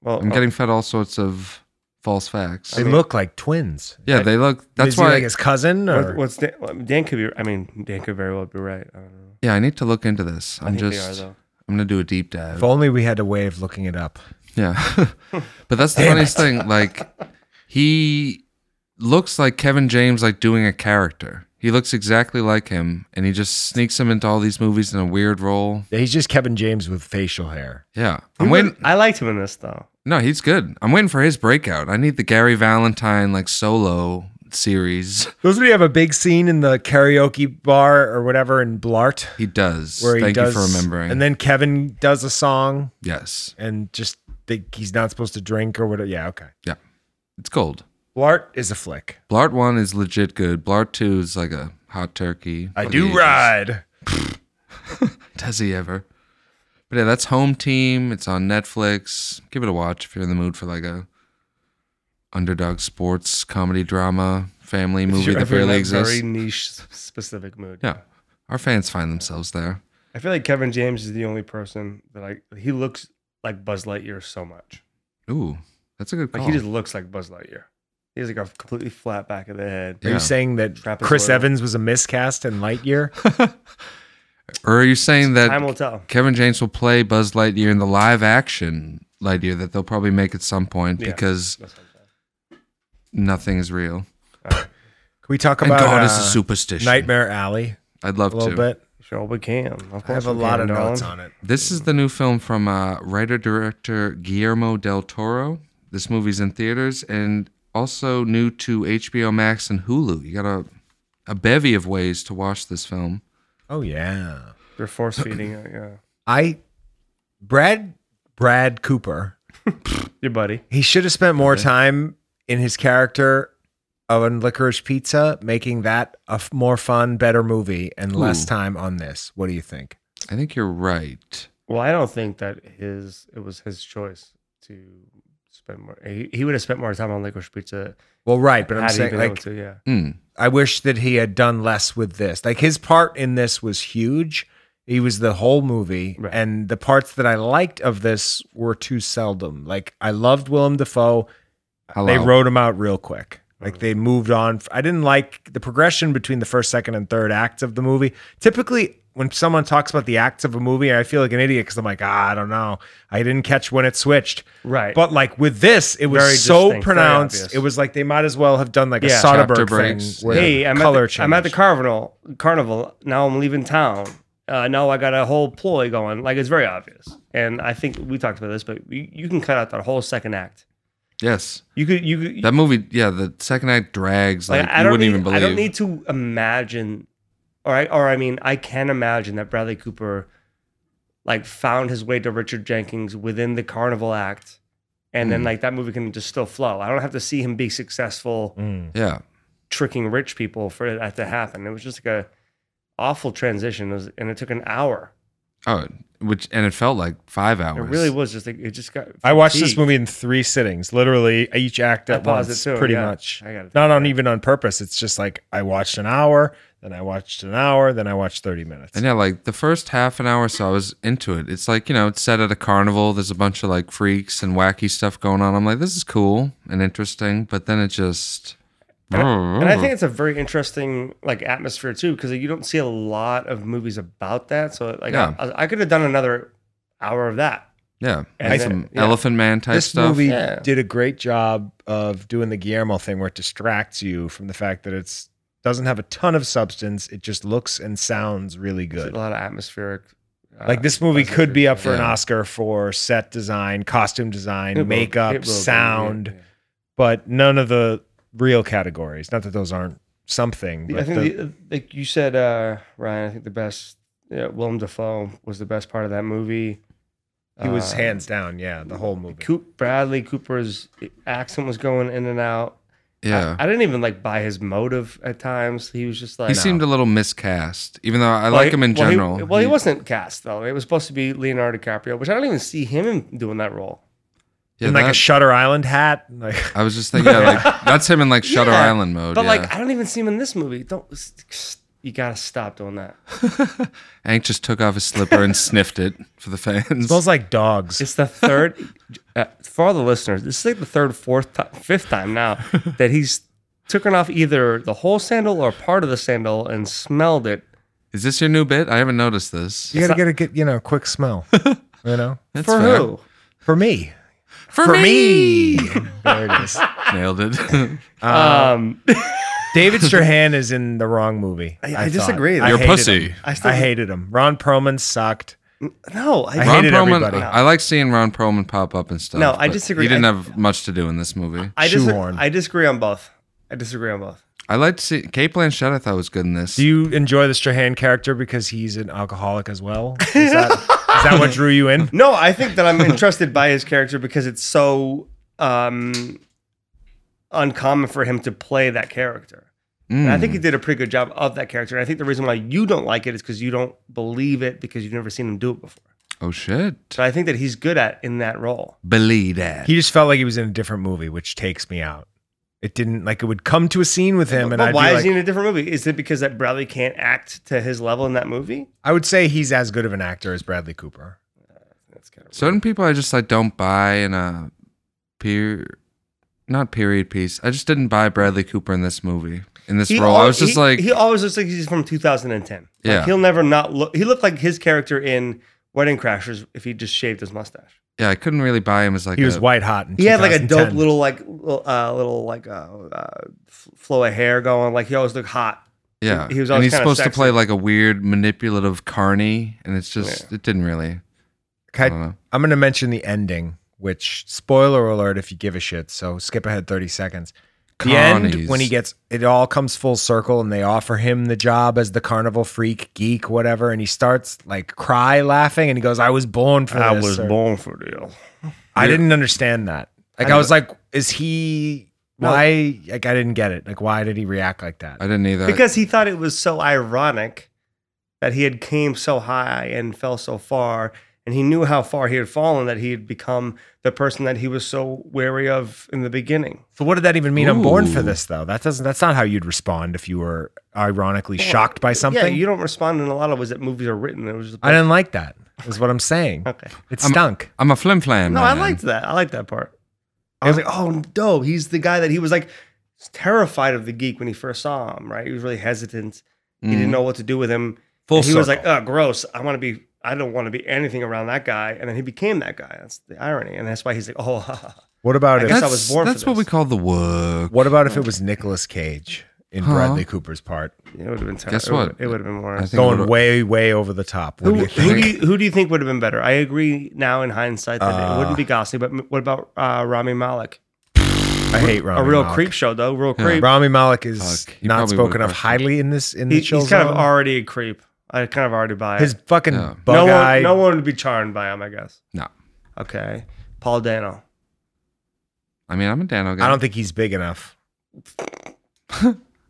Speaker 6: Well,
Speaker 4: I'm
Speaker 6: oh,
Speaker 4: getting fed all sorts of false facts.
Speaker 5: They look like twins.
Speaker 4: yeah, they look. That's
Speaker 5: Is he
Speaker 4: why.
Speaker 5: like his cousin
Speaker 6: what-
Speaker 5: or
Speaker 6: what's Dan, Dan could be. I mean, Dan could very well be right. I don't know.
Speaker 4: yeah, I need to look into this.
Speaker 6: I
Speaker 4: I'm
Speaker 6: think
Speaker 4: just.
Speaker 6: they are though.
Speaker 4: I'm gonna do a deep dive.
Speaker 5: if only we had a way of looking it up.
Speaker 4: Yeah. but that's the funniest thing. Like he looks like Kevin James like doing a character. He looks exactly like him and he just sneaks him into all these movies in a weird role.
Speaker 5: Yeah, he's just Kevin James with facial hair.
Speaker 4: Yeah.
Speaker 6: He
Speaker 4: I'm
Speaker 6: was-
Speaker 4: waiting
Speaker 6: I liked him in this though.
Speaker 4: No, he's good. I'm waiting for his breakout. I need the Gary Valentine like solo series.
Speaker 5: Doesn't he have a big scene in the karaoke bar or whatever in Blart?
Speaker 4: He does.
Speaker 5: Where he
Speaker 4: Thank
Speaker 5: does,
Speaker 4: you for remembering.
Speaker 5: And then Kevin does a song
Speaker 4: yes.
Speaker 5: and just think he's not supposed to drink or whatever. Yeah, okay.
Speaker 4: Yeah. It's gold.
Speaker 5: Blart is a flick.
Speaker 4: Blart 1 is legit good. Blart 2 is like a hot turkey. for the ages. Does he ever? But yeah, that's Home Team. It's on Netflix. Give it a watch if you're in the mood for like a underdog sports comedy drama family movie
Speaker 6: Sure, I
Speaker 4: that
Speaker 6: feel in
Speaker 4: barely
Speaker 6: that
Speaker 4: exists.
Speaker 6: Very niche, s- specific mood.
Speaker 4: Yeah, our fans find themselves there.
Speaker 6: I feel like Kevin James is the only person that I. He looks like Buzz Lightyear so much.
Speaker 4: Ooh, that's a good
Speaker 6: Like
Speaker 4: call.
Speaker 5: Oh.
Speaker 6: he just looks like Buzz Lightyear. He has like a completely flat back of the head.
Speaker 5: Are
Speaker 4: Yeah.
Speaker 5: you saying that
Speaker 6: Trapezoidal.
Speaker 5: Chris Evans was a miscast in Lightyear?
Speaker 4: or are you saying that
Speaker 6: Time will tell.
Speaker 4: Kevin James will play Buzz Lightyear in the live action Lightyear that they'll probably make at some point
Speaker 6: Yeah.
Speaker 4: because
Speaker 6: That's what I'm saying.
Speaker 4: nothing is real
Speaker 5: Can we talk
Speaker 4: and
Speaker 5: about
Speaker 4: God is
Speaker 5: uh,
Speaker 4: a superstition.
Speaker 5: Nightmare Alley
Speaker 4: I'd
Speaker 5: a
Speaker 4: love
Speaker 5: little
Speaker 4: to.
Speaker 5: bit?
Speaker 6: Sure, we can. Of course
Speaker 5: I have a
Speaker 6: we
Speaker 5: lot
Speaker 6: can,
Speaker 5: of
Speaker 6: darling.
Speaker 5: notes on it.
Speaker 4: This is the new film from uh, writer director Guillermo del Toro. This movie's in theaters and also new to HBO Max and Hulu. You got a, a bevy of ways to watch this film.
Speaker 5: Oh yeah.
Speaker 6: They're force feeding it. Yeah,
Speaker 5: I Brad Brad Cooper.
Speaker 6: your buddy.
Speaker 5: He should have spent more time in his character of a licorice pizza, making that a f- more fun, better movie, and less
Speaker 4: Ooh.
Speaker 5: time on this. What do you think?
Speaker 4: I think you're right.
Speaker 6: Well, I don't think that his it was his choice to spend more. He, he would have spent more time on licorice pizza.
Speaker 5: Well, right, but I'm
Speaker 6: had he
Speaker 5: saying
Speaker 6: been able
Speaker 5: like
Speaker 6: to, yeah.
Speaker 4: Hmm.
Speaker 5: I wish that he had done less with this. Like his part in this was huge. He was the whole movie,
Speaker 6: Right.
Speaker 5: and the parts that I liked of this were too seldom. Like I loved Willem Dafoe.
Speaker 4: Hello.
Speaker 5: They wrote him out real quick. Like they moved on. I didn't like the progression between the first, second, and third acts of the movie. Typically, when someone talks about the acts of a movie, I feel like an idiot because I'm like, ah, I don't know. I didn't catch when it switched.
Speaker 6: Right.
Speaker 5: But like with this, it was
Speaker 6: Very
Speaker 5: so
Speaker 6: distinct, very obvious.
Speaker 5: pronounced. It was like they might as well have done like
Speaker 6: Yeah.
Speaker 5: a Soderbergh
Speaker 4: Chapter
Speaker 5: thing.
Speaker 4: breaks.
Speaker 5: where
Speaker 6: hey, I'm
Speaker 5: color
Speaker 6: at the, I'm at the
Speaker 5: changed.
Speaker 6: carnival. Carnival. Now I'm leaving town. Uh, now I got a whole ploy going. Like it's very obvious. And I think we talked about this, but you, you can cut out that whole second act.
Speaker 4: Yes.
Speaker 6: You could you could
Speaker 4: That movie, yeah, the second act drags like,
Speaker 6: like, I
Speaker 4: you
Speaker 6: don't
Speaker 4: wouldn't
Speaker 6: need,
Speaker 4: even believe.
Speaker 6: I don't need to imagine, or I, or I mean, I can imagine that Bradley Cooper, like, found his way to Richard Jenkins within the Carnival Act, and
Speaker 4: Hmm.
Speaker 6: then like that movie can just still flow. I don't have to see him be successful
Speaker 5: Mm.
Speaker 4: yeah.
Speaker 6: tricking rich people for that to happen. It was just like a awful transition, it was, and it took an hour.
Speaker 4: Oh, which and it felt like five hours.
Speaker 6: It really was just like it just got.
Speaker 5: I watched this
Speaker 6: fatigued.
Speaker 5: movie in three sittings, literally each act
Speaker 6: I
Speaker 5: at
Speaker 6: paused
Speaker 5: once,
Speaker 6: it too,
Speaker 5: pretty
Speaker 6: yeah.
Speaker 5: much.
Speaker 6: I gotta
Speaker 5: Not on even on purpose. It's just like I watched an hour, then I watched an hour, then I watched thirty minutes.
Speaker 4: And yeah, like the first half an hour or so, I was into it. It's like, you know, it's set at a carnival. There's a bunch of like freaks and wacky stuff going on. I'm like, this is cool and interesting. But then it just.
Speaker 6: And I think it's a very interesting like atmosphere too, because you don't see a lot of movies about that. So like
Speaker 4: Yeah.
Speaker 6: I, I could have done another hour of that.
Speaker 4: yeah.
Speaker 6: And
Speaker 4: like
Speaker 6: then-
Speaker 4: some
Speaker 6: yeah.
Speaker 4: Elephant Man type
Speaker 5: this
Speaker 4: stuff.
Speaker 5: movie
Speaker 6: Yeah.
Speaker 5: did a great job of doing the Guillermo thing, where it distracts you from the fact that it's doesn't have a ton of substance. It just looks and sounds really
Speaker 6: There's
Speaker 5: good.
Speaker 6: A lot of atmospheric. uh,
Speaker 5: Like this movie could be up for an
Speaker 4: Yeah.
Speaker 5: Oscar for set design, costume design,
Speaker 6: It will- it will
Speaker 5: makeup,
Speaker 6: be, yeah,
Speaker 5: sound,
Speaker 6: yeah.
Speaker 5: but none of the real categories. Not that those aren't something.
Speaker 6: The-
Speaker 5: But
Speaker 6: I
Speaker 5: the-
Speaker 6: think the, like you said, uh, Ryan. I think the best. Yeah, Willem Dafoe was the best part of that movie.
Speaker 5: He was
Speaker 6: Uh,
Speaker 5: hands down, yeah, the whole movie.
Speaker 6: Coop Bradley Cooper's accent was going in and out.
Speaker 4: yeah.
Speaker 6: I, I didn't even like buy his motive at times. He was just like
Speaker 4: he seemed a little miscast, even though I
Speaker 6: Well,
Speaker 4: like
Speaker 6: he-
Speaker 4: him in
Speaker 6: well, he-
Speaker 4: general.
Speaker 6: well, he, wasn't cast though. It was supposed to be Leonardo DiCaprio, which I don't even see him in doing that role.
Speaker 4: Yeah,
Speaker 5: in like a
Speaker 4: that-
Speaker 5: Shutter Island hat. Like
Speaker 4: I was just thinking, yeah, like that's him in like Shutter
Speaker 6: Yeah,
Speaker 4: Island mode.
Speaker 6: But
Speaker 4: yeah.
Speaker 6: like, I don't even see him in this movie. Don't. You gotta stop doing that.
Speaker 4: Hank just took off his slipper and sniffed it for the fans.
Speaker 5: smells like dogs.
Speaker 6: It's the third. uh, for all the listeners, this is like the third, fourth, ti fifth time now that he's taken off either the whole sandal or part of the sandal and smelled it.
Speaker 4: Is this your new bit? I haven't noticed this.
Speaker 5: you gotta get a get you know quick smell. you know,
Speaker 4: That's
Speaker 6: for
Speaker 4: fair.
Speaker 6: who?
Speaker 5: for me,
Speaker 4: For, me.
Speaker 5: there it is.
Speaker 4: Nailed it. Uh,
Speaker 6: Um,
Speaker 5: David Strahan is in the wrong movie.
Speaker 6: I
Speaker 5: thought.
Speaker 6: disagree.
Speaker 5: I
Speaker 4: You're a
Speaker 5: hated
Speaker 4: pussy.
Speaker 5: him.
Speaker 6: I still-
Speaker 5: I hated him. Ron Perlman sucked.
Speaker 6: no, I,
Speaker 4: Ron
Speaker 5: I hated
Speaker 4: Perlman.
Speaker 5: everybody.
Speaker 4: I like seeing Ron Perlman pop up and stuff.
Speaker 6: No, I
Speaker 4: but
Speaker 6: disagree.
Speaker 4: He didn't
Speaker 6: I-
Speaker 4: have much to do in this movie.
Speaker 6: I, dis-
Speaker 5: shoehorn.
Speaker 6: I disagree on both. I disagree on both.
Speaker 4: I liked see Kate Blanchett. I thought was good in this.
Speaker 5: Do you enjoy the Strahan character because he's an alcoholic as well? Is that, is that what drew you in?
Speaker 6: No, I think that I'm interested by his character because it's so um, uncommon for him to play that character.
Speaker 4: Hmm.
Speaker 6: And I think he did a pretty good job of that character. And I think the reason why you don't like it is because you don't believe it because you've never seen him do it before.
Speaker 4: oh shit!
Speaker 6: So I think that he's good at in that role.
Speaker 4: Believe that.
Speaker 5: He just felt like he was in a different movie, which takes me out. It didn't like it would come to a scene with him, and
Speaker 6: but
Speaker 5: I'd be
Speaker 6: why is
Speaker 5: like,
Speaker 6: he in a different movie? Is it because that Bradley can't act to his level in that movie?
Speaker 5: I would say he's as good of an actor as Bradley Cooper.
Speaker 6: That's kind of
Speaker 4: Certain people I just like don't buy in a peer, not period piece. I just didn't buy Bradley Cooper in this movie in this role. I was just like,
Speaker 6: he always looks like he's from 2010. Like,
Speaker 4: Yeah.
Speaker 6: he'll never not look. He looked like his character in Wedding Crashers if he just shaved his mustache.
Speaker 4: yeah, I couldn't really buy him as like
Speaker 5: He was
Speaker 4: a-
Speaker 5: white hot. In
Speaker 6: He had like a dope
Speaker 5: 2010.
Speaker 6: little like little, uh, little like uh, uh, f- flow of hair going. Like he always looked hot.
Speaker 4: Yeah,
Speaker 6: He- he was
Speaker 4: and
Speaker 6: always
Speaker 4: he's
Speaker 6: kinda
Speaker 4: supposed
Speaker 6: sexy.
Speaker 4: to play like a weird manipulative carny, and it's just it didn't really.
Speaker 5: Okay,
Speaker 4: I don't know.
Speaker 5: I'm going to mention the ending, which spoiler alert if you give a shit. So skip ahead 30 seconds. The end
Speaker 4: Connie's.
Speaker 5: when he gets it all comes full circle and they offer him the job as the carnival freak geek whatever and he starts like cry laughing and he goes I was born for this. or-
Speaker 6: born for deal.
Speaker 5: I didn't understand that. Like I was like is he why like I didn't get it. Like why did he react like that?
Speaker 4: I didn't either.
Speaker 6: Because he thought it was so ironic that he had came so high and fell so far, and he knew how far he had fallen that he had become the person that he was so wary of in the beginning.
Speaker 5: So what did that even mean? I'm born for
Speaker 4: Ooh.
Speaker 5: this though. That doesn't that's not how you'd respond if you were ironically shocked by something.
Speaker 6: Yeah, you don't respond in a lot of ways that movies are written. It was just
Speaker 5: I didn't like that. Is what I'm saying.
Speaker 6: okay.
Speaker 5: It
Speaker 4: I'm-
Speaker 5: stunk.
Speaker 4: I'm a flim flam.
Speaker 6: No,
Speaker 4: man.
Speaker 6: I liked that. I liked that part. I was like, oh, dope. He's the guy that he was like terrified of the geek when he first saw him. Right? He was really hesitant. He didn't know what to do with him.
Speaker 4: Mm-hmm. Full
Speaker 6: And he was like,
Speaker 4: circle.
Speaker 6: "Oh, gross! I want to be. I don't want to be anything around that guy." And then he became that guy. That's the irony, and that's why he's like, "Oh,
Speaker 5: What about
Speaker 6: I
Speaker 5: if
Speaker 6: guess
Speaker 4: that's,
Speaker 6: was born for
Speaker 4: That's what we
Speaker 6: this.
Speaker 4: call the work.
Speaker 5: What about if it was Nicolas Cage in
Speaker 4: Huh?
Speaker 5: Bradley Cooper's part,
Speaker 6: it would have been terrible."
Speaker 4: Guess
Speaker 6: It would-
Speaker 4: what?
Speaker 6: It would have been worse.
Speaker 4: I think it
Speaker 5: going
Speaker 4: would've-
Speaker 5: way way over the top? What
Speaker 6: who,
Speaker 5: do you
Speaker 6: who
Speaker 5: think?
Speaker 6: do you, who do you think would have been better? I agree now in hindsight that it
Speaker 4: Uh.
Speaker 6: wouldn't be Gosling, but m- what about uh, Rami Malek?
Speaker 5: I hate Rami.
Speaker 6: A real
Speaker 5: Malek.
Speaker 6: creep show, though. Real
Speaker 4: Yeah.
Speaker 6: creep.
Speaker 5: Rami Malek is
Speaker 4: Fuck, he
Speaker 5: not
Speaker 4: probably
Speaker 5: spoken
Speaker 4: would've
Speaker 5: of
Speaker 4: crushed
Speaker 5: highly in this in
Speaker 6: He-
Speaker 5: the
Speaker 6: he's
Speaker 5: chill
Speaker 6: kind of
Speaker 5: zone.
Speaker 6: already a creep. I kind of already buy it.
Speaker 5: His fucking
Speaker 4: Yeah.
Speaker 5: bug
Speaker 6: no
Speaker 5: eye.
Speaker 6: one, no one would be charmed by him, I guess.
Speaker 4: No,
Speaker 6: Okay, Paul Dano.
Speaker 4: I mean I'm a Dano guy.
Speaker 5: I don't think he's big enough.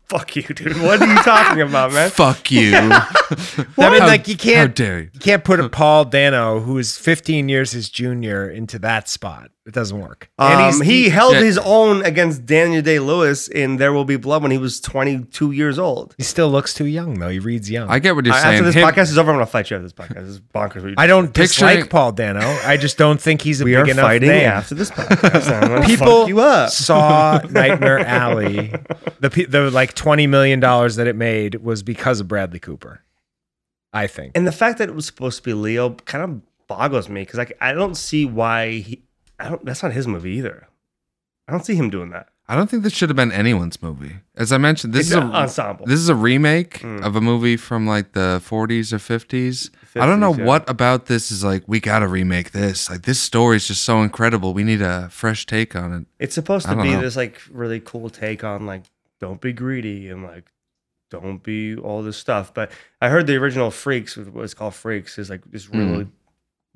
Speaker 6: Fuck you, dude. What are you talking about, man?
Speaker 4: Fuck you.
Speaker 5: I mean,
Speaker 4: How-
Speaker 5: like you
Speaker 4: How
Speaker 5: can't
Speaker 4: dare you?
Speaker 5: you can't put a Paul Dano, who is 15 years his junior, into that spot. It doesn't work.
Speaker 6: Um, he held
Speaker 4: Yeah.
Speaker 6: his own against Daniel Day Lewis in There Will Be Blood when he was 22 years old.
Speaker 5: he still looks too young though. He reads young.
Speaker 4: I
Speaker 5: I,
Speaker 4: get what you're
Speaker 6: I-
Speaker 4: saying.
Speaker 6: after this
Speaker 4: Him-
Speaker 6: podcast is over, I'm gonna fight you after this podcast. This is bonkers. We,
Speaker 5: don't dislike
Speaker 4: Picturing-
Speaker 5: Paul Dano. I just don't think he's a
Speaker 6: we
Speaker 5: big
Speaker 6: are
Speaker 5: enough
Speaker 6: fighting
Speaker 5: name.
Speaker 6: after this podcast. I'm gonna
Speaker 5: people
Speaker 6: fuck you up.
Speaker 5: saw Nightmare Alley. The pe- the like twenty million dollars that it made was because of Bradley Cooper. I think
Speaker 6: And the fact that it was supposed to be Leo kind of boggles me because I, I don't see why he. I don't. That's not his movie either. I don't see him doing that.
Speaker 4: I don't think this should have been anyone's movie. As I mentioned, this
Speaker 6: It's
Speaker 4: is a
Speaker 6: an ensemble. Hmm.
Speaker 4: This is a remake of a movie from like the 40s or 50s. I don't know
Speaker 6: 50s, yeah.
Speaker 4: what about this is like. We gotta remake this. Like this story is just so incredible. We need a fresh take on it.
Speaker 6: It's supposed
Speaker 4: I
Speaker 6: to
Speaker 4: don't
Speaker 6: be
Speaker 4: know.
Speaker 6: this like really cool take on like don't be greedy and like don't be all this stuff. But I heard the original Freaks, which was called Freaks, is like this
Speaker 4: Hmm.
Speaker 6: really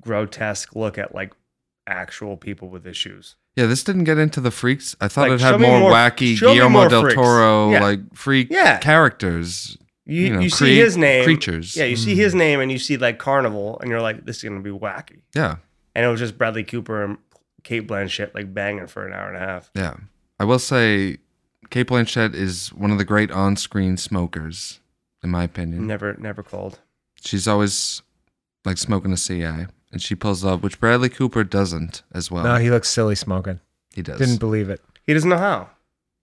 Speaker 6: grotesque look at like actual people with issues.
Speaker 4: Yeah, this didn't get into the freaks. I thought
Speaker 6: Like,
Speaker 4: it
Speaker 6: show
Speaker 4: had
Speaker 6: me
Speaker 4: more,
Speaker 6: more-
Speaker 4: wacky
Speaker 6: show me
Speaker 4: Guillermo
Speaker 6: more
Speaker 4: del
Speaker 6: freaks.
Speaker 4: Toro
Speaker 6: Yeah.
Speaker 4: like freak
Speaker 6: Yeah.
Speaker 4: characters.
Speaker 6: You
Speaker 4: You
Speaker 6: you,
Speaker 4: know,
Speaker 6: see his
Speaker 4: create
Speaker 6: name
Speaker 4: creatures. Hmm.
Speaker 6: Yeah, you see his name and you see like Carnival and you're like, this is gonna be wacky.
Speaker 4: Yeah,
Speaker 6: And it was just Bradley Cooper and Kate Blanchett like banging for an hour and a half.
Speaker 4: Yeah. I will say Kate Blanchett is one of the great on screen smokers, in my opinion.
Speaker 6: Never, never called.
Speaker 4: She's always like smoking a CI and she pulls up, which Bradley Cooper doesn't as well.
Speaker 5: No, he looks silly smoking.
Speaker 4: he does.
Speaker 5: Didn't believe it.
Speaker 6: He doesn't know how.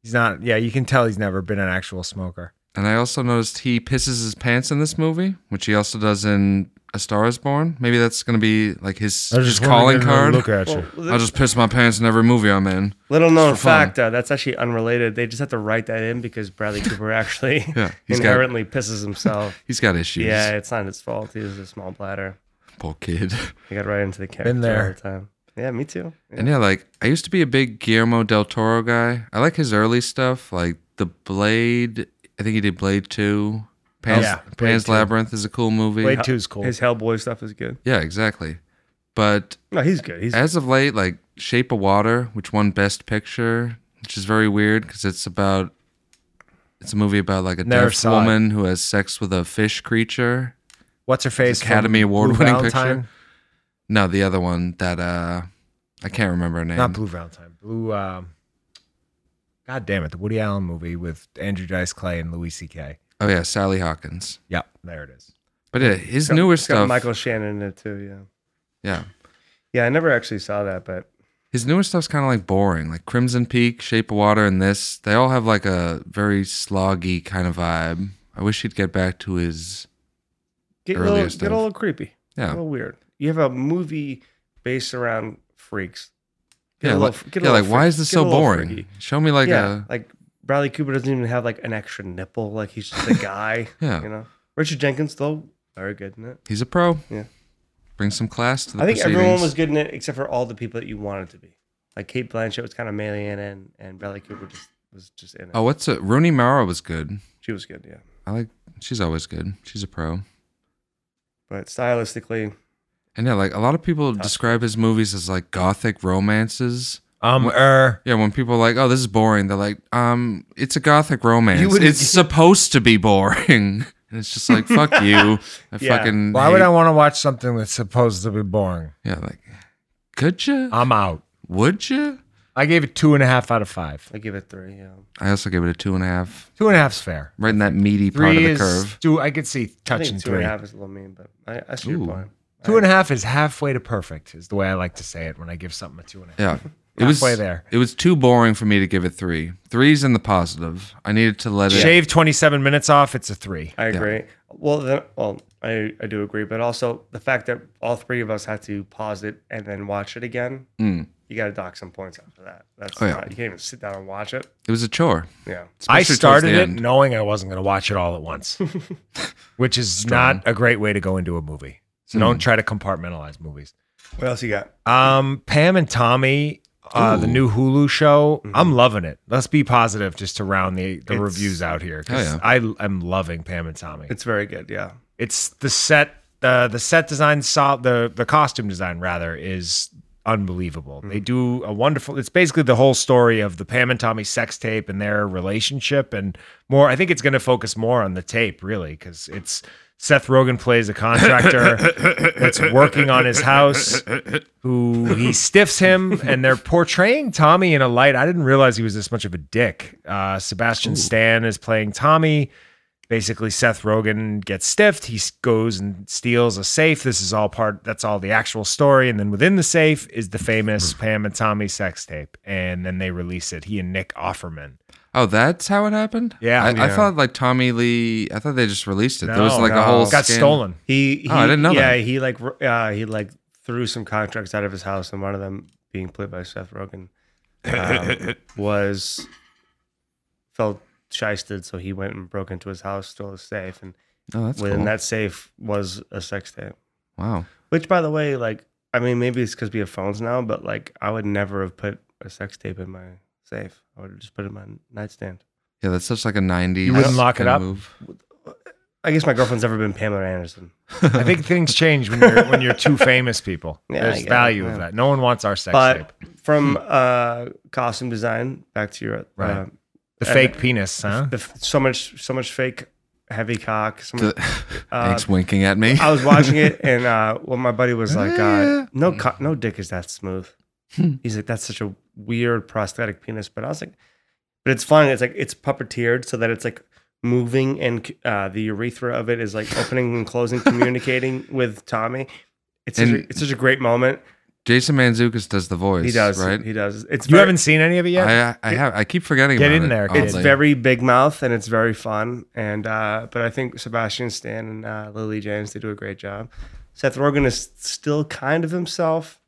Speaker 5: He's not. Yeah, you can tell he's never been an actual smoker.
Speaker 4: and I also noticed he pisses his pants in this movie, which he also does in A Star is Born. Maybe that's going to be like his, his calling card.
Speaker 5: Look at
Speaker 6: Well,
Speaker 5: you.
Speaker 4: I'll just piss my pants in every movie I'm in.
Speaker 6: little known
Speaker 4: for fun.
Speaker 6: fact uh, that's actually unrelated. They just have to write that in because Bradley Cooper actually
Speaker 4: Yeah, he's got-
Speaker 6: inherently pisses himself.
Speaker 4: He's got issues.
Speaker 6: yeah, it's not his fault. He was a small bladder.
Speaker 4: Poor kid.
Speaker 6: He got right into the character
Speaker 5: there.
Speaker 6: all the time. Yeah, me too. Yeah.
Speaker 4: And yeah, like I used to be a big Guillermo del Toro guy. I like his early stuff, like The Blade. I think he did Blade Two. Pan's,
Speaker 5: Oh, yeah, Blade
Speaker 4: Pan's
Speaker 5: 2.
Speaker 4: Labyrinth is a cool movie.
Speaker 5: Blade Two's cool.
Speaker 6: His Hellboy stuff is good.
Speaker 4: Yeah, exactly. But
Speaker 6: No, he's good. He's
Speaker 4: as of late, like Shape of Water, which won Best Picture, which is very weird because it's about it's a movie about like a
Speaker 5: Never
Speaker 4: deaf
Speaker 5: saw it.
Speaker 4: woman who has sex with a fish creature.
Speaker 5: What's her face? from
Speaker 4: Academy
Speaker 5: Blue
Speaker 4: Award-winning
Speaker 5: Valentine?
Speaker 4: picture? No, the other one that uh I can't remember her name.
Speaker 5: Not Blue Valentine. Blue. Um, God damn it! The Woody Allen movie with Andrew Dice Clay and Louis C.K.
Speaker 4: Oh yeah, Sally Hawkins.
Speaker 5: Yep, there it is.
Speaker 4: But yeah, his
Speaker 6: got-
Speaker 4: newer
Speaker 6: it's got
Speaker 4: stuff.
Speaker 6: Michael Shannon in it too. Yeah.
Speaker 4: Yeah.
Speaker 6: Yeah, I never actually saw that, but
Speaker 4: His newer stuff's kind of like boring, like Crimson Peak, Shape of Water, and this. They all have like a very sloggy kind of vibe. I wish he'd get back to his.
Speaker 6: get a
Speaker 4: Earlier
Speaker 6: little,
Speaker 4: stuff.
Speaker 6: get a little creepy. A
Speaker 4: Yeah.
Speaker 6: little weird. You have a movie based around freaks. Get
Speaker 4: Yeah,
Speaker 6: a
Speaker 4: like,
Speaker 6: little, get a
Speaker 4: yeah,
Speaker 6: little
Speaker 4: like why
Speaker 6: freak-
Speaker 4: is this
Speaker 6: get
Speaker 4: so
Speaker 6: a little
Speaker 4: boring?
Speaker 6: freaky.
Speaker 4: Show me like uh,
Speaker 6: yeah,
Speaker 4: a.
Speaker 6: like Bradley Cooper doesn't even have like an extra nipple. Like he's just a guy.
Speaker 4: Yeah.
Speaker 6: you know. Richard Jenkins though, very good in it.
Speaker 4: He's a pro.
Speaker 6: Yeah.
Speaker 4: Bring some class to the
Speaker 6: I think
Speaker 4: proceedings.
Speaker 6: everyone was good in it except for all the people that you wanted to be. Like Kate Blanchett was kind of mainly in it, and, and Bradley Cooper just was just in it.
Speaker 4: Oh, what's it? Rooney Mara was good.
Speaker 6: She was good, yeah.
Speaker 4: I like. She's always good. She's a pro.
Speaker 6: But stylistically,
Speaker 4: And yeah, like a lot of people describe his movies as like gothic romances.
Speaker 5: Um, er,
Speaker 4: Yeah, when people are like, "Oh, this is boring," they're like, "Um, it's a gothic romance.
Speaker 6: You would've-
Speaker 4: it's supposed to be boring." And it's just like, "Fuck you." I
Speaker 6: Yeah.
Speaker 4: fucking.
Speaker 5: why would
Speaker 4: hate-
Speaker 5: I want to watch something that's supposed to be boring?
Speaker 4: Yeah, like, could you?
Speaker 5: I'm out.
Speaker 4: would you?
Speaker 5: I gave it two and a half out of five.
Speaker 6: I give it three. Yeah,
Speaker 4: I also gave it a two and a half,
Speaker 5: Two and a half's fair.
Speaker 4: right in that meaty
Speaker 5: Three
Speaker 4: part of the
Speaker 5: is
Speaker 4: curve.
Speaker 5: two. I could see
Speaker 6: I
Speaker 5: touching
Speaker 6: think two
Speaker 5: three.
Speaker 6: and a half is a little mean, but I, I see
Speaker 4: Ooh.
Speaker 6: your point.
Speaker 5: Two and a half is halfway to perfect. Is the way I like to say it when I give something a two and a half.
Speaker 4: Yeah, it was
Speaker 5: Halfway there.
Speaker 4: It was too boring for me to give it three. Three's in the positive. I needed to let it.
Speaker 5: Shave twenty seven minutes off. It's a three.
Speaker 6: I agree. Well, then, well, I, I do agree, but also the fact that all three of us had to pause it and then watch it again, you got to dock some points after that. That's
Speaker 4: Oh, yeah.
Speaker 6: not, you can't even sit down and watch it.
Speaker 4: It was a chore.
Speaker 6: Yeah,
Speaker 5: I
Speaker 4: especially towards
Speaker 5: started
Speaker 4: the
Speaker 5: it
Speaker 4: end.
Speaker 5: knowing I wasn't going to watch it all at once, which is not a great way to go into a movie. So
Speaker 4: Hmm.
Speaker 5: don't try to compartmentalize movies.
Speaker 6: What else you got?
Speaker 5: Um, Pam and Tommy, uh, the
Speaker 4: Ooh.
Speaker 5: new Hulu show. I'm loving it. Let's be positive just to round the, the
Speaker 6: It's-
Speaker 5: reviews out here
Speaker 4: Oh,
Speaker 5: because
Speaker 4: yeah.
Speaker 5: I am loving Pam and Tommy. It's,
Speaker 6: It's very good. Yeah,
Speaker 5: the set the the set design sol- the the costume design rather is unbelievable. They do a wonderful. It's basically the whole story of the Pam and Tommy sex tape and their relationship and more. I think it's going to focus more on the tape really because it's. Seth Rogen plays a contractor that's working on his house who he stiffs him and they're portraying Tommy in a light. I didn't realize he was this much of a dick. Uh, Sebastian Stan is playing Tommy. Basically, Seth Rogen gets stiffed. He s- goes and steals a safe. This is all part, that's all the actual story. And then within the safe is the famous Pam and Tommy sex tape. And then they release it. He and Nick Offerman.
Speaker 4: Oh, that's how it happened.
Speaker 5: Yeah.
Speaker 4: I, I
Speaker 5: Yeah.
Speaker 4: thought like Tommy Lee. I thought they just released it. there was like a whole
Speaker 5: got
Speaker 4: scan-
Speaker 5: stolen.
Speaker 6: he, he
Speaker 4: Oh, I didn't know
Speaker 6: Yeah,
Speaker 4: that.
Speaker 6: he like r- uh, he like threw some contracts out of his house, and one of them being played by Seth Rogen um, was felt shysted, so he went and broke into his house, stole his safe, and
Speaker 4: Oh, that's
Speaker 6: within
Speaker 4: cool.
Speaker 6: that safe was a sex tape.
Speaker 4: wow.
Speaker 6: Which, by the way, like, I mean, maybe it's because we have phones now, but like, I would never have put a sex tape in my safe. I would have just put it in my nightstand.
Speaker 4: Yeah, that's such like a '90s.
Speaker 5: You wouldn't lock it
Speaker 4: kinda
Speaker 5: up?
Speaker 4: move.
Speaker 6: I guess my girlfriend's ever been Pamela Anderson.
Speaker 5: I think things change when you're when you're two famous people.
Speaker 6: Yeah, I
Speaker 5: There's
Speaker 6: get it,
Speaker 5: value of
Speaker 6: yeah.
Speaker 5: that. No one wants our sex tape. Hmm.
Speaker 6: But from uh, costume design back to your uh,
Speaker 5: Right. The
Speaker 6: and-
Speaker 5: fake penis, huh?
Speaker 6: the, f- so much, so much fake heavy cock. So much,
Speaker 4: The- Thanks winking at me.
Speaker 6: uh, I was watching it, and uh, well, my buddy was like, uh, "No, co- no dick is that smooth." He's like, that's such a weird prosthetic penis. But I was like, but it's fine. It's like it's puppeteered so that it's like moving and uh, the urethra of it is like opening and closing, communicating with Tommy. It's such, a,
Speaker 4: And-
Speaker 6: it's such a great moment.
Speaker 4: Jason Manzukis does the voice.
Speaker 6: He does.
Speaker 4: right.
Speaker 6: He does. It's
Speaker 5: You
Speaker 6: very-
Speaker 5: haven't seen any of it yet?
Speaker 4: I uh, I have I keep forgetting.
Speaker 5: Get
Speaker 4: about
Speaker 5: in
Speaker 4: it,
Speaker 5: there, kid.
Speaker 6: It's
Speaker 4: oddly.
Speaker 6: very big mouth and it's very fun. And uh, but I think Sebastian Stan and uh, Lily James they do a great job. Seth Rogen is still kind of himself.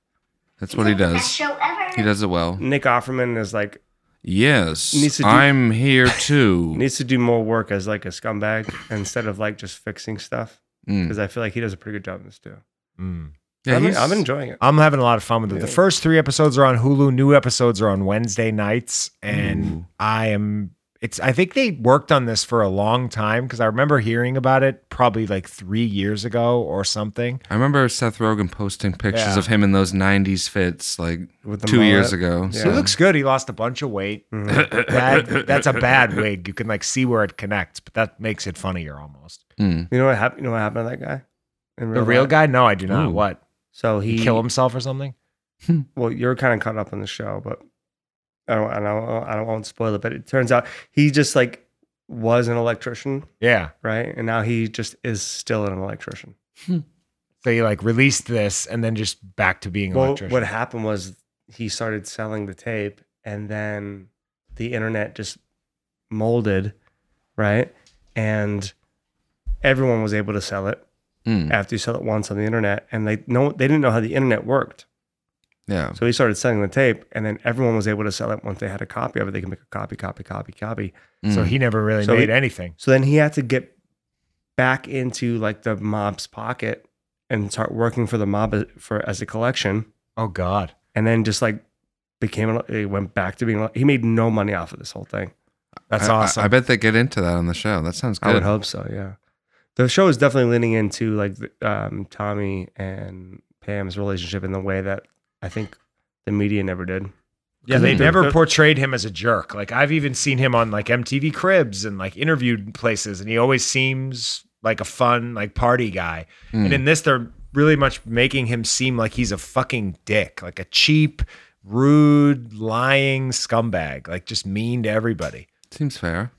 Speaker 4: That's what he
Speaker 10: Best
Speaker 4: does.
Speaker 10: show ever.
Speaker 4: He does it well.
Speaker 6: Nick Offerman is like
Speaker 4: Yes,
Speaker 6: Needs to do-
Speaker 4: I'm here too.
Speaker 6: needs to do more work as like a scumbag instead of like just fixing stuff
Speaker 4: Mm.
Speaker 6: because I feel like he does a pretty good job in this too.
Speaker 5: Mm.
Speaker 4: Yeah,
Speaker 6: I'm,
Speaker 4: he's-
Speaker 6: I'm enjoying it.
Speaker 5: I'm having a lot of fun with it. The first three episodes are on Hulu. New episodes are on Wednesday nights, and
Speaker 4: Ooh.
Speaker 5: I am. It's. I think they worked on this for a long time because I remember hearing about it probably like three years ago or something.
Speaker 4: I remember Seth Rogen posting pictures
Speaker 5: Yeah.
Speaker 4: of him in those '90s fits like
Speaker 6: With the
Speaker 4: two years
Speaker 6: mullet.
Speaker 4: ago.
Speaker 6: Yeah.
Speaker 5: He looks good. He lost a bunch of weight. Bad- that's a bad wig. You can like see where it connects, but that makes it funnier almost.
Speaker 4: Mm.
Speaker 6: You know what happened? You know what happened to that guy? In
Speaker 5: The real
Speaker 6: life?
Speaker 5: guy? No, I do not.
Speaker 4: Ooh.
Speaker 5: What?
Speaker 6: So
Speaker 5: He
Speaker 6: he
Speaker 5: kill himself or something?
Speaker 6: well, you're kind of caught up on the show, but I don't, I don't, I don't, I won't spoil it. But it turns out he just like was an electrician,
Speaker 5: Yeah.
Speaker 6: right? And now he just is still an electrician.
Speaker 5: So he like released this and then just back to being an
Speaker 6: Well,
Speaker 5: electrician.
Speaker 6: what happened was he started selling the tape, and then the internet just molded, right? And everyone was able to sell it
Speaker 4: Mm.
Speaker 6: after you sell it once on the internet, and they no, they didn't know how the internet worked.
Speaker 4: Yeah.
Speaker 6: So he started selling the tape, and then everyone was able to sell it once they had a copy of it. They can make a copy, copy, copy, copy.
Speaker 5: So
Speaker 4: Mm.
Speaker 5: he never really
Speaker 6: So
Speaker 5: made
Speaker 6: he-
Speaker 5: anything.
Speaker 6: So then he had to get back into like the mob's pocket and start working for the mob as- for as a collection,
Speaker 5: Oh God.
Speaker 6: and then just like became an- he went back to being he made no money off of this whole thing.
Speaker 5: That's
Speaker 4: I- I-
Speaker 5: awesome.
Speaker 4: I, bet they get into that on the show. That sounds
Speaker 6: I would
Speaker 4: good.
Speaker 6: hope so. Yeah, the show is definitely leaning into like the- um, Tommy and Pam's relationship in the way that I think the media never did.
Speaker 5: Yeah, they
Speaker 6: They're-
Speaker 5: never
Speaker 6: they're-
Speaker 5: portrayed him as a jerk. Like I've even seen him on like MTV Cribs and like interviewed places, and he always seems like a fun like party guy.
Speaker 4: Hmm.
Speaker 5: And in this, they're really much making him seem like he's a fucking dick, like a cheap, rude, lying scumbag, like just mean to everybody.
Speaker 4: Seems fair.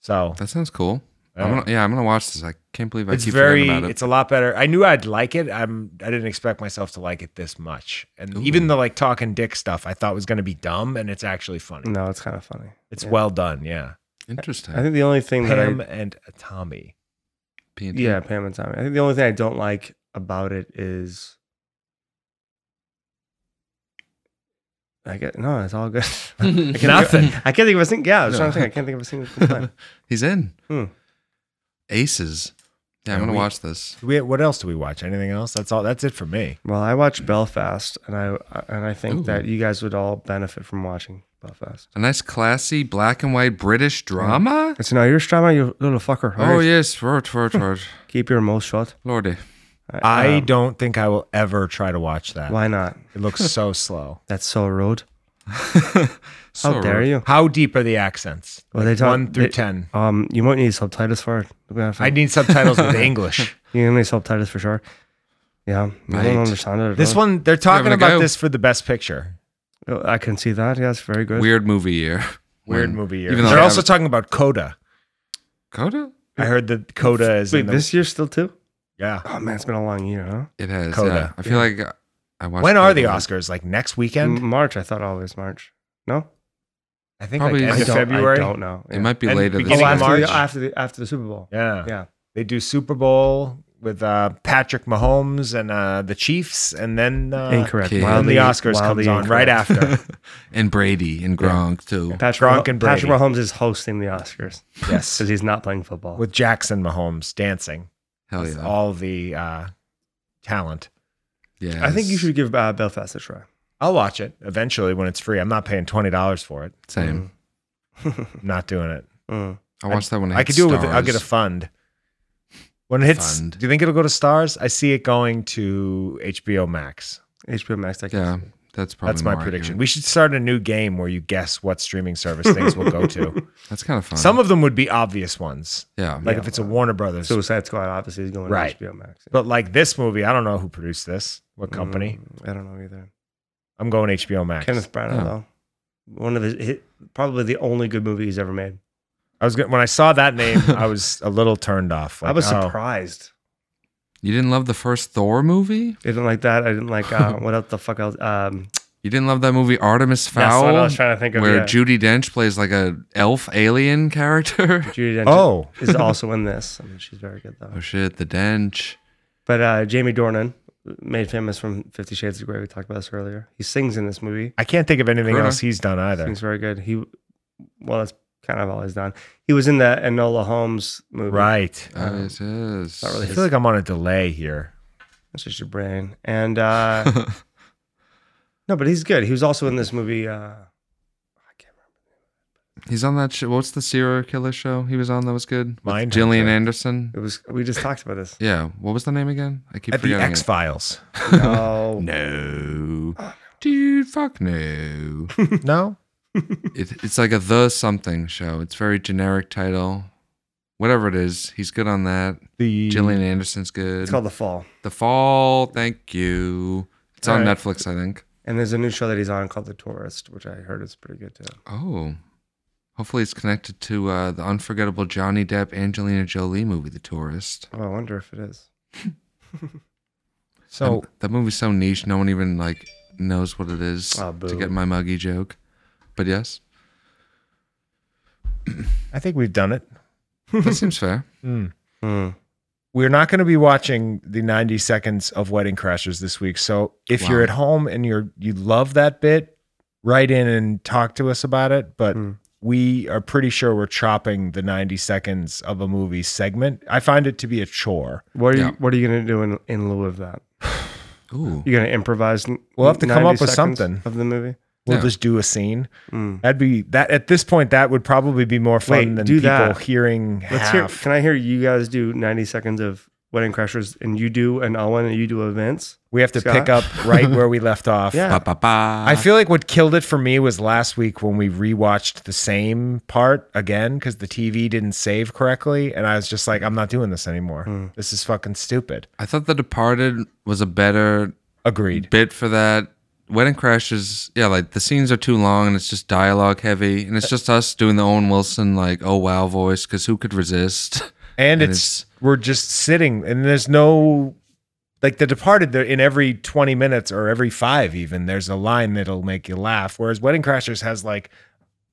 Speaker 5: So
Speaker 4: That sounds cool. I'm
Speaker 5: Yeah.
Speaker 4: gonna, yeah, I'm gonna watch this. I can't believe I
Speaker 5: it's
Speaker 4: keep
Speaker 5: very,
Speaker 4: forgetting about it.
Speaker 5: it's a lot better. I knew I'd like it. I'm, I didn't expect myself to like it this much. And
Speaker 4: Ooh.
Speaker 5: even the like talking dick stuff, I thought was going to be dumb, and it's actually funny.
Speaker 6: No, it's kind of funny.
Speaker 5: It's
Speaker 6: Yeah.
Speaker 5: well done. Yeah.
Speaker 4: Interesting.
Speaker 6: I think the only thing that I
Speaker 5: Pam and Tommy.
Speaker 4: P&T.
Speaker 6: Yeah, Pam and Tommy. I think the only thing I don't like about it is, I get no, it's all good. I can't think of-
Speaker 5: Nothing.
Speaker 6: I can't think of a single. Yeah, I was
Speaker 4: No.
Speaker 6: trying to think. I can't think of a single complaint.
Speaker 4: He's in.
Speaker 6: Hmm.
Speaker 4: Aces. Yeah, I'm
Speaker 5: Yeah,
Speaker 4: gonna
Speaker 5: we-
Speaker 4: watch this.
Speaker 5: Do we, what else do we watch? Anything else? That's all. That's it for me.
Speaker 6: Well, I watched Belfast, and I and I think
Speaker 4: Ooh.
Speaker 6: that you guys would all benefit from watching Belfast.
Speaker 4: A nice classy black and white British drama.
Speaker 6: It's an Irish drama, you little fucker.
Speaker 4: Oh yes, right, right,
Speaker 5: Hmm.
Speaker 4: right.
Speaker 6: keep your mouth shut.
Speaker 4: Lordy.
Speaker 5: I
Speaker 6: Um,
Speaker 5: don't think I will ever try to watch that.
Speaker 6: Why not?
Speaker 5: It looks so slow.
Speaker 6: That's so rude. How
Speaker 4: So
Speaker 6: dare
Speaker 4: rude.
Speaker 6: you?
Speaker 5: How deep are the accents?
Speaker 6: Well, they talk-
Speaker 5: one through
Speaker 6: they-
Speaker 5: ten.
Speaker 6: Um, you might need subtitles for it.
Speaker 5: I need subtitles with English.
Speaker 6: You need subtitles for sure. Yeah, I
Speaker 4: Right.
Speaker 6: don't understand it. At
Speaker 5: This
Speaker 6: all.
Speaker 5: one, they're talking
Speaker 4: a
Speaker 5: about
Speaker 4: go.
Speaker 5: this for the best picture.
Speaker 6: Oh, I can see that. Yeah, it's very good.
Speaker 4: Weird movie year.
Speaker 5: Weird
Speaker 4: When-
Speaker 5: movie year.
Speaker 4: Even though
Speaker 5: they're
Speaker 4: I
Speaker 5: also
Speaker 4: haven't-
Speaker 5: talking about Coda.
Speaker 4: Coda.
Speaker 5: I heard that Coda is
Speaker 6: Wait,
Speaker 5: in the,
Speaker 6: this year still too?
Speaker 5: Yeah.
Speaker 6: Oh man, it's been a long year, huh?
Speaker 4: It has. Yeah.
Speaker 5: Coda.
Speaker 4: I feel like I- I watched.
Speaker 5: When are the
Speaker 4: Coda.
Speaker 5: Oscars? Like next
Speaker 6: M-
Speaker 5: weekend?
Speaker 6: March, I thought always March. No,
Speaker 5: I think
Speaker 4: Probably-
Speaker 5: like
Speaker 4: I
Speaker 5: end of
Speaker 6: don't,
Speaker 5: February.
Speaker 6: I don't know.
Speaker 4: It might be
Speaker 5: And
Speaker 4: later. This
Speaker 5: beginning
Speaker 6: oh,
Speaker 5: of
Speaker 4: year.
Speaker 6: after
Speaker 5: March.
Speaker 6: the, after the after the Super Bowl.
Speaker 5: Yeah.
Speaker 6: yeah.
Speaker 5: They do Super Bowl with uh, Patrick Mahomes and uh, the Chiefs, and then uh,
Speaker 6: incorrect.
Speaker 4: okay.
Speaker 5: And
Speaker 4: Wildly-
Speaker 5: the Oscars
Speaker 6: wildly
Speaker 5: comes on right
Speaker 6: incorrect.
Speaker 5: after.
Speaker 4: and Brady and Gronk too.
Speaker 6: Patrick,
Speaker 5: Gronk
Speaker 6: Mah-
Speaker 5: and
Speaker 6: Patrick
Speaker 5: Brady.
Speaker 6: Mahomes is hosting the Oscars
Speaker 5: yes.
Speaker 6: because he's not playing football.
Speaker 5: With Jackson Mahomes dancing.
Speaker 4: Hell
Speaker 5: with
Speaker 4: yeah.
Speaker 5: All the uh, talent.
Speaker 4: yeah.
Speaker 6: I think you should give uh, Belfast a try.
Speaker 5: I'll watch it eventually when it's free. I'm not paying twenty dollars for it.
Speaker 4: Same.
Speaker 5: I'm not doing it.
Speaker 6: Mm.
Speaker 4: I watched that one.
Speaker 5: Hmm. I could do it with. I'll get a fund. When it hits,
Speaker 4: Fund.
Speaker 5: do you think it'll go to stars? I see it going to HBO Max.
Speaker 6: HBO Max. I guess.
Speaker 4: yeah. That's probably
Speaker 5: That's my
Speaker 4: more
Speaker 5: prediction.
Speaker 4: accurate.
Speaker 5: We should start a new game where you guess what streaming service things will go to.
Speaker 4: That's kind of fun.
Speaker 5: Some of them would be obvious ones,
Speaker 4: yeah.
Speaker 5: like if it's a Warner Brothers.
Speaker 6: Suicide Squad obviously is going
Speaker 5: Right.
Speaker 6: to HBO Max.
Speaker 5: but like this movie, I don't know who produced this, what company.
Speaker 6: Mm, I don't know either.
Speaker 5: I'm going HBO Max.
Speaker 6: Kenneth Branagh,
Speaker 4: Oh.
Speaker 6: though. One of his, hi- probably the only good movie he's ever made.
Speaker 5: I was gonna, when I saw that name, I was a little turned off.
Speaker 6: I
Speaker 5: Like,
Speaker 6: was
Speaker 5: oh.
Speaker 6: surprised.
Speaker 4: You didn't love the first Thor movie?
Speaker 6: I didn't like that. I didn't like uh, what else the fuck else. Um,
Speaker 4: You didn't love that movie Artemis
Speaker 6: that's
Speaker 4: Fowl?
Speaker 6: what I was trying to think of.
Speaker 4: where
Speaker 6: yeah.
Speaker 4: Judy Dench plays like a elf alien character.
Speaker 6: Judi Dench
Speaker 5: Oh,
Speaker 6: is also in this. I mean, she's very good though.
Speaker 4: oh shit, the Dench.
Speaker 6: But uh, Jamie Dornan, made famous from Fifty Shades of Grey, we talked about this earlier. He sings in this movie.
Speaker 5: I can't think of anything
Speaker 4: Sure.
Speaker 5: else he's done either.
Speaker 6: Sings very good. He, well, that's kind of all he's done. He was in the Enola Holmes movie.
Speaker 5: Right.
Speaker 6: Uh,
Speaker 4: Oh, yes, yes.
Speaker 6: not
Speaker 5: I
Speaker 6: really
Speaker 5: feel like I'm on a delay here.
Speaker 6: That's just your brain. And uh, no, but he's good. He was also in this movie. Uh, I can't remember.
Speaker 4: He's on that show. What's the serial killer show he was on that was good? With
Speaker 5: Mindhunter.
Speaker 4: Gillian Anderson.
Speaker 6: It was. We just talked about this.
Speaker 4: Yeah. What was the name again? I keep
Speaker 5: At the
Speaker 4: forgetting. it.
Speaker 5: X Files.
Speaker 6: No.
Speaker 4: No. Dude, fuck no.
Speaker 5: no?
Speaker 4: it, it's like a the something show. It's very generic title. Whatever it is, he's good on that.
Speaker 5: The
Speaker 4: Gillian Anderson's good.
Speaker 6: It's called The Fall.
Speaker 4: The Fall. Thank you. It's on
Speaker 5: Alright.
Speaker 4: Netflix, I think.
Speaker 6: And there's a new show that he's on called The Tourist, which I heard is pretty good too.
Speaker 4: Oh. Hopefully it's connected to uh, the unforgettable Johnny Depp Angelina Jolie movie, The Tourist.
Speaker 6: Oh, I wonder if it is.
Speaker 5: So
Speaker 4: that, that movie's so niche, no one even like knows what it is
Speaker 6: Ah,
Speaker 4: to
Speaker 6: boo.
Speaker 4: get my muggy joke. But yes,
Speaker 5: I think we've done it.
Speaker 4: that seems fair.
Speaker 6: Hmm.
Speaker 5: We're not going to be watching the 90 seconds of Wedding Crashers this week. So if you're
Speaker 4: Wow.
Speaker 5: at home and you're you love that bit, write in and talk to us about it. But
Speaker 6: Mm.
Speaker 5: we are pretty sure we're chopping the 90 seconds of a movie segment. I find it to be a chore.
Speaker 6: What are
Speaker 4: Yeah.
Speaker 6: you What are you gonna do in, in lieu of that?
Speaker 4: Ooh,
Speaker 6: You're gonna improvise. n-
Speaker 5: We'll have to come
Speaker 6: 90
Speaker 5: up with
Speaker 6: seconds
Speaker 5: something.
Speaker 6: of the movie.
Speaker 5: We'll
Speaker 4: Yeah.
Speaker 5: just do a scene.
Speaker 6: Mm.
Speaker 5: That'd be that at this point. That would probably be more fun
Speaker 6: Wait,
Speaker 5: than
Speaker 6: do
Speaker 5: people
Speaker 6: that.
Speaker 5: hearing
Speaker 6: Let's
Speaker 5: half.
Speaker 6: hear. Can I hear you guys do 90 seconds of Wedding Crashers, and you do an Owen, and you do events?
Speaker 5: we have to
Speaker 6: Scott?
Speaker 5: pick up right where we left off.
Speaker 6: Yeah.
Speaker 4: ba ba ba.
Speaker 6: Uh-huh.
Speaker 5: I feel like what killed it for me was last week when we rewatched the same part again because the TV didn't save correctly, and I was just like, I'm not doing this anymore.
Speaker 6: Hmm.
Speaker 5: This is fucking stupid.
Speaker 4: I thought The Departed was a better
Speaker 5: Agreed.
Speaker 4: bit for that. Wedding Crashes, yeah, like the scenes are too long and it's just dialogue heavy, and it's just us doing the Owen Wilson like oh wow voice because who could resist?
Speaker 6: Hmm.
Speaker 5: And,
Speaker 4: And
Speaker 5: it's, we're just sitting, and there's no like the Departed. There in every 20 minutes or every five, even there's a line that'll make you laugh. Whereas Wedding Crashers has like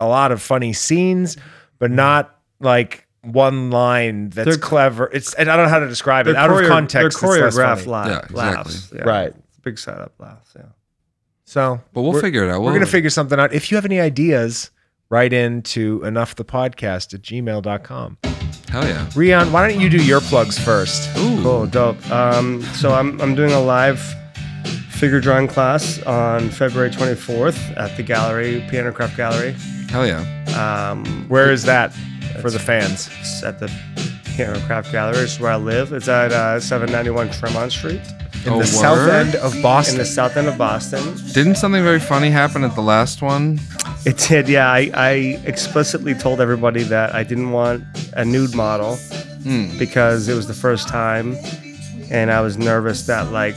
Speaker 5: a lot of funny scenes, but not like one line that's
Speaker 6: Hmm. They're-
Speaker 5: clever. It's and I don't know how to describe it.
Speaker 6: They're
Speaker 5: Out
Speaker 6: choreo-
Speaker 5: of context,
Speaker 6: they're
Speaker 5: it's less
Speaker 6: choreographed
Speaker 5: funny.
Speaker 6: laugh,
Speaker 4: Yeah, exactly.
Speaker 6: laughs. Yeah.
Speaker 5: Right.
Speaker 6: It's big setup laughs. Yeah.
Speaker 5: So,
Speaker 4: But we'll
Speaker 5: we're-
Speaker 4: figure it out.
Speaker 5: We're
Speaker 4: We'll-
Speaker 5: going to figure something out. If you have any ideas, write in to enoughthepodcast at gmail.com.
Speaker 4: Hell yeah.
Speaker 5: Rion, why don't you do your plugs first?
Speaker 4: Ooh,
Speaker 6: Cool, dope. Um, so I'm I'm doing a live figure drawing class on February 24th at the gallery, Piano Craft Gallery.
Speaker 4: hell yeah.
Speaker 6: Um,
Speaker 5: Where is that for the fans?
Speaker 6: it's at the Piano Craft Gallery, it's where I live. It's at uh, 791 Tremont Street
Speaker 5: In
Speaker 4: Oh,
Speaker 5: the south
Speaker 4: word?
Speaker 5: end of
Speaker 6: in
Speaker 5: Boston.
Speaker 6: the south end of Boston.
Speaker 4: Didn't something very funny happen at the last one?
Speaker 6: It did, yeah. I, I explicitly told everybody that I didn't want a nude model because it was the first time and I was nervous that like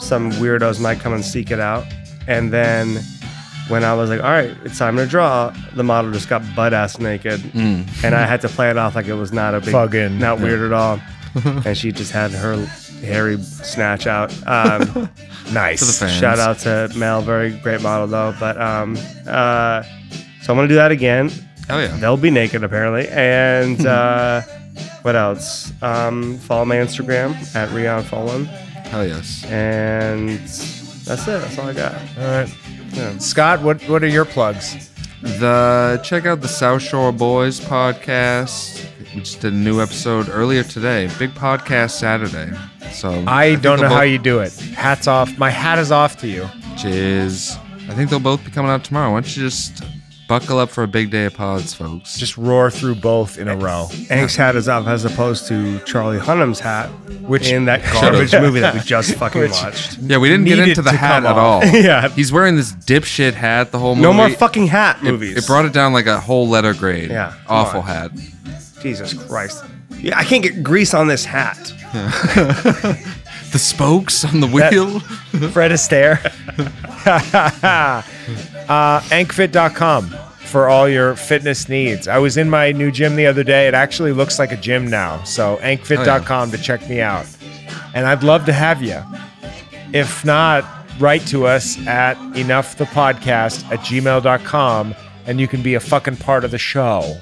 Speaker 6: some weirdos might come and seek it out. And then when I was like, all right, it's time to draw, the model just got butt ass naked and I had to play it off like it was not a big,
Speaker 5: Fucking-
Speaker 6: not weird at all. and she just had her hairy snatch out. Um,
Speaker 5: nice.
Speaker 4: To the fans.
Speaker 6: Shout out to Mel, very great model though. But um, uh, so I'm gonna do that again.
Speaker 4: Hell yeah.
Speaker 6: They'll be naked apparently. And uh, what else? Um, follow my Instagram at Rion Fulham.
Speaker 4: Hell yes.
Speaker 6: And that's it. That's all I got.
Speaker 5: All right.
Speaker 6: Yeah.
Speaker 5: Scott, what, what are your plugs?
Speaker 4: The check out the South Shore Boys podcast. We just did a new episode earlier today. Big podcast Saturday. So
Speaker 5: I don't know
Speaker 4: they'll
Speaker 5: how
Speaker 4: both-
Speaker 5: you do it. Hats off. My hat is off to you.
Speaker 4: Cheers. I think they'll both be coming out tomorrow. Why don't you just buckle up for a big day of pods, folks?
Speaker 5: Just roar through both in a row.
Speaker 6: Ang's hat is up as opposed to Charlie Hunnam's hat,
Speaker 5: Which-
Speaker 6: which in that
Speaker 5: Shut up.
Speaker 6: garbage movie that we just fucking
Speaker 5: Which-
Speaker 6: watched.
Speaker 4: yeah, we didn't get
Speaker 5: needed
Speaker 4: into the
Speaker 5: to
Speaker 4: hat
Speaker 5: come
Speaker 4: at all.
Speaker 5: off.
Speaker 6: Yeah.
Speaker 4: he's wearing this dipshit hat the whole movie.
Speaker 6: No more fucking hat
Speaker 4: It-
Speaker 6: movies.
Speaker 4: It, brought it down like a whole letter grade.
Speaker 6: Yeah, come
Speaker 4: awful
Speaker 6: on.
Speaker 4: hat.
Speaker 6: Jesus Christ. Yeah, I can't get grease on this hat.
Speaker 4: the spokes on the wheel.
Speaker 5: Fred Astaire. uh, ankfit.com for all your fitness needs. I was in my new gym the other day. It actually looks like a gym now. So ankfit.com to check me out. And I'd love to have you. If not, write to us at enoughthepodcast at gmail.com and you can be a fucking part of the show.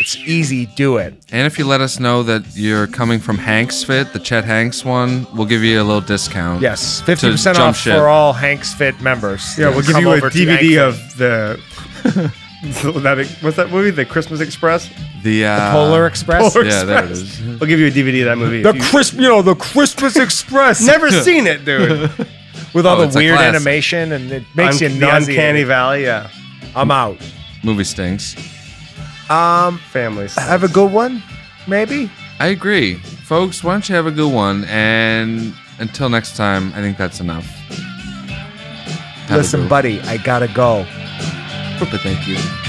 Speaker 5: It's easy. Do it.
Speaker 4: and if you let us know that you're coming from Hank's Fit, the Chet Hanks one, we'll give you a little discount.
Speaker 5: Yes,
Speaker 4: To
Speaker 5: fifty percent
Speaker 4: jump
Speaker 5: off
Speaker 4: ship.
Speaker 5: for all Hanks Fit members.
Speaker 6: Yeah, we'll give
Speaker 5: Come
Speaker 6: you a
Speaker 5: over to Hank
Speaker 6: DVD of the. that, what's that movie? The Christmas Express.
Speaker 4: The, uh,
Speaker 5: Polar Express.
Speaker 6: Polar
Speaker 4: Yeah, there it
Speaker 6: Express.
Speaker 4: is.
Speaker 6: We'll give you a DVD of that movie.
Speaker 5: The
Speaker 6: if you-
Speaker 5: crisp, you know, the Christmas Express.
Speaker 6: Never seen it, dude.
Speaker 5: with all
Speaker 4: Oh, it's
Speaker 5: the
Speaker 4: a
Speaker 5: weird
Speaker 4: classic.
Speaker 5: animation and it makes
Speaker 6: Un-
Speaker 5: you
Speaker 6: the uncanny
Speaker 5: nauseated.
Speaker 6: valley. Yeah,
Speaker 5: I'm out.
Speaker 4: Movie stinks.
Speaker 5: Um,
Speaker 6: families.
Speaker 5: have a good one, maybe.
Speaker 4: I agree. Folks, why don't you have a good one? And until next time, I think that's enough. Have a
Speaker 5: Listen,
Speaker 4: good
Speaker 5: buddy, I gotta go.
Speaker 4: one. But thank you.